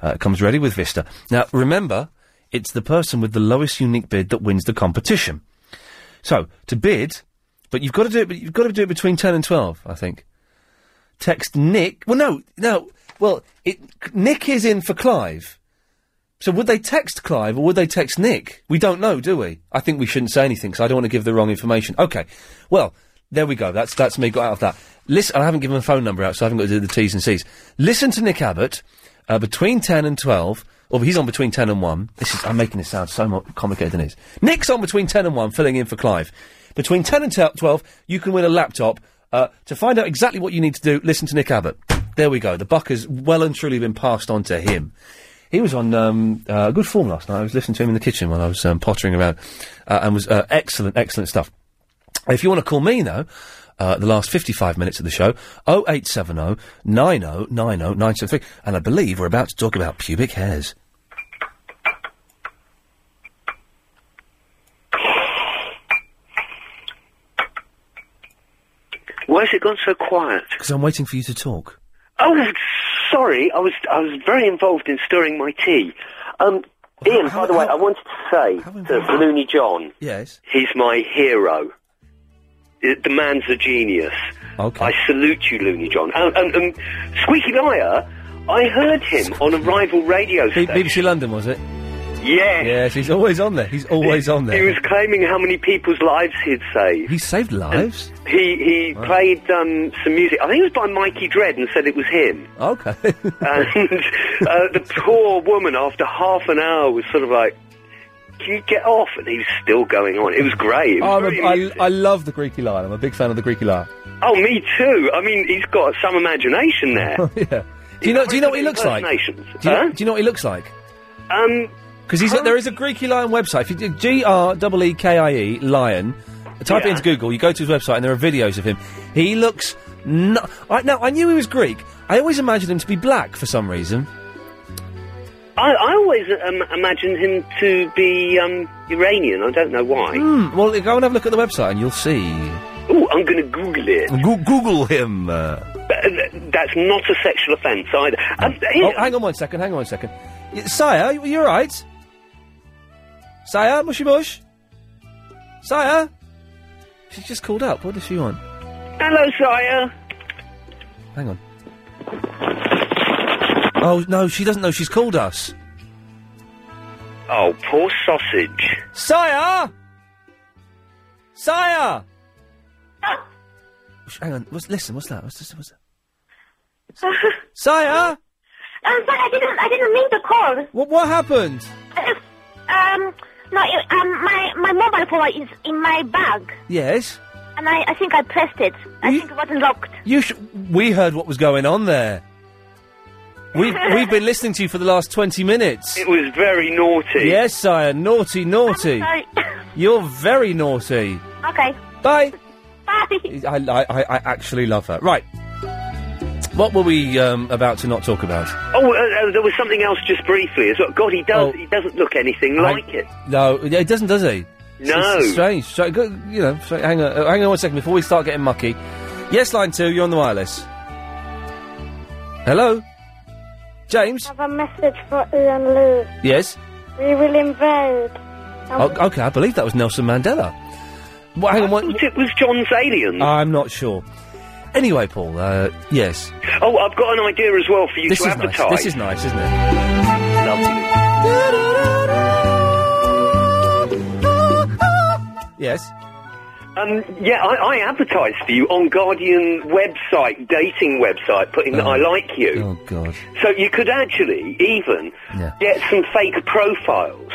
S1: Uh, it comes ready with Vista. Now, remember, it's the person with the lowest unique bid that wins the competition. So to bid, but you've got to do it. But you've got to do it between 10 and 12, I think. Text Nick. Well, no, no. Well, it, Nick is in for Clive. So would they text Clive or would they text Nick? We don't know, do we? I think we shouldn't say anything because I don't want to give the wrong information. Okay. Well, there we go. That's that's me got out of that. Listen, I haven't given a phone number out, so I haven't got to do the T's and C's. Listen to Nick Abbott uh, between ten and twelve. Or he's on between ten and one. This is I'm making this sound so more complicated than it is. Nick's on between ten and one, filling in for Clive. Between ten and t- twelve, you can win a laptop. Uh, to find out exactly what you need to do, listen to Nick Abbott. There we go. The buck has well and truly been passed on to him. He was on um, uh, good form last night. I was listening to him in the kitchen while I was um, pottering around, uh, and was uh, excellent, excellent stuff. If you want to call me though, uh, the last 55 minutes of the show, 0870 90 90 973, and I believe we're about to talk about pubic hairs.
S27: Why has it gone so quiet?
S1: Because I'm waiting for you to talk.
S27: Oh, sorry. I was I was very involved in stirring my tea. Um, Ian, by the way, I wanted to say to Looney John,
S1: Yes.
S27: he's my hero. it, the man's a genius.
S1: Okay.
S27: I salute you, Looney John. And, and, and Squeaky Liar, I heard him on a rival radio
S1: B-
S27: station.
S1: BBC London, was it?
S27: Yes.
S1: Yes, he's always on there. He's always on
S27: He
S1: there.
S27: was claiming how many people's lives he'd saved.
S1: He saved lives.
S27: He he played um, some music. I think it was by Mikey Dread, and said it was him.
S1: Okay.
S27: And uh, the poor woman, after half an hour, was sort of like, "Can you get off?" And he was still going on. It was great. It was
S1: I'm a,
S27: very
S1: I, I love the Greeky Lion. I'm a big fan of the Greeky Lion.
S27: Oh, me too. I mean, he's got some imagination there.
S1: yeah. Do you know? Do you know what he looks like?
S27: Impersonations.
S1: Do you,
S27: Huh?
S1: know, do you know what he looks like?
S27: Um,
S1: because he's there is a Greeky Lion website. If you do G R E E K I E Lion, type it
S27: Yeah.
S1: into Google. You go to his website, and there are videos of him. He looks. No, I, now I knew he was Greek. I always imagined him to be black for some reason.
S27: I, I always um, imagine him to be um, Iranian. I don't know why.
S1: Hmm. Well, go and have a look at the website, and you'll see.
S27: Oh, I'm going to Google it.
S1: Goo- Google him. uh.
S27: But, uh, th- that's not a sexual offence either. Um,
S1: Oh, hang on one second. Hang on one second. Y- Sire, you, you all right? Sire, mushy mush. Sire, she's just called up. What does she want?
S27: Hello, sire.
S1: Hang on. Oh no, she doesn't know she's called us.
S27: Oh, poor sausage.
S1: Sire! Sire! Sh- Hang on, what's, listen, what's that? What's, this, what's that? Sire!
S25: Um, but I didn't. I didn't mean to call.
S1: What what happened?
S25: Um, no. It, um, my my mobile phone is in my bag,
S1: Yes?
S25: and I, I think I pressed it. I think it wasn't locked.
S1: You sh- We heard what was going on there. We've, we've been listening to you for the last 20 minutes.
S27: It was very naughty.
S1: Yes, sire, naughty, naughty.
S25: Sorry.
S1: You're very naughty.
S25: okay.
S1: Bye.
S25: Bye.
S1: I, I, I I actually love her. Right. What were we um, about to not talk about?
S27: Oh, uh, uh, there was something else just briefly as well. God, he
S1: Oh.
S27: does. He doesn't look anything like it.
S1: No, it doesn't, does he? It's-
S27: No.
S1: it's strange. Stra- go- you know, stra- hang on, uh, hang on one second before we start getting mucky. Yes, line two, you're on the wireless. Hello, James.
S7: have a message for Ian Lee.
S1: Yes.
S7: We will invade. Um,
S1: O- okay, I believe that was Nelson Mandela. Well, hang on, what,
S27: it was John's aliens.
S1: I'm not sure. Anyway, Paul. Uh, yes.
S27: Oh, I've got an idea as well for you
S1: This
S27: to
S1: is
S27: advertise.
S1: nice. This is nice, isn't it? Yes.
S27: Um, yeah, I, I advertised for you on Guardian website, dating website, putting that I like you.
S1: Oh God.
S27: So you could actually even
S1: Yeah.
S27: get some fake profiles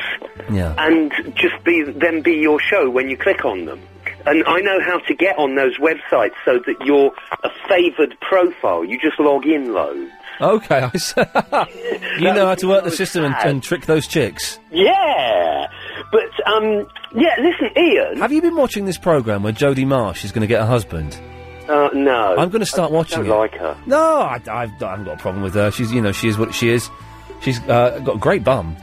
S1: Yeah.
S27: and just be them be your show when you click on them. And I know how to get on those websites so that you're a favoured profile. You just log in loads.
S1: Okay. I see. you know how to work the system and, and trick those chicks.
S27: Yeah, but um, yeah. Listen, Ian.
S1: Have you been watching this program where Jodie Marsh is going to get a husband?
S27: Uh, no.
S1: I'm going to start watching
S27: don't
S1: it.
S27: like her.
S1: No, I, I've, I have i have not got a problem with her. She's, you know, she is what she is. She's uh, got a great bum.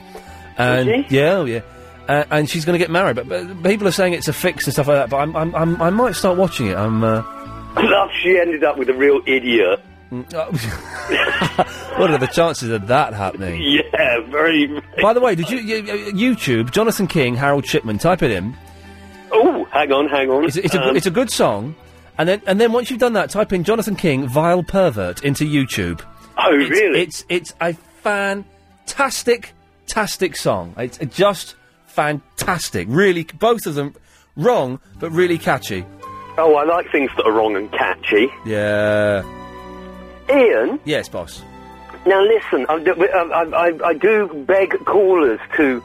S1: And yeah, oh, yeah. Uh, and she's going to get married, but, but people are saying it's a fix and stuff like that. But I'm, I'm, I'm, I might start watching it. I'm. Uh,
S27: I love she ended up with a real idiot.
S1: Mm. what are the chances of that happening?
S27: Yeah, very.
S1: By the way, did you, you you- YouTube Jonathan King, Harold Shipman? Type it in.
S27: Oh, hang on, hang on.
S1: It's, it's, a,
S27: Um,
S1: it's a good song, and then and then once you've done that, type in Jonathan King vile pervert into YouTube.
S27: Oh,
S1: it's,
S27: really?
S1: It's it's a fantastic, tastic song. It's just fantastic. Really, both of them wrong, but really catchy.
S27: Oh, I like things that are wrong and catchy.
S1: Yeah.
S27: Ian,
S1: Yes, boss.
S27: now listen, I, d- I, I- I do beg callers to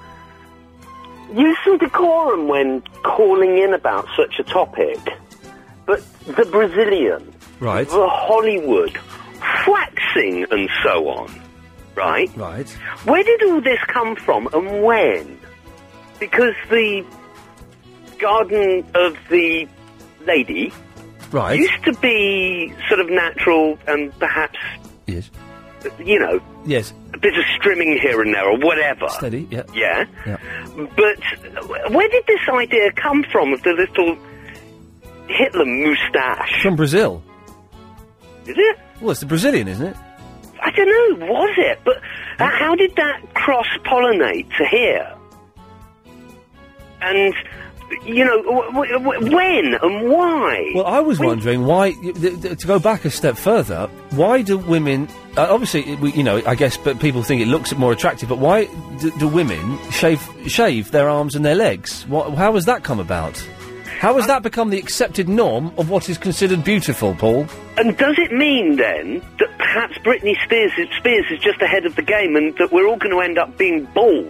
S27: use some decorum when calling in about such a topic. But the Brazilian,
S1: Right.
S27: the Hollywood, waxing and so on, right?
S1: Right.
S27: Where did all this come from and when? Because the garden of the lady
S1: Right.
S27: used to be sort of natural and perhaps,
S1: Yes.
S27: you know,
S1: Yes.
S27: a bit of strimming here and there or whatever.
S1: Steady. Yeah.
S27: Yeah.
S1: Yeah.
S27: But wh- where did this idea come from of the little Hitler moustache?
S1: From Brazil.
S27: Is it?
S1: Well, it's the Brazilian, isn't it?
S27: I don't know, was it? But uh, how did that cross pollinate to here? And you know, w- w- when and why?
S1: Well, I was wondering why, y- th- th- to go back a step further, why do women, uh, obviously, it- we, you know, I guess but people think it looks more attractive, but why do, do women shave, shave their arms and their legs? Wha how has that come about? How
S27: Uh,
S1: has that become the accepted norm of what is considered beautiful, Paul?
S27: And does it mean then that perhaps Britney Spears is, Spears is just ahead of the game and that we're all going to end up being bald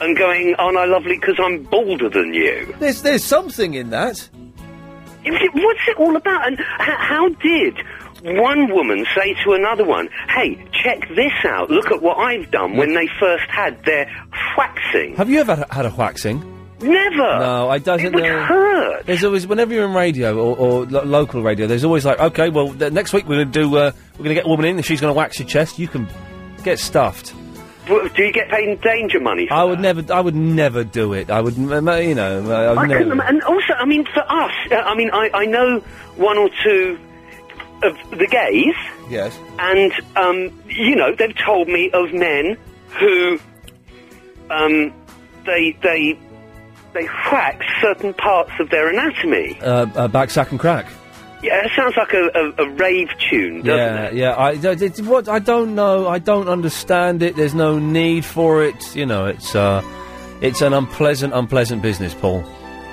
S27: and going, aren't I lovely because I'm balder than you?
S1: There's, there's something in that.
S27: Is it- What's it all about? And h- how did one woman say to another one, hey, check this out, look at what I've done when they first had their waxing?
S1: Have you ever had a- had a waxing?
S27: Never!
S1: No, I doesn't. It would
S27: hurt.
S1: There's always whenever you're in radio or, or lo- local radio, there's always like, okay, well, th- next week we're gonna do, uh, we're gonna get a woman in, and she's gonna wax your chest. You can get stuffed.
S27: W- Do you get paid in danger money?
S1: I would never, I would never do it. I would, m- m- you know, I would
S27: I
S1: never.
S27: couldn't, ima- and also, I mean, for us, uh, I mean, I, I know one or two of the gays,
S1: Yes.
S27: and um, you know, they've told me of men who um, they they they whack certain parts of their anatomy.
S1: Uh, uh, back sack and crack.
S27: Yeah, it sounds like a, a, a rave tune, doesn't it?
S1: Yeah, yeah. I, th- it's what I don't know. I don't understand it. There's no need for it. You know, it's uh, it's an unpleasant, unpleasant business, Paul.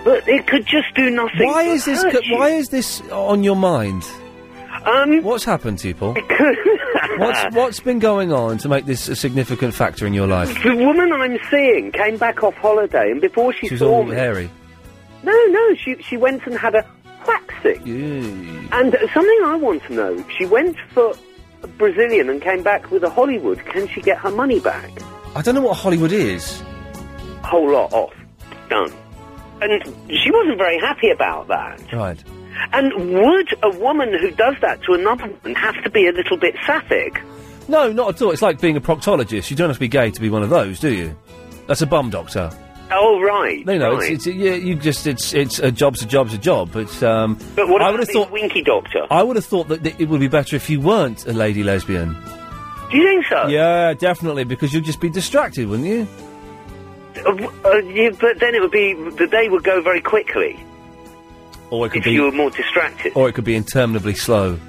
S27: But it could just do nothing.
S1: Why
S27: to
S1: is this?
S27: hurt
S1: co-
S27: you.
S1: why is this on your mind?
S27: Um,
S1: what's happened to you, Paul? what's what's been going on to make this a significant factor in your life?
S27: The woman I'm seeing came back off holiday, and before she
S1: She's
S27: saw
S1: all
S27: me,
S1: hairy.
S27: no, no, she she went and had a waxing. And uh, something I want to know: she went for a Brazilian and came back with a Hollywood. Can she get her money back?
S1: I don't know what Hollywood is.
S27: Whole lot off, done. And she wasn't very happy about that.
S1: Right.
S27: And would a woman who does that to another woman have to be a little bit sapphic?
S1: No, not at all. It's like being a proctologist. You don't have to be gay to be one of those, do you? That's a bum doctor.
S27: Oh right,
S1: No, no.
S27: right.
S1: It's, it's yeah, you just it's it's a job's a job's a job. But um,
S27: but what
S1: I would
S27: about
S1: have
S27: the
S1: thought
S27: Winky Doctor?
S1: I would have thought that th- it would be better if you weren't a lady lesbian.
S27: Do you think so?
S1: Yeah, definitely, because you'd just be distracted, wouldn't you?
S27: Uh, w- uh, yeah, but then it would be the day would go very quickly
S1: Or it could
S27: if
S1: be,
S27: you were more distracted.
S1: or it could be interminably slow.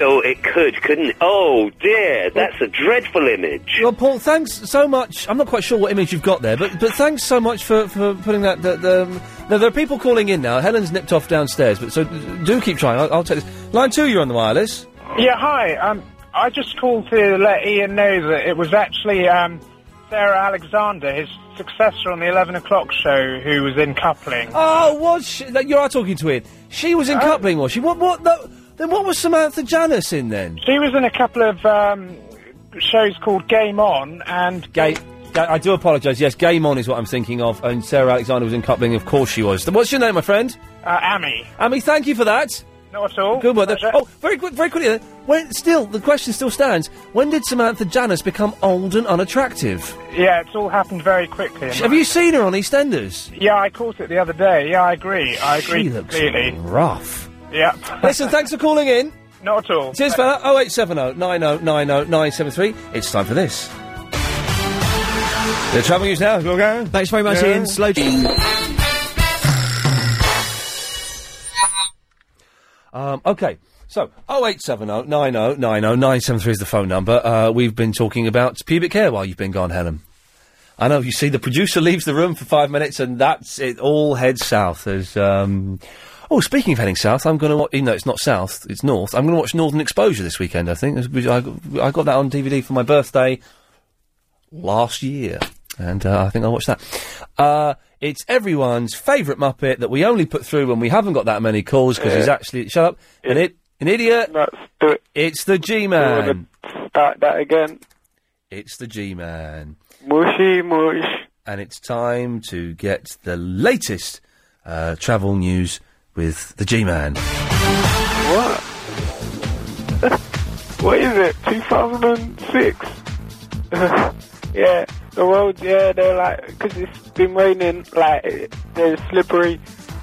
S27: Oh, it could, couldn't it? Oh dear, that's a dreadful image.
S1: Well, Paul, thanks so much. I'm not quite sure what image you've got there, but but thanks so much for, for putting that. that um, now there are people calling in now. Helen's nipped off downstairs, but so do keep trying. I'll, I'll take this. Line two, you're on the wireless.
S10: Yeah, hi. Um, I just called to let Ian know that it was actually um, Sarah Alexander, his successor on the 11 o'clock show, who was in coupling.
S1: Oh, was she, that you are talking to Ian? She was in coupling, was she? What? What? The, then what was Samantha Janice in then?
S10: She was in a couple of um, shows called Game On and
S1: Gay. Ga- I do apologise. Yes, Game On is what I'm thinking of, and Sarah Alexander was in coupling. Of course, she was. What's your name, my friend?
S10: uh, Amy.
S1: Amy, thank you for that.
S10: Not at all.
S1: Good one. Oh, very quick, very quickly. then. When still, the question still stands. When did Samantha Janice become old and unattractive?
S10: Yeah, it's all happened very quickly.
S1: Sh- Have you seen her on EastEnders?
S10: Yeah, I caught it the other day. Yeah, I agree. I agree
S1: She looks
S10: completely.
S1: rough.
S10: Yeah.
S1: Listen, thanks for calling in.
S10: Not at all.
S1: Cheers, fella. 0870 90 90 973. It's time for this. The travel news now. Go go.
S2: Thanks very much, Ian. Slow.
S1: Um, okay. So, 0870 90 90 973 is the phone number. Uh, we've been talking about pubic hair while you've been gone, Helen. I know, you see, the producer leaves the room for five minutes and that's it, all heads south. There's, um... Oh, speaking of heading south, I'm going to watch... You know, it's not south, it's north. I'm going to watch Northern Exposure this weekend, I think. It's- I got- I got that on DVD for my birthday last year, and uh, I think I watched that. Uh, it's everyone's favourite Muppet that we only put through when we haven't got that many calls because he's
S31: Yeah.
S1: actually shut up an it an idiot. It's the G man.
S31: Start that again.
S1: It's the G man.
S31: Mushy mush.
S1: And it's time to get the latest uh, travel news with the G man.
S31: What? what is it? 2006? yeah, the roads, yeah, they're like, because it's been raining, like, they're slippery,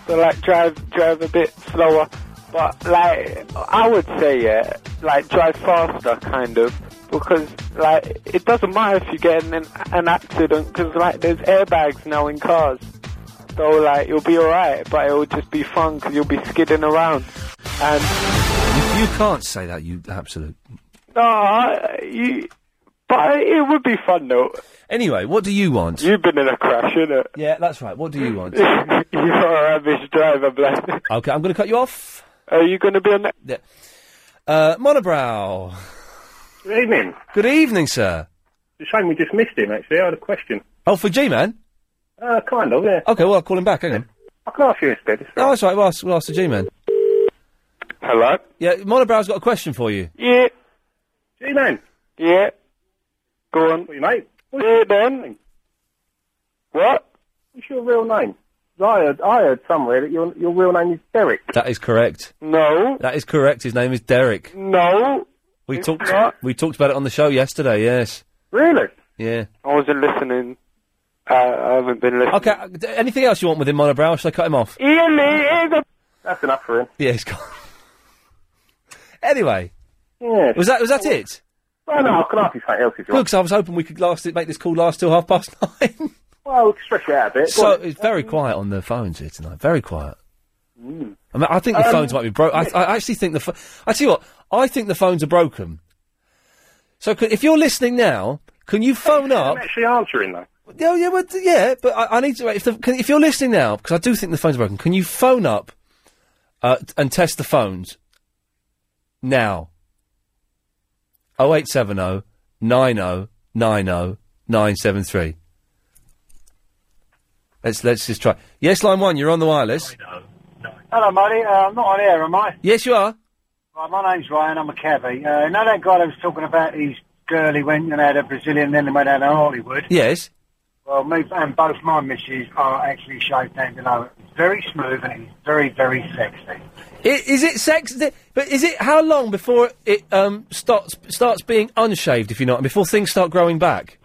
S31: so, like, drive, drive a bit slower. But, like, I would say, yeah, like, drive faster, kind of, because, like, it doesn't matter if you get in an, an accident, because, like, there's airbags now in cars.
S7: So like you'll be alright, but it'll just be fun because you'll be skidding around. And
S1: You can't say that, you absolute.
S7: no, I- you. But it would be fun though.
S1: Anyway, what do you want?
S7: You've been in a crash, innit?
S1: Yeah, that's right. What do you want?
S7: You're a rubbish driver, bless.
S1: Okay, I'm going to cut you off.
S7: Are you going to be on that?
S1: Yeah. Uh, Monobrow.
S21: Good evening.
S1: Good evening, sir.
S21: It's a shame we just missed him, actually. I had a question.
S1: Oh, for G Man?
S21: Uh, kind of, yeah.
S1: Okay, well, I'll call him back. Hang on.
S21: I can ask you instead. It's
S1: No, that's right. We'll ask, we'll ask the G Man.
S21: Hello?
S1: Yeah, Monobrow's got a question for you.
S7: Yeah.
S21: G Man.
S7: Yeah. Go on.
S21: What you, mate? What's
S7: yeah, man. What?
S21: What's your real name? I heard, I heard somewhere that your, your real name is Derek.
S1: That is correct.
S7: No.
S1: That is correct. His name is Derek.
S7: No.
S1: We
S7: It's
S1: talked.
S7: not.
S1: We talked about it on the show yesterday. Yes.
S21: Really?
S1: Yeah.
S7: I wasn't listening. Uh, I haven't been listening.
S1: Okay. uh, d- Anything else you want with him, Monobrow? or Should I cut him off?
S7: Ian Lee is a.
S21: That's enough for him.
S1: Yeah, he's gone. anyway,
S21: Yeah.
S1: was that was that it?
S21: Well, no, I can ask you something else if you
S1: Good,
S21: want.
S1: 'cause I was hoping we could last it, make this call last till half past nine.
S21: Well, we can stretch it out a bit. Go
S1: so
S21: on.
S1: it's very quiet on the phones here tonight. Very quiet.
S21: Mm.
S1: I mean, I think the
S21: Um,
S1: phones might be broke. I, I actually think the. Pho- I tell you what. I think the phones are broken. So c- if you're listening now, can you phone up?
S21: I'm actually answering, though.
S1: Yeah, yeah, but yeah, but I, I need to. If, the, can, if you're listening now, because I do think the phones are broken, can you phone up uh, t- and test the phones now? 0870 90 90 973. Let's let's just try. Yes, line one, you're on the wireless.
S35: Hello, mate. Uh, I'm not on air, am I?
S1: Yes, you are.
S35: Right, my name's Ryan. I'm a cabbie. Uh, you know that guy that was talking about his girl he went and had a Brazilian, then he went out to Hollywood?
S1: Yes.
S35: Well, me and both my misses are actually shaved down below. It's very smooth and it's very, very sexy.
S1: I- Is it sex? is it- But is it how long before it um, starts starts being unshaved? If you're not, before things start growing back.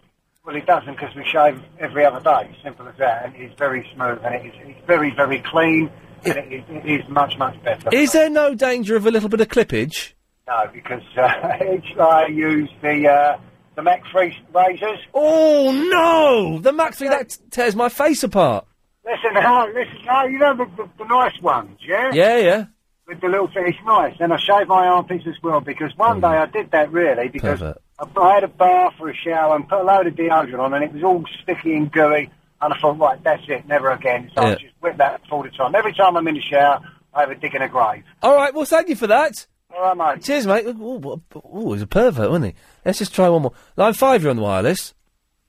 S35: Well, he doesn't because we shave every other day. Simple as that. And it's very smooth and it is, it's very, very clean and it is, it is much, much better.
S1: Is there no danger of a little bit of clippage?
S35: No, because uh, each I use the uh, the Mac Free razors.
S1: Oh no! The Maxi that tears my face apart.
S35: Listen, how listen, how you know the, the, the nice ones, yeah?
S1: Yeah, yeah.
S35: With the little thing, it's nice. And I shave my armpits as well because one day I did that really because
S1: Pervert.
S35: I, I had a bath or a shower and put a load of deodorant on and it was all sticky and gooey. And I thought, right, that's it, never again. So I
S1: Yeah.
S35: just whip that all the time. Every time I'm in the shower, I have a dig in a grave.
S1: All right. Well, thank you for that.
S35: All right, mate.
S1: Cheers, mate. Ooh, what, ooh, he's a pervert, wasn't he? Let's just try one more. Line five, you're on the wireless.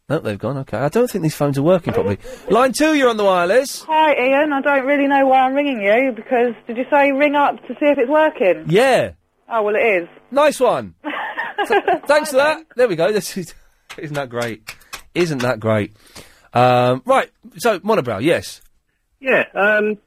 S1: No, they've gone. Okay. I don't think these phones are working properly. Line two, you're on the wireless.
S36: Hi, Ian. I don't really know why I'm ringing you because did you say ring up to see if it's working?
S1: Yeah.
S36: Oh, well, it is.
S1: Nice one. Th- thanks for that. There we go. This is, isn't that great? Isn't that great? Um, right. So monobrow. Yes.
S21: Yeah, um,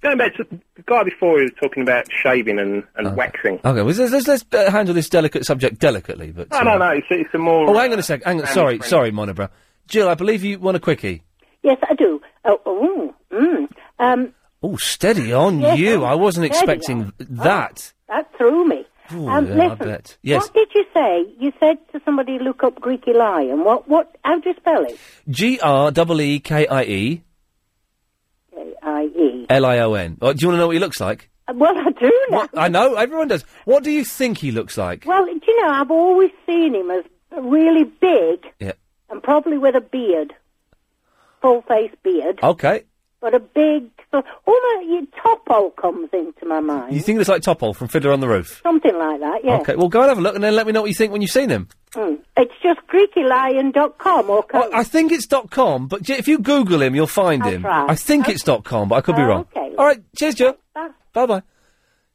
S21: going back to the guy before, he was talking about shaving and, and waxing.
S1: Okay. Well, let's let's, let's uh, handle this delicate subject delicately. But uh,
S21: No, no, no, it's, it's a more...
S1: Oh, hang on a sec. Hang on.
S21: family
S1: Sorry,
S21: friendly.
S1: sorry, Monobrow. Jill, I believe you want a quickie.
S23: Yes, I do. Oh, oh mm, um,
S1: Oh, steady on
S23: Yes,
S1: you. I wasn't
S23: steady
S1: expecting that.
S23: that threw me.
S1: Ooh,
S23: um,
S1: yeah, I
S23: listen,
S1: bet. Yes.
S23: What did you say? You said to somebody, "Look up Greeky lion." What? What? How do you spell it?
S1: G R E E K I E
S23: I E.
S1: L I O N. Oh, Do you want to know what he looks like?
S23: Well, I do know.
S1: What? I know, everyone does. What do you think he looks like?
S23: Well, do you know? I've always seen him as really big
S1: Yeah.
S23: and probably with a beard, full face beard,
S1: Okay.
S23: but a big, so almost your topo comes into my mind.
S1: You think he looks like Topol from Fiddler on the Roof?
S23: Something like that, yeah.
S1: Okay, well, go and have a look and then let me know what you think when you've seen him.
S23: Mm. It's just GreekyLion.com or co-
S1: I think it's dot .com, but j- if you Google him, you'll find
S23: I'll
S1: him.
S23: try.
S1: I think it's dot .com, but I could be
S23: Oh,
S1: wrong.
S23: okay.
S1: All right, cheers, Jill.
S23: Bye.
S1: Bye-bye.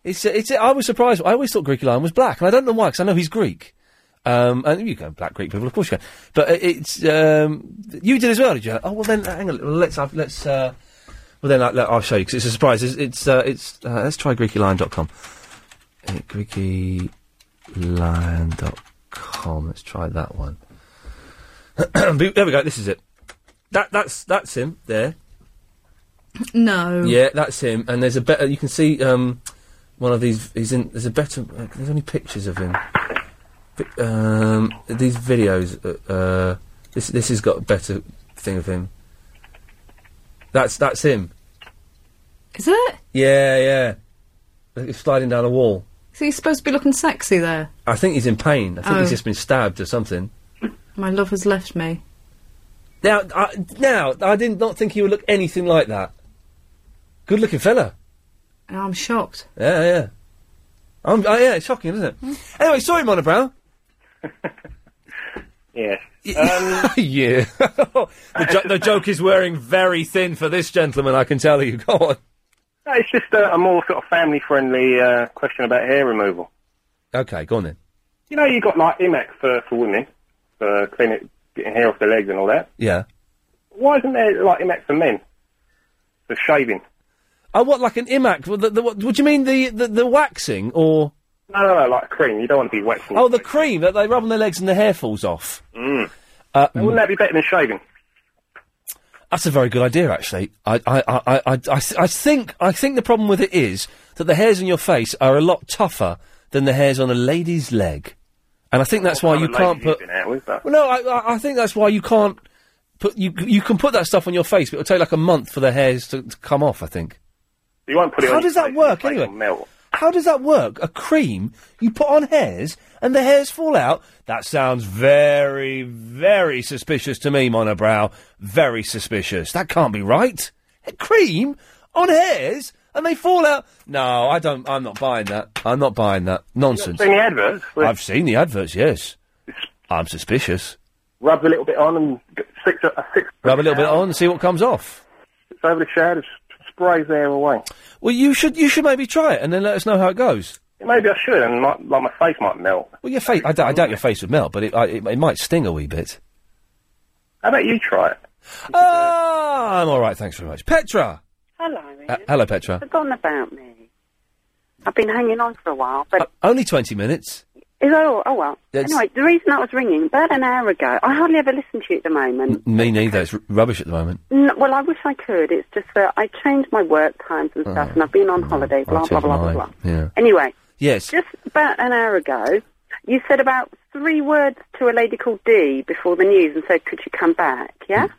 S1: It's, uh, it's, uh, I was surprised. I always thought Greek Lion was black, and I don't know why, because I know he's Greek. Um, and you can black Greek people, of course you can. But uh, it's, um, you did as well, did you? Oh, well then, hang on, let's, uh, let's, uh, well then, uh, I'll show you, because it's a surprise. It's, it's, uh, it's uh, let's try GreekyLion.com. Uh, GreekyLion.com, let's try that one. there we go, this is it. That, that's, that's him, there.
S2: No.
S1: Yeah, that's him. And there's a better. You can see um, one of these. He's in. There's a better. Uh, there's only pictures of him. Pi- Um, these videos. Uh, uh, this this has got a better thing of him. That's that's him.
S22: Is it?
S1: Yeah, yeah. Look, He's sliding down a wall.
S22: So he's supposed to be looking sexy there.
S1: I think he's in pain. I think
S22: Oh.
S1: he's just been stabbed or something.
S22: My love has left me.
S1: Now, I, now I did not think he would look anything like that. Good looking fella.
S22: And I'm shocked.
S1: Yeah, yeah. I'm, oh, yeah, it's shocking, isn't it? anyway, sorry, Monobrow.
S32: yeah. Um,
S1: yeah. the, jo- the joke is wearing very thin for this gentleman, I can tell you. Go on.
S32: No, it's just a, a more sort of family-friendly uh, question about hair removal.
S1: Okay, go on then.
S32: You know, you got like IMAC for for women for cleaning, getting hair off their legs and all that.
S1: Yeah.
S32: Why isn't there like IMAC for men for shaving?
S1: Oh, what, like an imac? What, the, the, what, what do you mean, the, the, the waxing, or...?
S32: No, no, no, like cream. You don't want to be waxing.
S1: Oh, the cream that they rub on their legs and the hair falls off.
S32: Mm.
S1: Uh,
S32: Wouldn't that be better than shaving?
S1: That's a very good idea, actually. I, I, I, I, I, I th- I think I think the problem with it is that the hairs on your face are a lot tougher than the hairs on a lady's leg, and I think that's why you can't put. Well, no, I, I- I think that's why you can't put you you can put that stuff on your face, but it'll take like a month for the hairs to, to come off. I think.
S32: You won't put it
S1: How
S32: on
S1: does
S32: your
S1: that
S32: face,
S1: work
S32: your face
S1: anyway?
S32: will melt.
S1: How does that work? A cream you put on hairs and the hairs fall out? That sounds very, very suspicious to me, Monobrow. Very suspicious. That can't be right. A cream on hairs and they fall out? No, I don't. I'm not buying that. I'm not buying that. Nonsense.
S32: seen the adverts?
S1: I've seen the adverts, yes. I'm suspicious.
S32: Rub a little bit on and g- six a six.
S1: Rub a little bit on and see what comes off.
S32: It's over the shower. It s- sprays the hair away.
S1: Well, you should you should maybe try it and then let us know how it goes.
S32: Maybe I should, and my, like my face might melt.
S1: Well, your face. I, doubt- I doubt your face would melt, but it, I, it, it might sting a wee bit.
S32: How about you try it?
S1: Ah, I'm all right, thanks very much. Petra.
S24: Hello, Ian.
S1: Uh, hello, Petra.
S24: Forgotten about me. I've been hanging on for a while,
S29: Uh,
S24: but
S1: Only 20 minutes.
S24: is oh, oh well.
S1: That's-
S24: Anyway, the reason I was ringing about an hour ago, I hardly ever listen to you at the moment.
S1: Me neither. It's r- rubbish at the moment.
S29: Mm.
S24: N well, I wish I could. It's just that I changed my work times and
S29: Uh-huh.
S24: stuff,
S1: Oh.
S24: and I've been on holiday. Blah
S1: I'll
S24: blah
S1: change
S24: blah blah
S1: mine.
S24: blah.
S1: Yeah.
S24: Anyway,
S1: Yes.
S24: just about an hour ago, you said about three words to a lady called D before the news, and said, "Could you come back?" Yeah.
S1: Mm.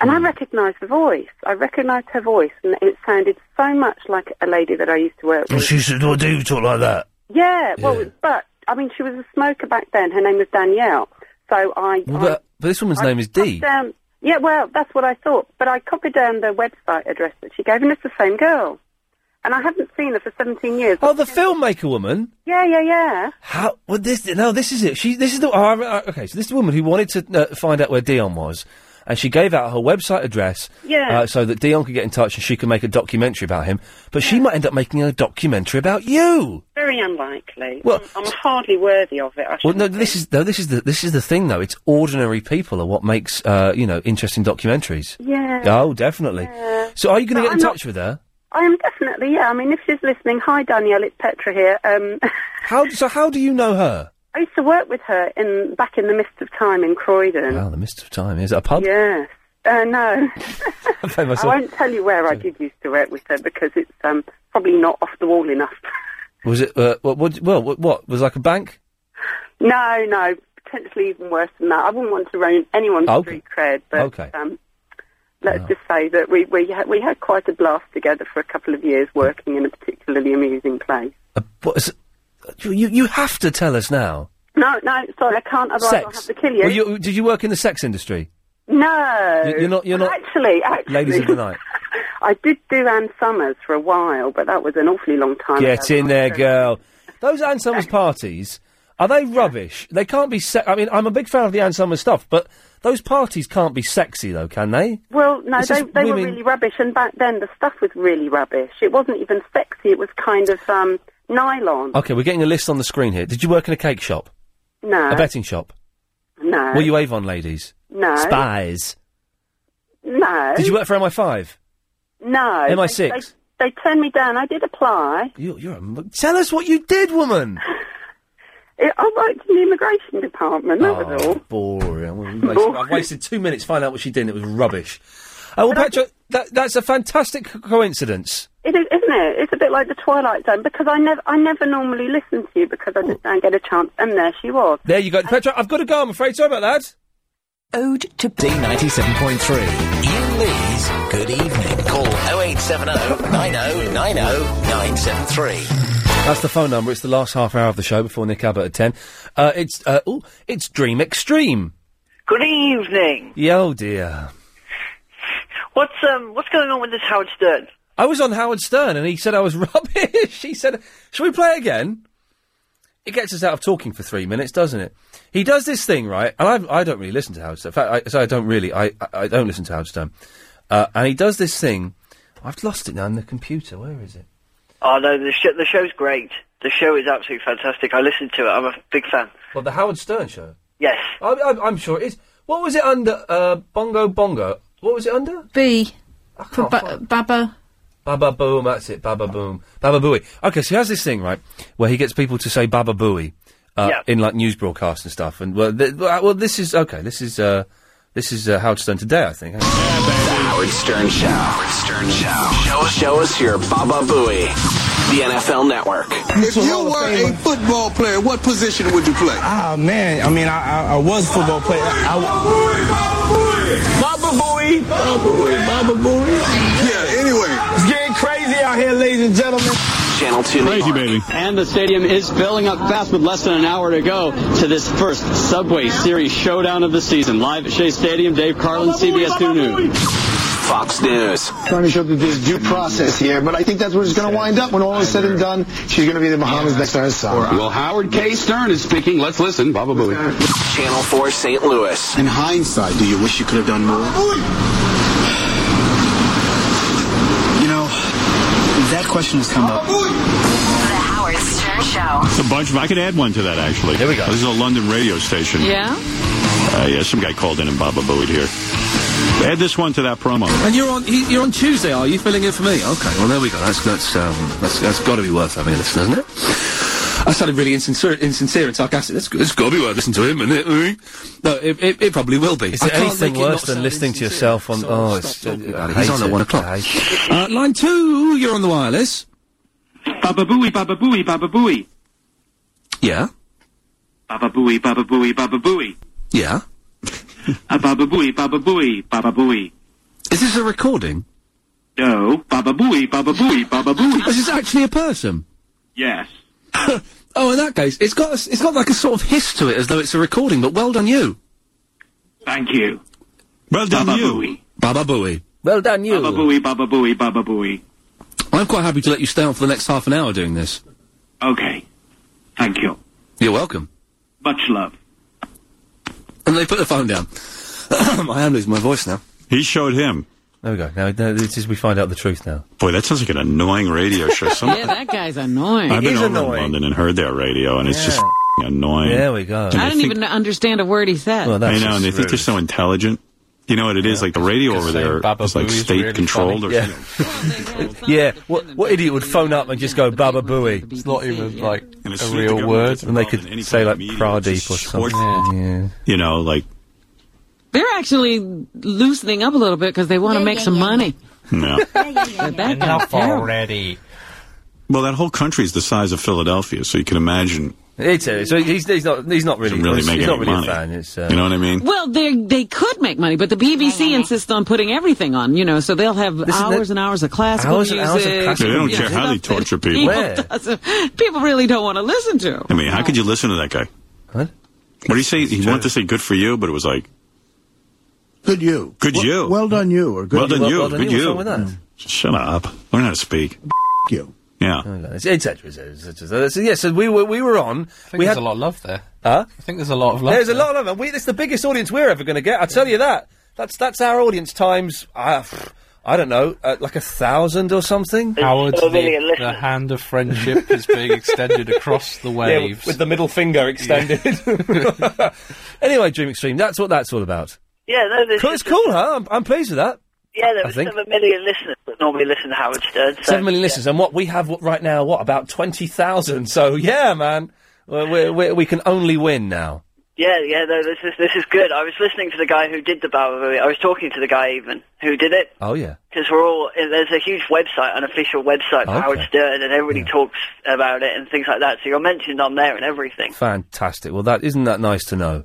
S24: And I recognised the voice. I recognised her voice, and it sounded so much like a lady that I used to work with.
S1: said, "Why do you talk like that?"
S24: Yeah, well,
S1: Yeah.
S24: but I mean, she was a smoker back then. Her name was Danielle. So I,
S1: Well,
S24: I
S1: but, but this woman's name is D.
S24: copied down. Yeah, well, that's what I thought. But I copied down the website address that she gave, and it's the same girl. And I haven't seen her for seventeen years.
S1: Oh, the filmmaker woman.
S24: Yeah, yeah, yeah.
S1: How? Well, this. No, this is it. She. This is the. Oh, I- I- okay, so this is the woman who wanted to uh, find out where Dion was, and she gave out her website address.
S24: Yeah.
S1: Uh, so that Dion could get in touch and she could make a documentary about him. But she might end up making a documentary about you.
S24: Very unlikely.
S1: Well-
S24: I'm, I'm hardly worthy of it. I
S1: Well,
S24: should-
S1: no, this is no, this is the this is the thing though. It's ordinary people are what makes uh, you know interesting documentaries.
S24: Yeah.
S1: Oh, definitely.
S24: Yeah.
S1: So, are you going to
S24: But
S1: get in
S24: I'm not-
S1: touch with her?
S24: I am definitely. Yeah, I mean, if she's listening, hi Danielle, it's Petra here. Um,
S1: How so? How do you know her?
S24: I used to work with her in back in the mist of time in Croydon.
S1: Wow, the mist of time. Is it a pub?
S24: Yes. Uh, no.
S1: I found
S24: I
S1: myself-
S24: won't tell you where I did used to work with her because it's um, probably not off the wall enough.
S1: Was it? Uh, what, what? Well, what, what was it like a bank?
S24: no, no, potentially even worse than that. I wouldn't want to ruin anyone's
S1: Okay.
S24: street cred, but
S1: Okay.
S24: um, let's just say that we we had, we had quite a blast together for a couple of years working in a particularly amusing place.
S1: What is it? You you- you have to tell us now.
S24: No, no, sorry, I can't. Otherwise, I'll have
S1: sex.
S24: to kill you.
S1: Were did you work in the sex industry?
S24: No,
S1: You- you're not- you're
S24: Well,
S1: not-
S24: Actually, actually,
S1: Ladies of the night.
S24: I did do Anne Summers for a while, but that was an awfully long time.
S1: Get
S24: ago.
S1: in there, girl. Those Ann Summers parties are they rubbish? They can't be. Se- I mean, I'm a big fan of the Ann Summers stuff, but those parties can't be sexy though, can they?
S24: Well, no,
S1: This
S24: they,
S1: is
S24: they were
S1: women-
S24: really rubbish, and back then the stuff was really rubbish. It wasn't even sexy. It was kind of um, nylon.
S1: Okay, we're getting a list on the screen here. Did you work in a cake shop?
S24: No,
S1: A betting shop?
S24: no,
S1: Were you Avon ladies?
S24: No.
S1: Spies?
S24: no,
S1: Did you work for MI5?
S24: no.
S1: MI6?
S24: They, they turned me down. I did apply.
S1: You, you're a m- Tell us what you did, woman!
S24: It, I worked in the immigration department. That was all.
S1: Oh, boring. Well, we wasted- I've wasted two minutes finding out what she did and it was rubbish. Oh, well, Petra, that, that's a fantastic co- coincidence.
S24: It is, isn't it? It's a bit like the Twilight Zone because I never, I never normally listen to you because I just don't get a chance. And there she was.
S1: There you go. Petra, I've got to go, I'm afraid. Sorry about that.
S35: Ode to
S16: D97.3. Ian Lee's Good Evening. Call 0870 90 90 973.
S1: That's the phone number. It's the last half hour of the show before Nick Abbott at 10. Uh, it's, uh, ooh, it's Dream Extreme.
S30: Good evening.
S1: Yeah, oh dear.
S30: What's um what's going on with this Howard Stern?
S1: I was on Howard Stern and he said I was rubbish. he said, Shall we play again? It gets us out of talking for three minutes, doesn't it? He does this thing, right? And I, I don't really listen to Howard Stern. In fact, I, so I don't really, I, I, I don't listen to Howard Stern. Uh, and he does this thing. I've lost it now in the computer. Where is it?
S30: Oh no, the sh- the show's great. The show is absolutely fantastic. I listened to it. I'm a big fan.
S1: Well, the Howard Stern show.
S30: Yes.
S1: I, I, I'm sure it is. What was it under? Uh, Bongo Bongo. What was it under?
S22: B. For ba- Baba.
S1: Baba boom, that's it. Baba boom, Baba booey. Okay, so he has this thing right where he gets people to say Baba booey uh,
S30: Yeah.
S1: in like news broadcasts and stuff. And well, th- well, uh, well, this is okay. This is uh, this is uh, Howard Stern today, I think. Hang on.
S16: The Howard Stern Show. Howard Stern Show. Show us, show us your Baba Booey. The NFL Network.
S33: If you were a football player, what position would you play? Ah, man. I mean, I, I, I was a football player. Baba Booey! Baba Booey! Baba Booey! Yeah, anyway. It's getting crazy out here, ladies and gentlemen.
S16: Channel 2 Crazy baby.
S34: And the stadium is filling up fast with less than an hour to go to this first Subway Series showdown of the season. Live at Shea Stadium, Dave Carlin, CBS 2 News.
S16: Fox News.
S34: Trying to show that there's due process here, but I think that's where it's going to wind up when all is said and done. She's going to be the Muhammad's next on his side.
S23: Well, Howard K. Stern is speaking. Let's listen. Baba Booey.
S16: Channel 4 St. Louis.
S34: In hindsight, do you wish you could have done more?
S9: You know, that question has come up.
S35: The Howard Stern Show.
S9: It's a bunch of. I could add one to that actually. Here we go. This is a London radio station. Uh, yeah. Some guy called in and Baba Booeyed here. Add this one to that promo.
S1: And you're on he- you're on Tuesday, are you filling in for me? Okay, well there we go. That's that's um, that's, that's got to be worth having a listen, isn't it? I sounded really insincere, insincere and sarcastic. That's, that's got to be worth listening to him, isn't it? Mm. No, it, it, it probably will be.
S9: Is there anything worse than
S1: listening to yourself on? oh, it's,
S9: He's on at one o'clock. Uh, line two, you're on the wireless. Baba Booey, Baba Booey, Baba Booey.
S1: Yeah,
S9: Baba Booey, Baba Booey, Baba Booey.
S1: yeah.
S9: A Baba Booey, Baba Booey, Baba Booey.
S1: Is this a recording?
S9: No, Baba Booey, Baba Booey, Baba Booey.
S1: This is actually a person.
S9: Yes.
S1: oh, in that case, it's got a s it's got like a sort of hiss to it, as though it's a recording. But well done you.
S9: Thank you.
S1: Well
S9: done Baba you. Booey.
S1: Baba Booey. Well done you.
S9: Baba Booey, Baba Booey, Baba Booey.
S1: I'm quite happy to let you stay on for the next half an hour doing this.
S9: Okay. Thank you.
S1: You're welcome.
S9: Much love.
S1: And they put the phone down. I am losing my voice now.
S9: He showed him.
S1: There we go. Now, now this is we find out the truth now.
S9: Boy, that sounds like an annoying radio show. Some,
S11: yeah, that guy's annoying.
S9: I've been over in London and heard their radio, and it's just f***ing annoying.
S1: There we go.
S11: I don't even understand a word he said.
S9: I know, and they think they're so intelligent. You know what it is? Like the radio over there is like state controlled or
S1: yeah. yeah. What, what idiot would phone up and just go Baba Booey? It's
S9: not even,
S1: like
S9: as soon as the government gets
S1: and they could say like Pradeep or something. Yeah.
S9: You know, like
S11: They're actually loosening up a little bit because they want to make some money.
S9: no.
S11: But that guy's terrible.
S9: already. Well, that whole country is the size of Philadelphia, so you can imagine.
S1: It's a, so he's, he's not he's not really,
S9: Doesn't really make
S1: he's not
S9: any
S1: really
S9: money.
S1: a fan. It's, uh,
S9: You know what I mean?
S11: Well, they they could make money, but the BBC insists on putting everything on, you know, so they'll have hours and hours of classical
S9: hours and
S11: music.
S9: hours of classical Yeah, they don't care how they
S11: stuff that
S9: torture people. Where?
S11: doesn't- people really don't want to listen to.
S9: I mean, how could you listen to that guy?
S1: What?
S9: What did he say? He wanted to say "good for you," but it was like
S12: Good you.
S9: Good you.
S12: Well done you. Or good
S9: "well done you, good you."
S1: that?
S9: Shut up. Learn how to speak.
S12: you.
S9: Yeah.
S1: It's etc. etc. So yeah, so we were we were on. we
S37: there's
S1: had
S37: a lot of love there.
S1: Huh?
S37: I think there's a lot of love.
S1: There's
S37: there.
S1: a lot of them. We, it's the biggest audience we're ever going to get. I tell you that. That's that's our audience times. Uh, pff, I don't know, uh, like a thousand or something.
S37: Howard's the, the hand of friendship is being extended across the
S1: Yeah,
S37: waves.
S1: with the middle finger extended. anyway, Dream Extreme. That's what that's all about.
S30: Yeah, no, there's
S1: Cool, it's cool, huh? I'm, I'm pleased with that.
S30: yeah, there
S1: I
S30: was
S1: think.
S30: seven million listeners that normally listen to Howard Stern. So
S1: Seven million listeners, and what we have what, right now, what about twenty thousand? So yeah, man, Well, we're, we're, we can only win now.
S30: Yeah, yeah, no, this is this is good. I was listening to the guy who did the Baba Booey. I was talking to the guy even who did it
S1: Oh yeah.
S30: because we're all there's a huge website, an official website for
S1: Okay.
S30: Howard Stern, and everybody talks about it and things like that. So you're mentioned on there and everything.
S1: Fantastic. Well, that isn't that nice to know.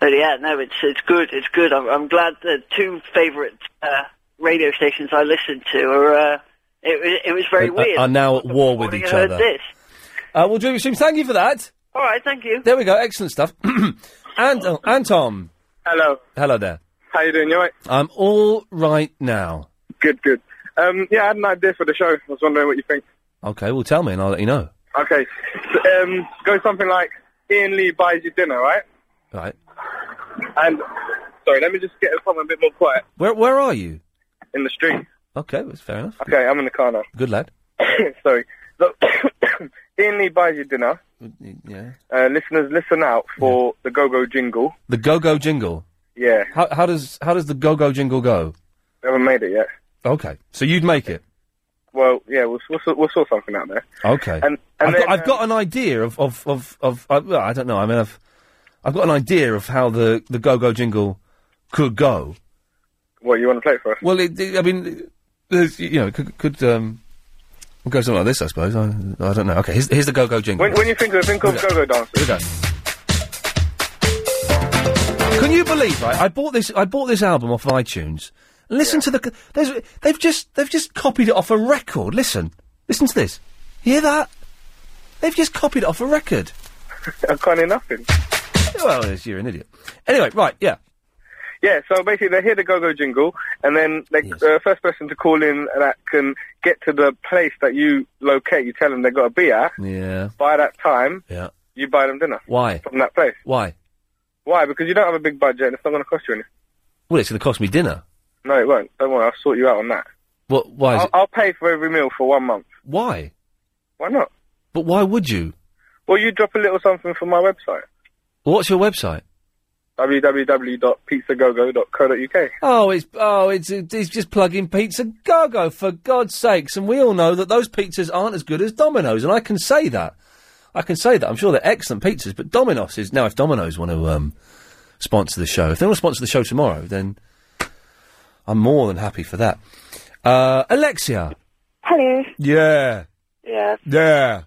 S30: But yeah, no, it's it's good. It's good. I'm, I'm glad the two favourite uh, radio stations I listened to are. Uh, it, was- it was very
S1: Are- are-
S30: weird.
S1: uh, Are now at war with
S30: Having
S1: each
S30: heard
S1: other.
S30: this.
S1: Uh, well, Drew Sims, thank you for that.
S30: All right, thank you.
S1: There we go. Excellent stuff. and oh, and Tom,
S5: Hello.
S1: hello there.
S5: How you doing? You alright?
S1: I'm all right now.
S5: Good, good. Um, yeah, I had an idea for the show. I was wondering what you think.
S1: Okay, well, tell me, and I'll let you know.
S5: Okay, so, um, go something like Ian Lee buys you dinner, right?
S1: Right.
S5: And sorry, let me just get someone a bit more quiet
S1: Where where are you?
S5: in the street.
S1: Okay, that's fair enough.
S5: Okay, I'm in the car now.
S1: Good lad.
S5: sorry. Look, Ian Lee buys you dinner.
S1: Yeah.
S5: Uh, listeners, listen out for the go-go jingle.
S1: The go go jingle.
S5: Yeah,
S1: How how does how does the go go jingle go?
S5: we haven't made it yet.
S1: Okay, so you'd make it.
S5: Well, yeah, we'll we'll, sort- we'll sort something out there.
S1: Okay.
S5: And- and
S1: I've,
S5: then,
S1: got, I've got an idea of of of, of I, well, I don't know. I mean, I've I've got an idea of how the the go go jingle could go.
S5: What you want to play it for us?
S1: Well, it, it- I mean, there's, you know, it could could um it goes something like this, I suppose. I, I don't know. Okay, here's, here's the go go jingle.
S5: When, when you think of think of go-go dancers,
S1: Can you believe? Right, I bought this. I bought this album off of iTunes. Listen to the. There's, they've just they've just copied it off a record. Listen, listen to this. Hear that? They've just copied it off a record.
S5: I can't hear nothing.
S1: Well, it's- you're an idiot. Anyway, right, yeah.
S5: Yeah, so basically they hear the go-go jingle, and then the uh, first person to call in that can get to the place that you locate, you tell them they've got to be at,
S1: Yeah.
S5: by that time,
S1: Yeah.
S5: you buy them dinner.
S1: Why?
S5: From that place.
S1: Why?
S5: Why? Because you don't have a big budget, and it's not going to cost you anything.
S1: Well, it's going to cost me dinner.
S5: No, it won't. Don't worry, I'll sort you out on that.
S1: What? Why? Is
S5: I'll,
S1: it,
S5: I'll pay for every meal for one month.
S1: why?
S5: Why not?
S1: But why would you?
S5: Well, you drop a little something from my website,
S1: What's your website?
S5: www.pizzagogo.co.uk.
S1: Oh, it's oh, it's it's just plugging Pizza Gogo for God's sakes, and we all know that those pizzas aren't as good as Domino's, and I can say that. I can say that. I'm sure they're excellent pizzas, but Domino's is now. If Domino's want to um, sponsor the show, if they want to sponsor the show tomorrow, then I'm more than happy for that. Uh, Alexia,
S19: Hello.
S1: yeah,
S19: Yes.
S1: yeah,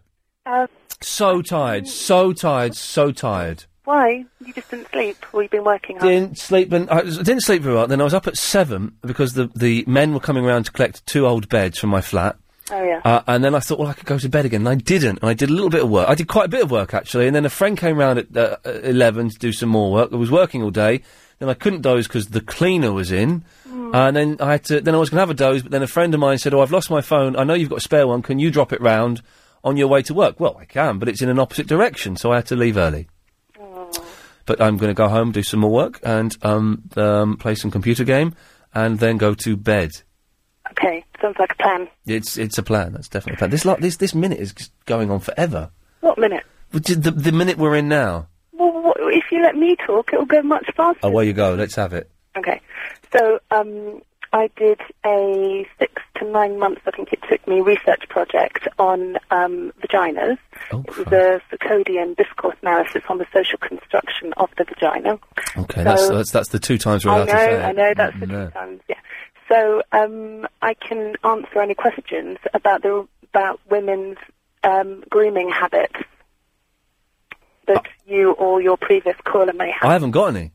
S19: Uh,
S1: so tired, so tired, so tired.
S19: why? You just didn't sleep, or you've been working hard?
S1: Didn't sleep. And I was- I didn't sleep very well. Then I was up at seven because the the men were coming round to collect two old beds from my flat.
S19: Oh yeah.
S1: Uh, and then I thought, well, I could go to bed again. And I didn't. And I did a little bit of work. I did quite a bit of work, actually. And then a friend came round at uh, uh, 11 to do some more work. I was working all day. Then I couldn't doze because the cleaner was in. And then I had to, then I was going to have a doze. But then a friend of mine said, oh, I've lost my phone. I know you've got a spare one. Can you drop it round on your way to work? Well, I can, but it's in an opposite direction. So I had to leave early. But I'm going to go home, do some more work, and um, um, play some computer game, and then go to bed.
S19: Okay. Sounds like a plan.
S1: It's it's a plan. That's definitely a plan. This like this this minute is just going on forever.
S19: What minute?
S1: Which is the the minute we're in now.
S19: Well, what, if you let me talk, it'll Oh, go much faster.
S1: Away you go. Let's have it.
S19: Okay. So, um, I did a six to nine months, I think it took me, research project on um, vaginas.
S1: Oh,
S19: it was a Foucauldian discourse analysis on the social construction of the vagina.
S1: Okay, that's,
S19: So-
S1: that's that's the two times we're
S19: I
S1: allowed
S19: know,
S1: to say Mm-hmm. it.
S19: I know, that's the
S1: No.
S19: two times, yeah. So um, I can answer any questions about the about women's um, grooming habits that
S1: Ah.
S19: you or your previous caller may have.
S1: I haven't got any.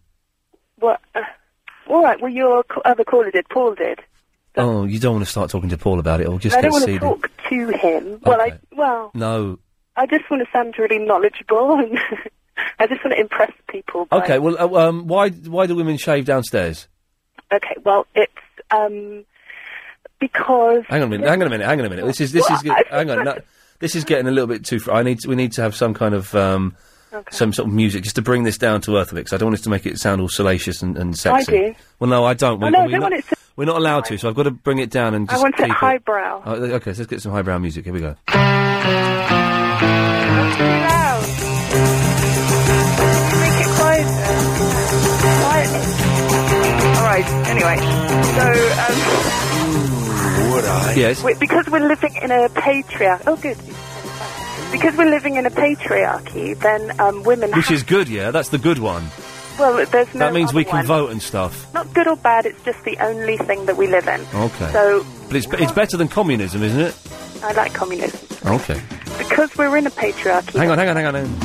S19: What? Uh, all right. Well, your c- other caller did. Paul did.
S1: Oh, you don't want to start talking to Paul about it. Or just
S19: I don't
S1: get
S19: want
S1: seedy.
S19: to talk to him. Well, I well,
S1: No.
S19: I just want to sound really knowledgeable, and I just want to impress people. By
S1: Okay. Well, uh, um, why why do women shave downstairs?
S19: Okay, well, it's um, because
S1: Hang on a minute. Hang on a minute. Hang on a minute. This is this is
S19: Well, I-
S1: hang on. No, this is getting a little bit too. Fr- I need to, we need to have some kind of um, some sort of music just to bring this down to earth a bit because I don't want us to make it sound all salacious and, and sexy.
S19: do.
S1: Well, no, I don't.
S19: Oh, no, I
S1: we're
S19: don't
S1: not,
S19: want it to-
S1: we're not allowed to, so I've got to bring it down and
S19: I
S1: just
S19: want it
S1: keep
S19: highbrow.
S1: Oh, th- okay, so let's get some highbrow music. Here we go.
S19: All right. Anyway, so um,
S38: Would I?
S1: Yes.
S19: we, because we're living in a patriarch. Oh, good. Because we're living in a patriarchy, then um, women.
S1: Which
S19: have,
S1: is good, yeah. That's the good one.
S19: well, there's no.
S1: that means we
S19: other
S1: can
S19: one.
S1: vote and stuff.
S19: Not good or bad. It's just the only thing that we live in.
S1: Okay.
S19: So
S1: but it's it's better than communism, isn't it?
S19: I like communism
S1: Okay.
S19: because we're in a patriarchy.
S1: Hang on, hang on, hang on. hang on.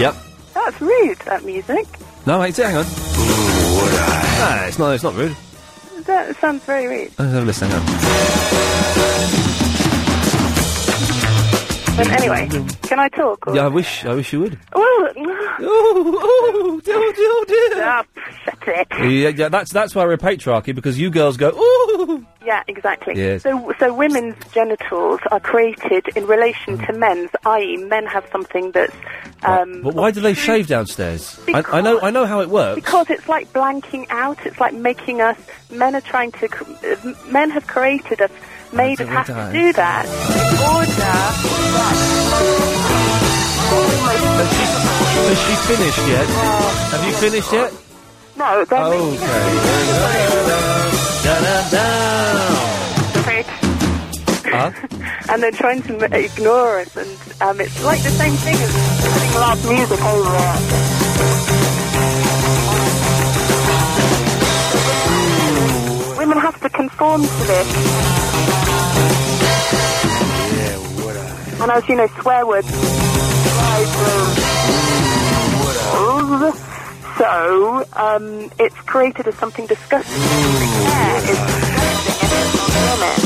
S1: Yep.
S19: That's rude, that music.
S1: No, wait, hang on. Ah, it's not. It's not rude.
S19: That sounds very rude.
S1: Let's have a listen. Hang on.
S19: But anyway, can I talk?
S1: Yeah, I wish. I wish you would.
S19: Well,
S1: oh, dear, dear, dear.
S19: Ah, shut it.
S1: Yeah, yeah, that's that's why we're a patriarchy because you girls go. Ooh.
S19: Yeah, exactly.
S1: Yes.
S19: So, so women's genitals are created in relation
S1: Mm.
S19: to men's, i.e., men have something that's
S1: Oh.
S19: um,
S1: But why do they shave downstairs? I, I know. I know how it works.
S19: because it's like blanking out. It's like making us men are trying to cr- uh, m- men have created us, made us have to do that in order.
S1: Has she finished yet? Have you finished yet?
S19: Uh,
S1: Oh,
S19: No, they're making us
S1: Huh?
S19: and they're trying to m- ignore us, and um, it's like the same thing as putting loud music over us. Women have to conform to this, and as you know, swear words. So um, it's created as something disgusting. Care is disgusting and it's women.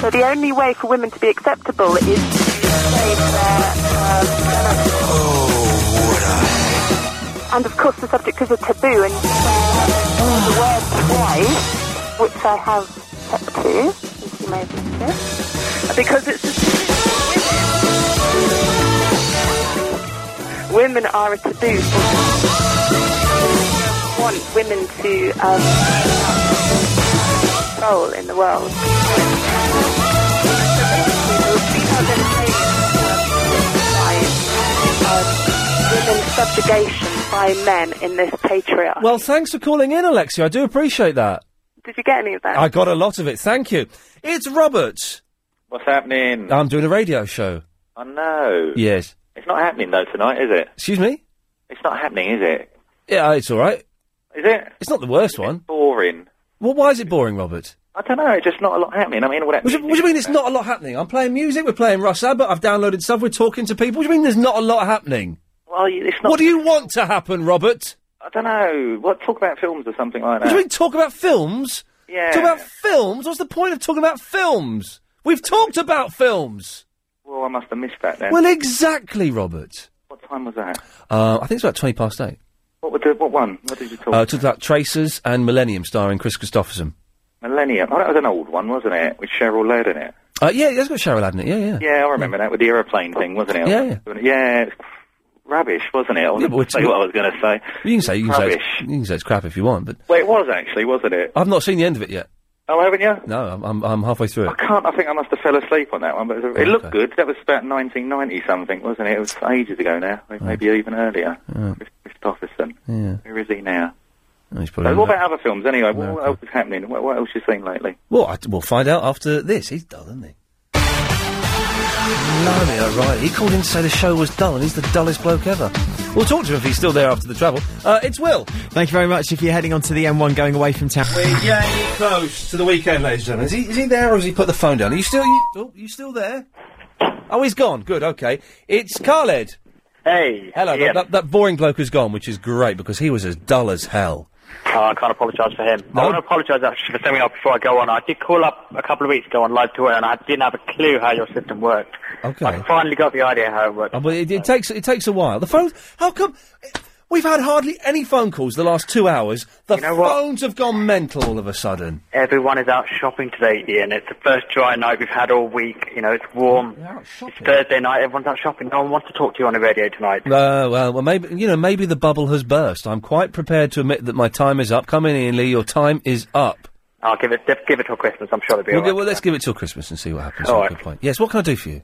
S19: So the only way for women to be acceptable is to save their um, genitals. uh, and of course, the subject is a taboo, and the word wife, which I have kept to, as you may have noticed, because it's a women are a taboo. want women to um, control in the world. Women subjugation by men in this patriarch.
S1: Well, thanks for calling in, Alexia. I do appreciate that.
S19: Did you get any of that?
S1: I got a lot of it. Thank you. It's Robert.
S7: What's happening?
S1: I'm doing a radio show.
S7: I know.
S1: Yes.
S7: It's not happening though tonight, is it?
S1: Excuse me?
S7: It's not happening, is it?
S1: Yeah, it's all right.
S7: Is it?
S1: It's not the worst one.
S7: Boring.
S1: Well, why is it boring, Robert?
S7: I don't know. It's just not a lot happening. I mean, what
S1: What do, you, what do you mean it's not a lot happening? I'm playing music, we're playing Russ Abbott, I've downloaded stuff, we're talking to people. What do you mean there's not a lot happening?
S7: Well, it's not.
S1: What do you want to happen, Robert?
S7: I don't know. What? Talk about films or something like
S1: What do
S7: that.
S1: you mean talk about films?
S7: Yeah.
S1: Talk about films? What's the point of talking about films? We've talked about films.
S7: Well, I must have missed that then.
S1: Well, exactly, Robert.
S7: What time was that?
S1: Uh, I think it's about 20 past 8.
S7: What, were the, what one? What did you talk?
S1: Uh, talked about Tracers and Millennium starring Chris Christopherson.
S7: Millennium. Oh, that was an old one, wasn't it? With Cheryl Ladd in it.
S1: Uh, yeah, that's got Cheryl Ladd in it. Yeah, yeah.
S7: Yeah, I remember that with the aeroplane thing, wasn't it?
S1: Yeah,
S7: yeah. Yeah, it's rubbish, wasn't it? I was
S1: Yeah, but it's-
S7: say what I was going to say.
S1: You can say you can say, it's,
S7: Rubbish.
S1: you can say it's crap if you want, but
S7: Well, it was actually, wasn't it?
S1: I've not seen the end of it yet.
S7: Oh, haven't you?
S1: No, I'm I'm, I'm halfway through it.
S7: I can't. I think I must have fell asleep on that one, but it, was- it looked good. That was about 1990 something, wasn't it? It was ages ago now, like maybe
S1: Hmm.
S7: even earlier.
S1: Yeah,
S7: Christopherson.
S1: Uh, yeah.
S7: Where is he now?
S1: No, he's
S7: So
S1: probably.
S7: what about other films anyway? What, what else is happening? What, what else you seen lately?
S1: Well, I, we'll find out after this. He's dull, isn't he? Blimey, all right. He called in to say the show was dull, and he's the dullest bloke ever. We'll talk to him if he's still there after the travel. Uh, it's Will.
S3: Thank you very much. If you're heading on to the M1 going away from town.
S1: We're yay close to the weekend, ladies and gentlemen. Is he, is he there, or has he put the phone down? Are you still? You, oh, you still there? Oh, he's gone. Good. Okay. It's Khaled.
S18: Hey.
S1: Hello. That,
S18: Ian.
S1: that, that boring bloke has gone, which is great because he was as dull as hell.
S18: Oh, I can't apologise for him. I want to apologise actually for something else before I go on. I did call up a couple of weeks ago on live tour and I didn't have a clue how your system worked.
S1: Okay.
S18: Finally got the idea how it worked.
S1: Oh, but it, it takes it takes a while. The phones. How come we've had hardly any phone calls the last two hours? The phones have gone mental all of a sudden.
S18: Everyone is out shopping today, Ian. It's the first dry night we've had all week. You know, it's warm. It's Thursday night. Everyone's out shopping. No one wants to talk to you on the radio tonight.
S1: Uh, well, well, maybe you know, maybe the bubble has burst. I'm quite prepared to admit that my time is up. Come in, Ian Lee. Your time is up.
S18: I'll give it give it till Christmas. I'm sure it'll be
S1: We'll,
S18: all right.
S1: gi- well, let's give it till Christmas and see what happens.
S18: All
S1: Yeah,
S18: right.
S1: Good point. Yes. What can I do for you?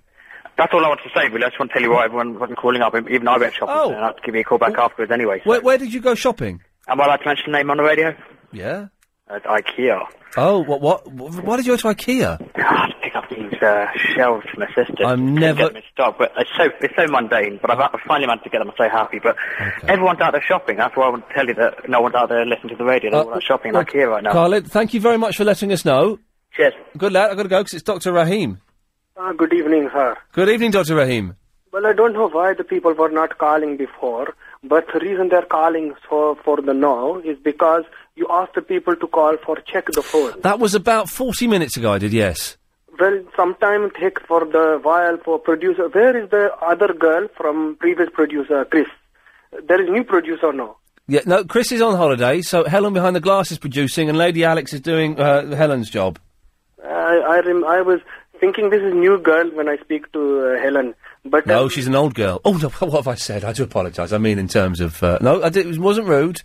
S18: That's all I want to say, really. I just want to tell you why everyone wasn't calling up. Even I went shopping, and I'd give you a call back afterwards anyway. So.
S1: Where, Oh. where did you go shopping?
S18: Am I allowed to mention the name on the radio?
S1: Yeah.
S18: At IKEA.
S1: Oh, what? What? wh- Why did you go to IKEA?
S18: Pick up these uh, shelves for my sister.
S1: I'm never.
S18: Get them in stock, but it's so it's so mundane. But I've, I've finally managed to get them. I'm so happy. But everyone's out there shopping. That's why I want to tell you that no one's out there listening to the radio. They're
S1: Uh,
S18: all out shopping in
S1: well,
S18: IKEA right now.
S1: Khaled, thank you very much for letting us know.
S18: Cheers.
S1: Good lad. I've got to go because it's Doctor Rahim.
S37: Ah, good evening, sir.
S1: Good evening, Doctor Rahim.
S37: Well, I don't know why the people were not calling before, but the reason they're calling for, for the now is because you ask the people to call for check the phone.
S1: That was about 40 minutes ago, I did, yes.
S37: Well, sometime take for the while for producer. Where is the other girl from previous producer, Chris? There is new producer now.
S1: Yeah, no, Chris is on holiday, so Helen behind the glass is producing, and Lady Alex is doing uh, Helen's job.
S37: I I, rem- I was thinking this is new girl when I speak to uh, Helen, but
S1: no, she's an old girl. Oh no, what have I said? I do apologise. I mean, in terms of uh, no, I did, it wasn't rude.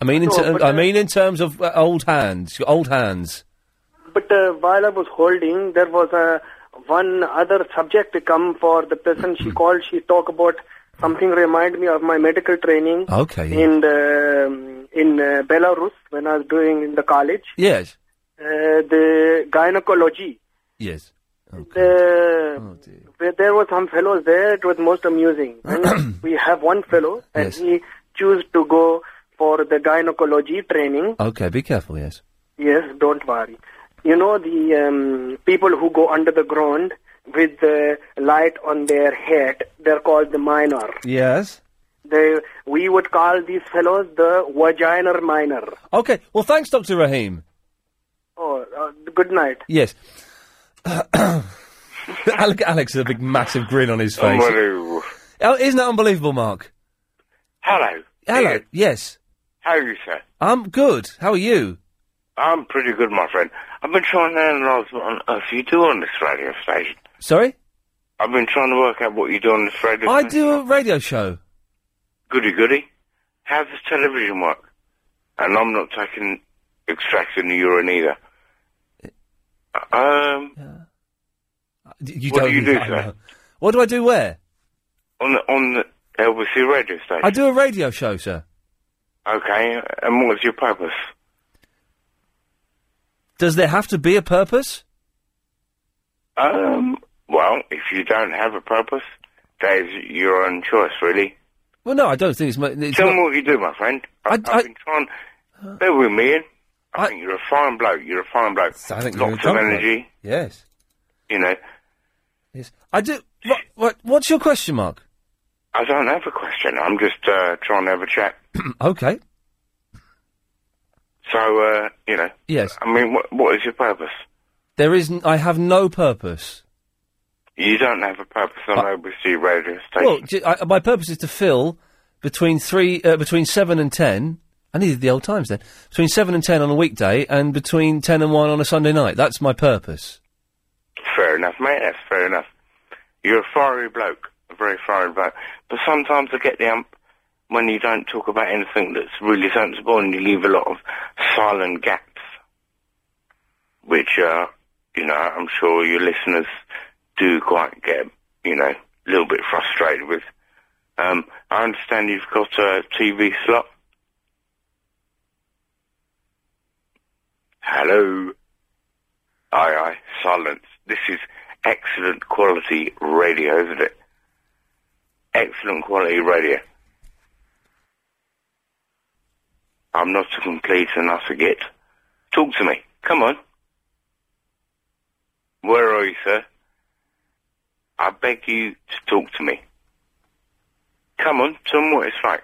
S1: I mean, in
S37: No,
S1: ter-
S37: but,
S1: I
S37: uh,
S1: mean in terms of uh, old hands, She's got old hands.
S37: but uh, while I was holding, there was a one other subject to come for the person she called. She talk about something remind me of my medical training
S1: Okay.
S37: in the um, in uh, Belarus when I was doing in the college.
S1: Yes.
S37: Uh, the gynecology.
S1: Yes.
S37: The,
S1: Oh,
S37: where there were some fellows there. It was most amusing. And we have one fellow, and
S1: Yes.
S37: he chose to go for the gynecology training.
S1: Okay. Be careful. Yes.
S37: Yes, don't worry. You know the um, people who go under the ground with the light on their head. They're called the minor.
S1: Yes.
S37: They we would call these fellows the vagina minor.
S1: Okay. Well, thanks, Doctor Rahim.
S37: Oh, uh, good night.
S1: Yes. Alec- Alex has a big, massive grin on his face.
S6: Hello.
S1: Oh, isn't that unbelievable, Mark?
S6: Hello.
S1: Hello. Yes.
S6: How are you, sir?
S1: I'm good. How are you?
S6: I'm pretty good, my friend. I've been trying to analyse what on earth you do on this radio station.
S1: Sorry?
S6: I've been trying to work out what you do on this radio
S1: I
S6: station.
S1: do a radio show.
S6: Goody goody. How does television work? And I'm not taking extracting the urine either. Um,
S1: D- You
S6: what
S1: don't
S6: do you do,
S1: I
S6: sir?
S1: know. What do I do where?
S6: On the, on the LBC radio station.
S1: I do a radio show, sir.
S6: Okay, and what's your purpose?
S1: Does there have to be a purpose?
S6: Um, well, if you don't have a purpose, that is your own choice, really.
S1: Well, no, I don't think it's. mu- it's
S6: Tell
S1: not-
S6: me what you do, my friend. I, have been trying. Bear with me, Ian. I, think you're a fine bloke. You're a fine bloke.
S1: I think
S6: Lots
S1: you're a
S6: of
S1: dumb bloke.
S6: energy,
S1: Yes.
S6: you know.
S1: Yes. I do. What, what, what's your question mark?
S6: I don't have a question. I'm just uh, trying to have a chat.
S1: okay.
S6: So, uh, you know.
S1: Yes.
S6: I mean, what, what is your purpose?
S1: There isn't. I have no purpose.
S6: You don't have a purpose on OBC radio station.
S1: Well, j- I, my purpose is to fill between three, uh, between seven and ten. I needed the old times then. Between seven and ten on a weekday, and between ten and one on a Sunday night. That's my purpose.
S6: Fair enough, mate. That's fair enough. You're a fiery bloke, a very fiery bloke. But sometimes I get the ump when you don't talk about anything that's really sensible and you leave a lot of silent gaps, which, uh, you know, I'm sure your listeners do quite get, you know, a little bit frustrated with. Um, I understand you've got a TV slot. Hello. Aye, aye, silence. This is excellent quality radio, isn't it? Excellent quality radio. I'm not a complete and utter git. Talk to me. Come on. Where are you, sir? I beg you to talk to me. Come on, tell me what it's like.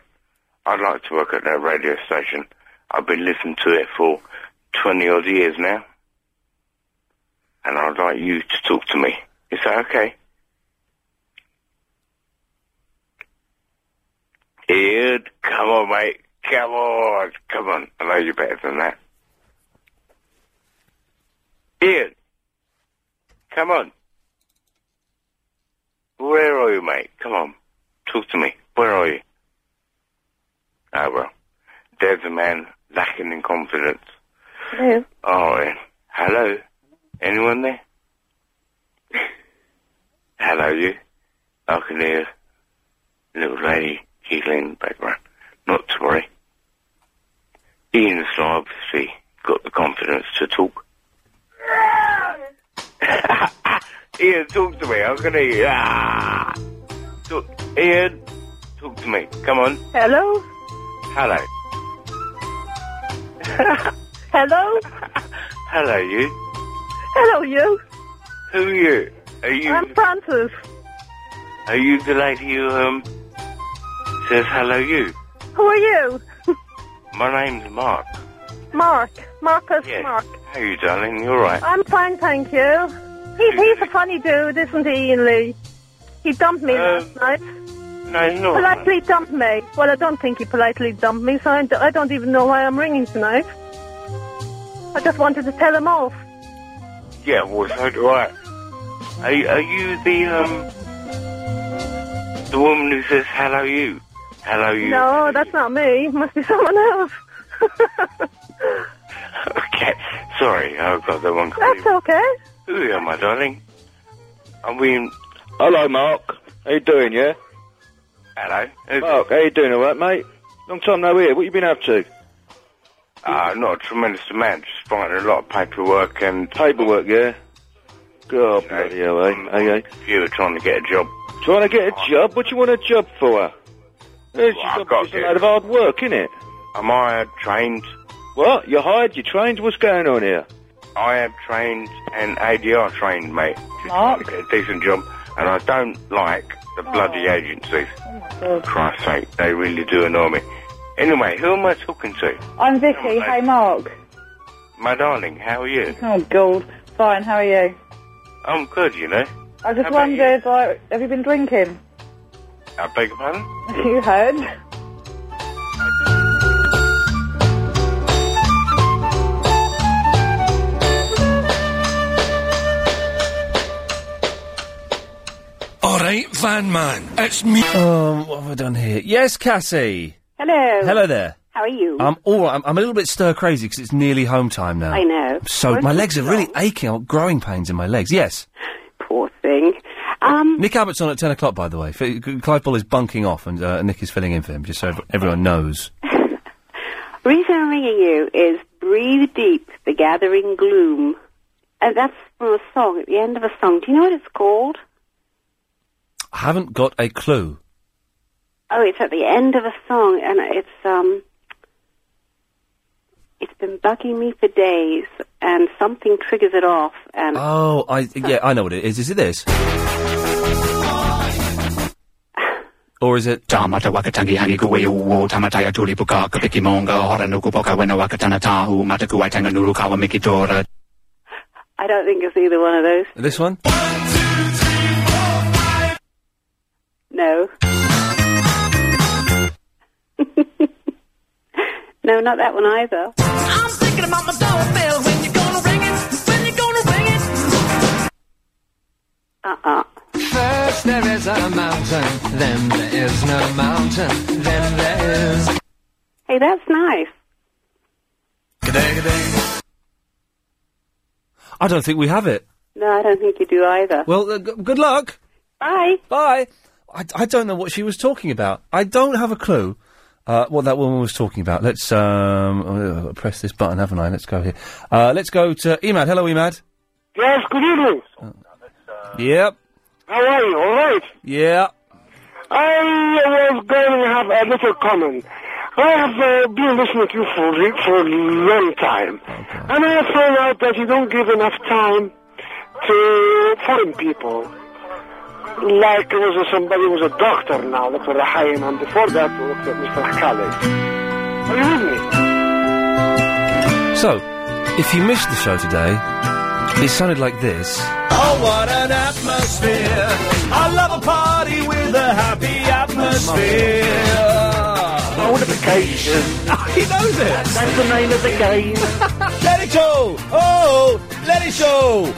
S6: I'd like to work at that radio station. I've been listening to it for 20 odd years now and I'd like you to talk to me. Is that okay? Ian, come on, mate. Come on. Come on. I know you better than that. Ian, come on. Where are you, mate? Come on. Talk to me. Where are you? Ah, well. There's a man lacking in confidence.
S37: Hello.
S6: Oh, Ian. Hello? Anyone there? Hello, you. I can hear a little lady giggling in the background. Not to worry. Ian's not obviously got the confidence to talk. Ian, talk to me. I can hear you. Ah! Talk, Ian, talk to me. Come on.
S37: Hello.
S6: Hello.
S37: Hello.
S6: Hello, you.
S37: Hello, you.
S6: Who are you? Are you
S37: Francis.
S6: Are you the lady who um, says hello? You.
S23: Who are you?
S6: My name's Mark.
S23: Mark. Marcus
S6: Yes.
S23: Mark.
S6: How you, darling? You all right?
S23: I'm fine, thank you. He's, he's a funny dude, isn't he, Ian Lee? He dumped
S6: Um,
S23: me last night.
S6: No, he's not.
S23: politely dumped me. Well, I don't think he politely dumped me, so I d- I don't even know why I'm ringing tonight. I just wanted to tell him off.
S6: Yeah, well, so do I. Are, you- are you the um, the woman who says hello? You. Hello, you.
S23: No, that's not me. Must be someone else.
S6: Okay. Sorry, I've got that one.
S23: That's okay.
S6: Who am my darling? I mean, hello, Mark.
S10: How you doing, yeah?
S6: Hello.
S10: Mark, how you doing, all right, mate? Long time no hear. What you been up to?
S6: Uh, not a tremendous amount. Just finding a lot of paperwork and
S10: Paperwork, yeah? God, bloody hell, eh? Hey, eh?
S6: you trying to get a job.
S10: Trying to get a job? What you want a job for? It's just a, it's a load of hard work, innit?
S6: Am I trained?
S10: What? You're hired, you're trained? What's going on here?
S6: I am trained and ADR trained, mate. Just
S10: Ah.
S6: trying to get a decent job, and I don't like the
S10: Ah.
S6: bloody agencies. Christ's sake, they really do annoy me. Anyway, who am I talking to?
S39: I'm Vicky. Hey, Mark.
S6: My darling, how are you?
S39: Oh, God. Fine, how are you?
S6: I'm good, you know.
S39: I just
S6: How about
S39: wondered, like, have you been drinking?
S6: I beg your pardon?
S39: you heard?
S1: All right, Van Man, it's me. Um, what have I done here? Yes, Cassie.
S24: Hello.
S1: Hello there.
S24: How are you?
S1: I'm all right. I'm, I'm a little bit stir crazy because it's nearly home time now.
S24: I know.
S1: So
S24: Well,
S1: my legs are really aching. I've got growing pains in my legs. Yes.
S24: Poor thing. Um,
S1: Nick Abbott's on at ten o'clock, by the way. F- Clive Bull is bunking off, and uh, Nick is filling in for him, just so ev- everyone knows.
S24: reason I'm ringing you is Breathe Deep, The Gathering Gloom. And that's from a song, at the end of a song. Do you know what it's called?
S1: I haven't got a clue.
S24: Oh, it's at the end of a song, and it's, um, it's been bugging me for days, and something triggers it off, and
S1: Oh, I yeah, I know what it is. Is it this? Or is it?
S13: Tamata wakatangi hangi kuwe uo tamataya tulipuka kapiki monga hora nuku poka wena wakatana tahu mataku waitanga nuru kawa mikitora.
S24: I don't think it's either one of those.
S1: This one?
S24: No. no, not that one either.
S7: I'm thinking about my doorbell when you're gonna ring it, when you're gonna ring it.
S24: Uh-uh.
S7: First there is a mountain, then there is no mountain, then there is.
S24: Hey, that's nice.
S1: I don't think we have it.
S24: No, I don't think you do either.
S1: Well, uh, g- good luck.
S24: Bye.
S1: Bye. I, I don't know what she was talking about. I don't have a clue uh, what that woman was talking about. Let's um, uh, press this button, haven't I? Let's go here. Uh, let's go to Emad. Hello, Emad.
S22: Yes, good evening.
S1: Yep.
S22: How are you? All right.
S1: Yeah.
S22: I was going to have a little comment. I have uh, been listening to you for re- for a long time, and I found out that you don't give enough time to foreign people. Like there was a- somebody who was a doctor now, Dr. Rahim, and before that, Dr. Mr. Khaled. Are you with me?
S1: So, if you missed the show today, it sounded like this.
S7: Oh, what an atmosphere! I love a party with a happy atmosphere.
S22: On a vacation.
S7: Ah, he knows it.
S22: That's the name of the game.
S7: let it go. Oh, let it go.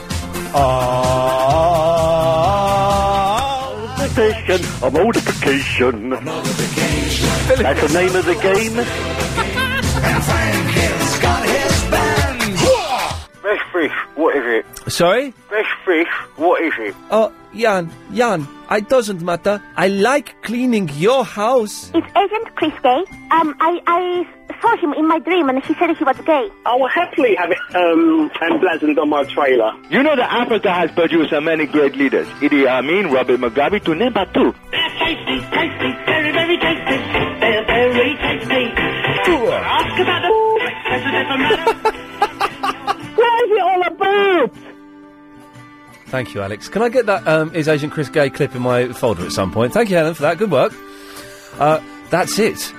S7: Oh.
S22: Vacation, a multiplication. That's the name of the game.
S7: And Frank has got his band.
S22: Fresh fish, what is it?
S1: Sorry?
S22: Fresh fish, what is it?
S1: Oh, Jan, Jan, it doesn't matter. I like cleaning your house.
S25: It's Agent Chris Gay. Um, I, I saw him in my dream and he said he was gay.
S40: I will happily have it um, emblazoned on my trailer.
S10: You know that Africa has produced so many great leaders. Idi Amin, Robert Mugabe, to name but two.
S7: Tasty, tasty, very, very tasty. Very, very tasty. Ask about the president of What is it all about?
S1: Thank you, Alex. Can I get that um, Is Agent Chris Gay clip in my folder at some point? Thank you, Helen, for that. Good work. Uh, that's it.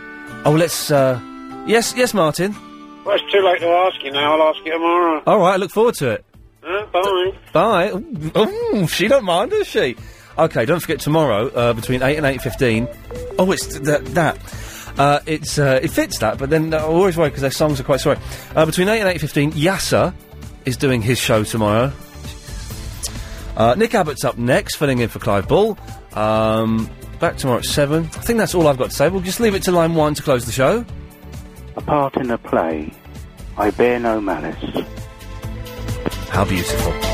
S1: Oh, let's. Uh, yes, yes, Martin.
S35: Well, it's too late to ask you now. I'll ask you tomorrow.
S1: All right, I look forward to it.
S35: Uh, bye.
S1: Bye. Ooh, ooh, she don't mind, does she? Okay, don't forget tomorrow uh, between eight and eight fifteen. Oh, it's th- that that. Uh, it's uh, it fits that, but then I always worry because their songs are quite sorry. Uh, between eight and eight fifteen, Yasser is doing his show tomorrow. Uh, Nick Abbott's up next, filling in for Clive Ball. Um, back tomorrow at seven. I think that's all I've got to say. We'll just leave it to line one to close the show.
S24: A part in a play. I bear no malice.
S1: How beautiful.